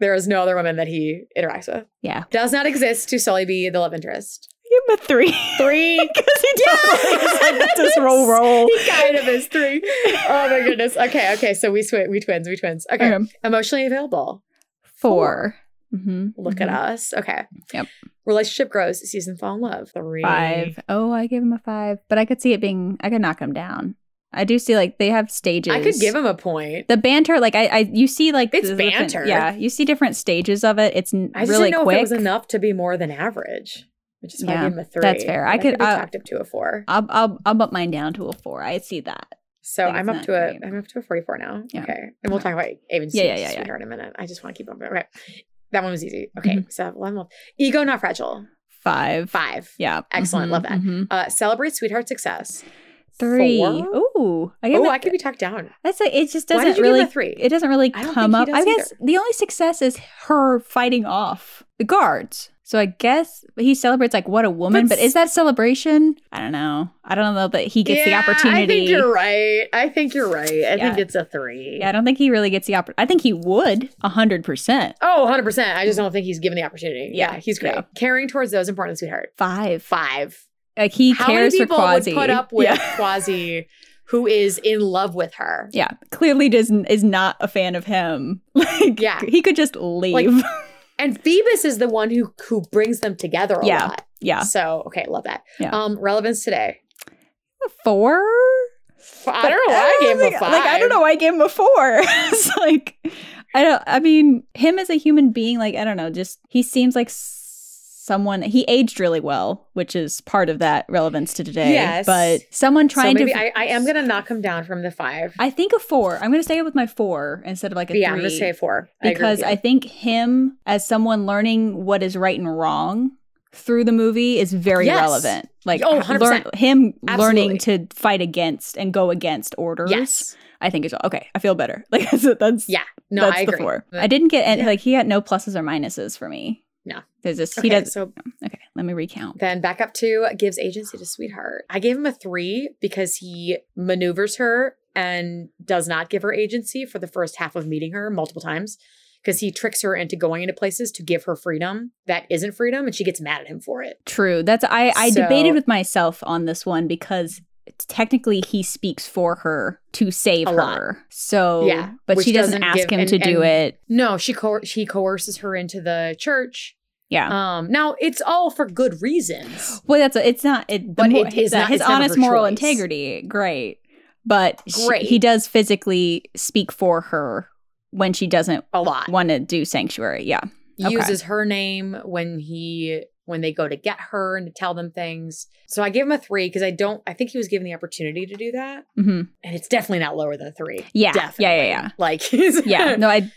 B: there is no other woman that he interacts with.
A: Yeah.
B: Does not exist to solely be the love interest.
A: I gave him a three.
B: Three.
A: Because he
B: totally is like, "Let's just roll,
A: roll.
B: he kind of is three. Oh my goodness. Okay. Okay. So we swi- we twins. We twins. Okay. Emotionally available.
A: 4 Mm-hmm.
B: Look at us. Okay.
A: Yep.
B: Relationship grows. Sees and fall in love. Three.
A: Five. Oh, I give him a five, but I could see it being. I could knock him down. I do see like they have stages.
B: I could give him a point.
A: the banter. Like I, I you see like
B: It's
A: the different-
B: banter.
A: yeah, you see different stages of it. It's n-
B: I just
A: really
B: didn't know
A: quick.
B: if it was enough to be more than average, which is why
A: Yeah,
B: I gave him a three.
A: that's fair. I
B: But
A: could- uh,
B: be
A: I-
B: talked up to a four.
A: I'll, I'll I'll bump mine down to a four. I see that.
B: So
A: think it's
B: I'm up
A: not
B: to a
A: great.
B: am up to a 44 now.
A: Yeah.
B: Okay. And we'll
A: Okay.
B: talk about agency
A: Yeah, yeah, yeah, yeah. Mm-hmm.
B: here in a minute. I just want to keep on. Okay. That one was easy. Okay. So I have 11 left. Ego not fragile.
A: Five.
B: Five.
A: Yeah.
B: Excellent.
A: Mhm,
B: Love that.
A: mhm.
B: Uh celebrate sweetheart success.
A: Three.
B: Four?
A: Ooh. I
B: Oh,
A: him a-
B: I could be talked down.
A: That's like it just
B: Why did
A: doesn't
B: you give
A: really
B: him a three?
A: It doesn't really
B: I don't
A: come up.
B: think he
A: I
B: does
A: guess the only success is her fighting off the guards. So I guess he celebrates like what a woman, but,
B: But
A: is that celebration? I don't know. I don't know that he gets the
B: Yeah,
A: opportunity.
B: I think you're right. I think you're right. I
A: Yeah.
B: think it's a three.
A: Yeah, I don't think he really gets the opportunity. I think he would hundred percent.
B: Oh, 100%. I just don't think he's given the opportunity. Yeah,
A: Yeah,
B: he's great.
A: yeah.
B: Caring towards those important, sweetheart.
A: Five.
B: Five.
A: Like he
B: How
A: cares for
B: many people
A: Quasi.
B: would put up with
A: Yeah.
B: Quasi, who is in love with her?
A: yeah, clearly doesn't is not a fan of him. Like
B: Yeah.
A: he could just leave.
B: And Phoebus is the one who who brings them together a
A: Yeah.
B: lot.
A: yeah,
B: So okay, love that.
A: Yeah.
B: Um, relevance today.
A: four.
B: F- I don't know.
A: But
B: Why I
A: don't
B: gave him a
A: think-
B: five.
A: Like I don't know why I gave him a four. it's like I don't. I mean, him as a human being, like I don't know. Just he seems like s- someone. He aged really well, which is part of that relevance to today.
B: Yes.
A: but someone trying
B: so maybe
A: to.
B: I, I am gonna knock him down from the five.
A: I think a four. I'm gonna say it with my four instead of like a
B: yeah, I'm
A: three.
B: gonna say four I agree with
A: because
B: you.
A: I, think him as someone learning what is right and wrong through the movie is very
B: Yes.
A: relevant. Like
B: Oh, 100%.
A: learn- him learning to
B: Absolutely.
A: fight against and go against orders.
B: Yes.
A: I think is okay. I feel better. Like that's that's
B: Yeah. No,
A: that's
B: I
A: the
B: agree. Uh,
A: four.
B: But-
A: I didn't get any,
B: Yeah.
A: like he had no pluses or minuses for me.
B: No.
A: there's just
B: Okay,
A: he does.
B: so
A: Okay, let me recount.
B: then back up to gives agency to sweetheart. I gave him a three because he maneuvers her and does not give her agency for the first half of meeting her multiple times because he tricks her into going into places to give her freedom that isn't freedom and she gets mad at him for it.
A: True. That's I I
B: So-
A: debated with myself on this one because it's technically he speaks for her to save
B: A
A: her.
B: lot.
A: So
B: Yeah,
A: but
B: which
A: she doesn't,
B: doesn't
A: ask
B: give-
A: him
B: and-
A: to do
B: and-
A: it.
B: No, she coer she coerces her into the church.
A: Yeah.
B: Um now it's all for good reasons.
A: well, that's a, it's not it. the
B: But
A: mor-
B: it is
A: the-
B: not-
A: his
B: it's never
A: honest
B: her
A: moral
B: choice.
A: integrity. Great, but she-
B: Great.
A: he does physically speak for her when she doesn't
B: A lot.
A: want to do sanctuary. Yeah. Okay.
B: uses her name when he when they go to get her and to tell them things. So I give him a three because I don't I think he was given the opportunity to do that.
A: hmm
B: And it's definitely not lower than a three.
A: Yeah. Yeah.
B: Definitely.
A: Yeah. Yeah.
B: Like
A: yeah no i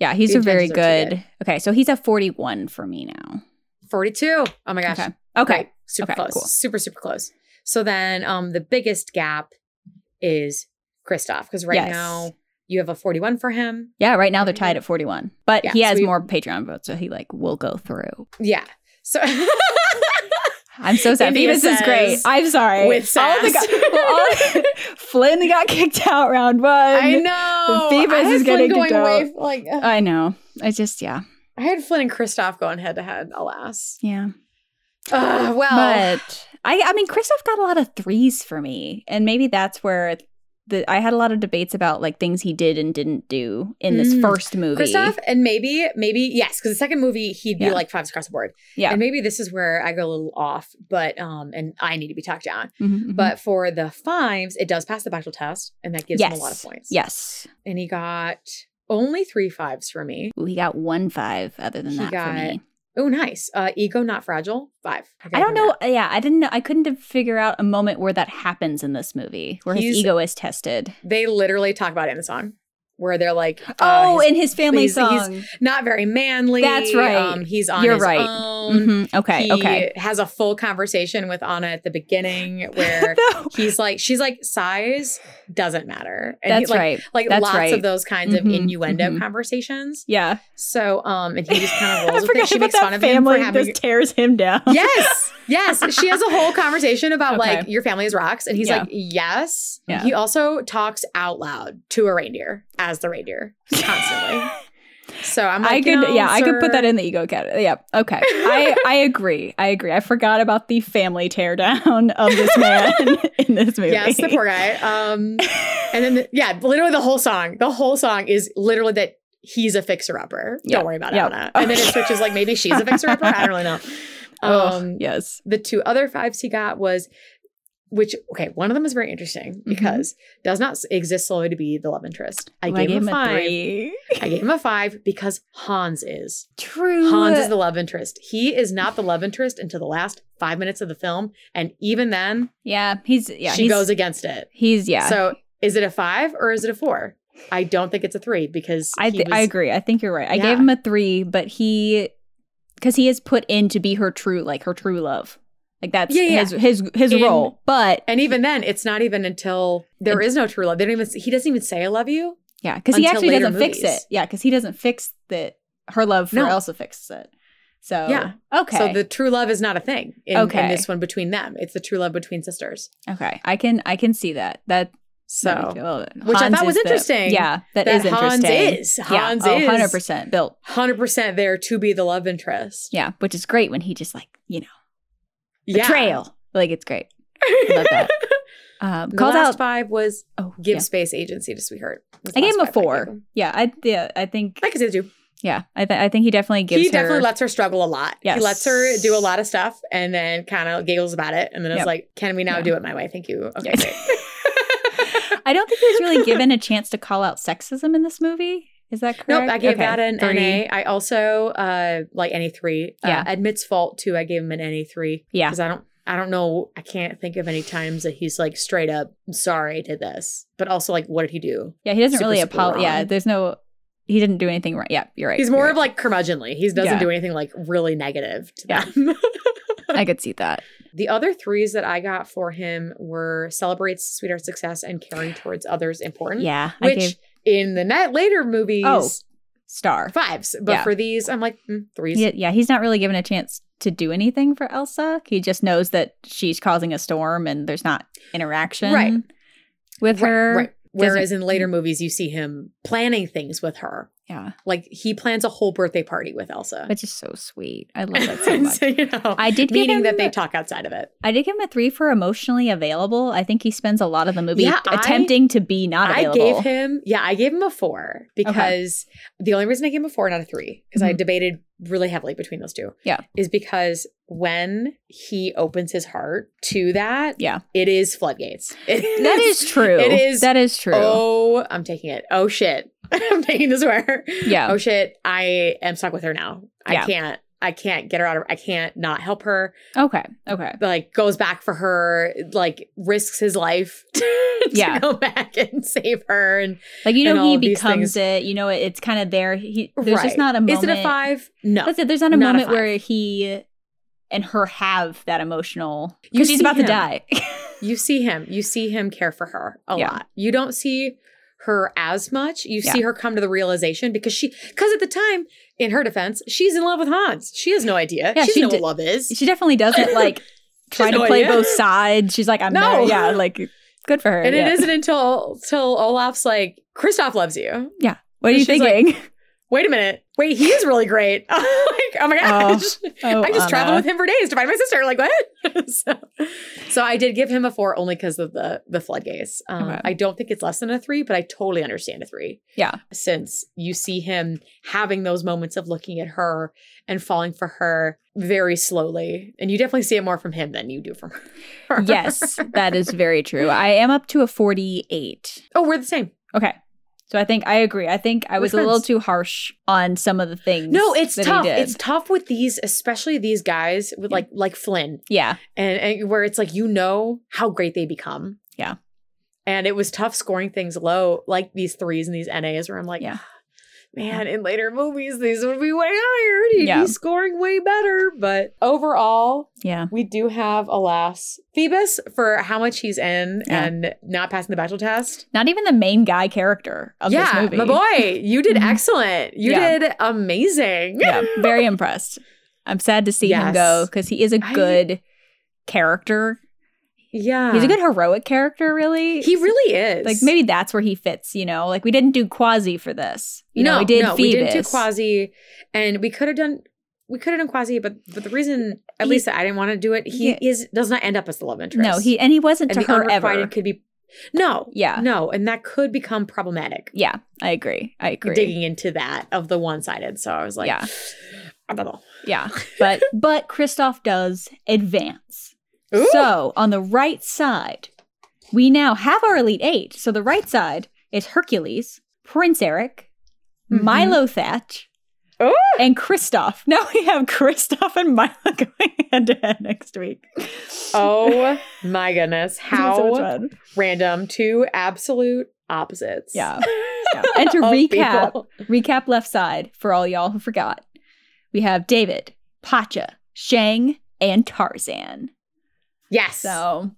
A: yeah he's
B: The
A: a very
B: intentions are too
A: good okay so he's at 41 for me now
B: 42. Oh my gosh.
A: okay okay
B: Great. Super
A: Okay,
B: close.
A: cool.
B: Super, super close. So then um the biggest gap is Kristoff, because right
A: Yes.
B: now you have a 41 for him.
A: yeah right now they're tied at 41 but
B: Mm-hmm. Yeah,
A: he
B: so
A: has
B: we-
A: more patreon votes so he like will go through
B: Yeah. So
A: i'm so sad
B: India
A: beavis is great
B: says,
A: i'm sorry
B: "With
A: All of the
B: sass."
A: guy- well, all- flynn got kicked out round one
B: I know.
A: Beavis
B: I had
A: is
B: Flynn
A: getting
B: going
A: kicked
B: away like ugh.
A: I know i just yeah
B: I had Flynn and Kristoff going head to head, alas.
A: yeah
B: Uh, well,
A: but i i mean christoph got a lot of threes for me and maybe that's where the, I had a lot of debates about like things he did and didn't do in this
B: Mm.
A: first movie.
B: Kristoff, and maybe, maybe, yes, because the second movie, he'd be
A: Yeah.
B: like fives across the board.
A: Yeah.
B: And maybe this is where I go a little off, but, um, and I need to be talked down.
A: Mhm, mhm.
B: But for the fives, it does pass the Bechdel test, and that gives him a lot of points.
A: Yes.
B: And he got only three fives for me.
A: Ooh, he got one five other than
B: He
A: that
B: got-
A: for me.
B: Oh, nice. Uh, ego not fragile, five.
A: I don't know. Yeah, I didn't know. I couldn't have figure out a moment where that happens in this movie, where his
B: He's-
A: ego is tested.
B: They literally talk about it in the song where they're like, uh,
A: oh,
B: he's
A: in his family
B: he's- he's-
A: song.
B: not very manly.
A: That's right.
B: Um, he's on
A: You're
B: his
A: right.
B: own.
A: Mhm, Okay,
B: he
A: okay.
B: has a full conversation with Anna at the beginning where
A: No,
B: he's like, she's like, size doesn't matter. And he-
A: that's
B: like,
A: right.
B: Like
A: That's
B: lots
A: right.
B: of those kinds
A: Mhm,
B: of innuendo
A: mhm.
B: conversations.
A: Yeah.
B: So, um, and he just kind
A: I
B: of rolls with
A: forgot
B: it. She
A: about
B: makes
A: that
B: fun of him
A: family
B: for having.
A: just tears him down.
B: yes, yes. She has a whole conversation about like
A: Okay.
B: your family is rocks, and he's
A: Yeah.
B: like, yes.
A: Yeah.
B: He also talks out loud to a reindeer as the reindeer constantly. so I'm like,
A: I
B: you
A: could,
B: know,
A: yeah, I could put that
B: sir.
A: in the ego category. Yeah, okay. I, I agree. I agree. I forgot about the family teardown of this man in this movie.
B: Yes, the poor guy. Um, and then the, yeah, literally the whole song. The whole song is literally that he's a fixer upper.
A: Yeah,
B: Don't worry about it,
A: yeah.
B: Anna. And then it switches like maybe she's a fixer upper. I don't really know.
A: Oh,
B: Um,
A: yes.
B: The two other fives he got was, which okay, one of them is very interesting
A: Mm-hmm.
B: because does not exist solely to be the love interest. I,
A: Ooh,
B: gave, him a five.
A: three.
B: I gave him a five because Hans is
A: True.
B: Hans is the love interest. He is not the love interest until the last five minutes of the film, and even then,
A: yeah, he's yeah.
B: she
A: he's,
B: goes against it.
A: He's yeah.
B: So is it a five or is it a four? I don't think it's a three because
A: I
B: he
A: th- I
B: was-
A: agree. I think you're right. I
B: Yeah.
A: gave him a three, but he because he is put in to be her true like her true love. Like that's
B: Yeah, yeah.
A: his his his
B: In-
A: role. But
B: And even then, it's not even until there is no true love. They don't even. He doesn't even say "I love you."
A: yeah, because he
B: Until
A: actually
B: later
A: doesn't fix
B: movies.
A: it. Yeah, because he doesn't fix that her love for
B: No.
A: Elsa fixes it. So
B: Yeah.
A: okay,
B: So the true love is not a thing. In, in
A: Okay.
B: this one between them, it's the true love between sisters.
A: okay, I can I can see that that that makes me
B: So
A: feel it.
B: Which I
A: Hans
B: thought was
A: is the-
B: interesting,
A: yeah,
B: that
A: that is
B: Hans
A: interesting.
B: is.
A: yeah,
B: Hans
A: oh,
B: is.
A: 100% built.
B: hundred percent there to be the love interest.
A: Yeah, which is great when he just like you know.
B: Yeah.
A: betrayal. Like it's great. I love that. Um,
B: The
A: called
B: last
A: out.
B: five was
A: Oh,
B: give
A: yeah.
B: space agency to sweetheart. Was the
A: I gave him
B: last
A: a
B: five I gave
A: four.
B: him.
A: Yeah, I yeah, I think
B: I could say two.
A: yeah, I th- I think he definitely gives.
B: he definitely
A: her-
B: lets her struggle a lot. He
A: Yes.
B: lets her do a lot of stuff and then kind of giggles about it. And then it's
A: Yep.
B: like, can we now
A: Yeah.
B: do it my way? Thank you. Okay.
A: Yes.
B: great.
A: I don't think he was really given a chance to call out sexism in this movie. Is that correct?
B: nope. I gave
A: Okay,
B: that an
A: three.
B: NA. I also, uh, like NA three, uh,
A: Yeah.
B: admits fault too. I gave him an NA three
A: Yeah,
B: because I don't, I don't know. I can't think of any times that he's like straight up, I'm sorry I did this, but also like, what did he do?
A: yeah. He doesn't
B: super,
A: really
B: super
A: apologize. Yeah,
B: wrong.
A: there's no He didn't do anything wrong. Yeah, you're right.
B: He's
A: you're
B: more of
A: right.
B: like curmudgeonly. He doesn't
A: Yeah.
B: do anything like really negative to
A: Yeah.
B: them.
A: I could see that.
B: the other threes that I got for him were celebrates sweetheart success and caring towards others important.
A: Yeah, I
B: Which
A: gave
B: in the net later movies
A: Oh. star.
B: fives. But
A: Yeah.
B: for these, I'm like, mm, threes.
A: Yeah, yeah, he's not really given a chance to do anything for Elsa. He just knows that she's causing a storm and there's not interaction
B: Right.
A: with
B: Right,
A: her.
B: right. Whereas
A: doesn't-
B: in later movies, you see him planning things with her.
A: Yeah,
B: Like he plans a whole birthday party with Elsa.
A: which is so sweet. I love that so much.
B: Uh, so, you know,
A: I did give
B: meaning
A: him
B: that they
A: a-
B: talk outside of it.
A: I did give him a three for emotionally available. I think he spends a lot of the movie
B: Yeah, I-
A: attempting to be not
B: I
A: available.
B: gave him, yeah, I gave him a four because the only reason I gave him a four, not a three, because I
A: Mhm.
B: debated really heavily between those two.
A: Yeah.
B: Is because when he opens his heart to that,
A: Yeah.
B: it is floodgates. It
A: that is true.
B: It is
A: That is true.
B: Oh, I'm taking it. Oh shit. I'm taking this where.
A: Yeah.
B: Oh shit. I am stuck with her now. I
A: Yeah.
B: can't. I can't get her out of. I can't not help her.
A: Okay. Okay.
B: Like goes back for her. Like risks his life to
A: Yeah.
B: go back and save her. And
A: Like you
B: and
A: know,
B: all
A: he
B: of these
A: becomes it.
B: things.
A: You know, it, it's kind of there. He, there's
B: Right.
A: just not a moment.
B: is it a five? No.
A: That's it. There's not a
B: Not a
A: moment
B: five.
A: where he and her have that emotional
B: You
A: because she's
B: see
A: about
B: him.
A: to die.
B: You see him. You see him care for her a
A: Yeah.
B: lot. You don't see her as much. You see her come to the realization because she. Because at the time, in her defense, she's in love with Hans. She has no
A: Yeah,
B: idea. she doesn't
A: she
B: know
A: did-
B: what love is.
A: she definitely doesn't like try to
B: no
A: play
B: idea.
A: both sides. She's like, I'm
B: No.
A: no, yeah, like good for her.
B: And
A: yeah.
B: it isn't until till Olaf's like, Kristoff loves you.
A: What are you
B: and she's like,
A: thinking?
B: Wait a minute. Wait, he is really great. like, oh my
A: Oh.
B: gosh.
A: oh,
B: I just traveled
A: Anna.
B: with him for days to find my sister. Like what? so, so I did give him a four only because of the the floodgates. Um,
A: Okay.
B: I don't think it's less than a three, but I totally understand a three.
A: Yeah.
B: since you see him having those moments of looking at her and falling for her very slowly, and you definitely see it more from him than you do from her.
A: yes, that is very true. I am up to a 48.
B: Oh, we're the same.
A: Okay. So I think I agree. I think I
B: We're
A: was a little
B: friends.
A: too harsh on some of the things.
B: No, it's
A: that
B: tough.
A: He did.
B: It's tough with these, especially these guys with like like Flynn,
A: yeah,
B: and, and where it's like you know how great they become.
A: Yeah.
B: and it was tough scoring things low, like these threes and these NAs, where I'm like, "Ah,
A: Yeah.
B: man, in later movies these would be way higher. He'd
A: Yeah.
B: be scoring way better, but overall,
A: yeah,
B: we do have alas Phoebus for how much he's in
A: Yeah.
B: and not passing the bachelor test
A: not even the main guy character of this movie.
B: my boy, you did
A: Mhm.
B: excellent. You
A: Yeah.
B: did amazing.
A: yeah, very impressed. I'm sad to see him
B: Yes.
A: go because he is a
B: I-
A: good character.
B: Yeah,
A: He's a good heroic character, really.
B: He really is.
A: like maybe that's where he fits. You know, like we didn't do Quasi for this. You know, we did Phoebus.
B: we didn't do Quasi, and we could have done we could have done Quasi, but but the reason at
A: He-
B: least that I didn't want to do it, he
A: Yeah.
B: is does not end up as the love interest.
A: No, he and he wasn't
B: and
A: to
B: the
A: her
B: unrequited
A: ever.
B: could be no,
A: Yeah.
B: no, and that could become problematic.
A: Yeah, I agree. I agree.
B: Digging into that of the one sided, so I was like,
A: Yeah.
B: I don't know.
A: Yeah, but but Kristoff does advance.
B: Ooh.
A: So on the right side, we now have our elite eight. So the right side is Hercules, Prince Eric,
B: Mhm.
A: Milo Thatch,
B: Ooh.
A: and Kristoff. Now we have Kristoff and Milo going head to head next week.
B: Oh my goodness,
A: It's gonna be so much
B: how
A: fun.
B: random! Two absolute opposites.
A: Yeah. yeah. And to
B: Of
A: recap,
B: people.
A: recap left side for all y'all who forgot. We have David, Pacha, Shang, and Tarzan.
B: yes.
A: So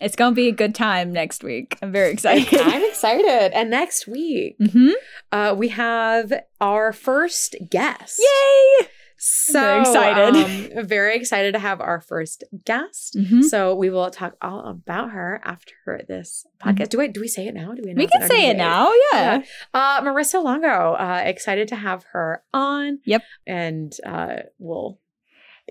A: it's gonna be a good time next week. I'm very excited.
B: I'm excited. And next week,
A: mm-hmm.
B: uh, we have our first guest.
A: Yay!
B: So
A: Very excited.
B: um, very excited to have our first guest.
A: Mhm.
B: So we will talk all about her after this podcast. Do I do we say it now? Do we?
A: Mm-hmm. We
B: announce
A: can
B: or do
A: say
B: we
A: it
B: wait?
A: now. Yeah.
B: Uh, Marissa Longo, uh, excited to have her on.
A: Yep.
B: And uh, we'll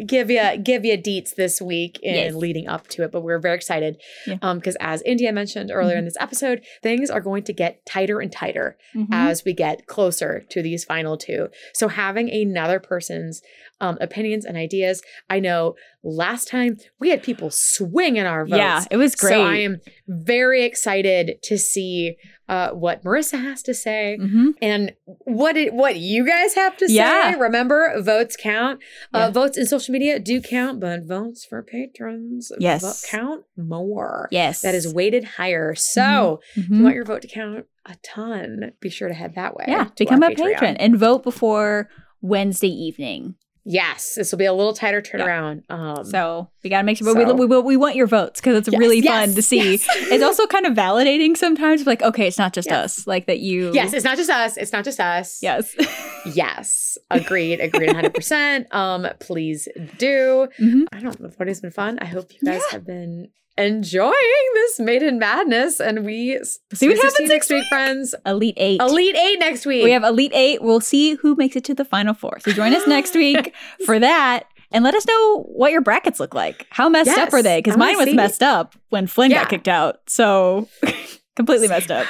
B: give you give you deets this week in
A: Yes.
B: leading up to it, but we're very excited
A: Yeah. Mm-hmm.
B: um because as India mentioned earlier in this episode, things are going to get tighter and
A: Mm-hmm.
B: tighter as we get closer to these final two. So having another person's um, opinions and ideas. I know last time we had people swinging our votes.
A: Yeah, it was great.
B: So I am very excited to see uh, what Marissa has to say
A: Mhm.
B: and what it, what you guys have to
A: Yeah.
B: say. Remember, votes count.
A: Yeah.
B: Uh, votes in social media do count, but votes for patrons vo-
A: Yes.
B: count more.
A: Yes.
B: That is weighted higher. So if you
A: Mhm.
B: want your vote to count a ton, be sure to head that way.
A: Yeah,
B: to
A: become
B: our
A: a
B: Patreon.
A: patron and vote before Wednesday evening.
B: Yes, this will be a little tighter turnaround. Um,
A: So we got to make sure, but
B: so-
A: we, we, we want your votes because it's
B: yes,
A: really
B: yes,
A: fun to see.
B: yes.
A: It's also kind of validating sometimes, like, okay, it's not just
B: Yes.
A: us, like that you.
B: yes, it's not just us. It's not just us.
A: Yes.
B: Yes. Agreed. Agreed 100%. Um, please do.
A: Mhm.
B: I don't know if it's been fun. I hope you guys
A: Yeah.
B: have been enjoying this Maiden Madness. And we s-
A: See what
B: we shall
A: happens next
B: next week,
A: week.
B: friends.
A: Elite Eight.
B: Elite Eight next week.
A: We have Elite Eight. We'll see who makes it to the Final Four. So join us next week for that. And let us know what your brackets look like. How messed up
B: Yes,
A: are they? Because
B: I wanna
A: mine was
B: see.
A: messed up when Flynn
B: Yeah.
A: got kicked out. So completely messed up.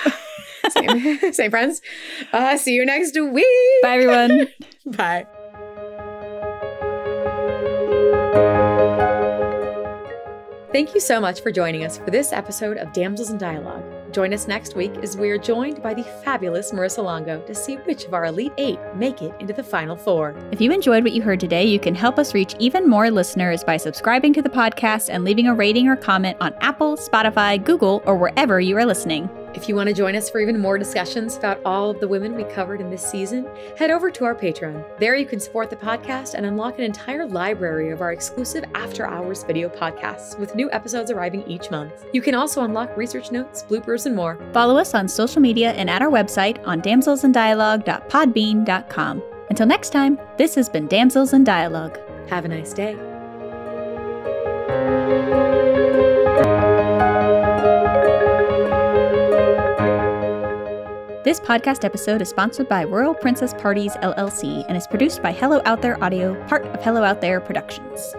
B: same, same friends. Uh, see you next week.
A: Bye, everyone.
B: Bye. Thank you so much for joining us for this episode of Damsels in Dialogue. Join us next week as we are joined by the fabulous Marissa Longo to see which of our Elite Eight make it into the Final Four.
A: If you enjoyed what you heard today, you can help us reach even more listeners by subscribing to the podcast and leaving a rating or comment on Apple, Spotify, Google, or wherever you are listening.
B: If you want to join us for even more discussions about all of the women we covered in this season, head over to our Patreon. There you can support the podcast and unlock an entire library of our exclusive after hours video podcasts with new episodes arriving each month. You can also unlock research notes, bloopers, and more.
A: Follow us on social media and at our website on damselsanddialogue.podbean.com. Until next time, this has been Damsels in Dialogue.
B: Have a nice day.
A: This podcast episode is sponsored by Royal Princess Parties LLC and is produced by Hello Out There Audio, part of Hello Out There Productions.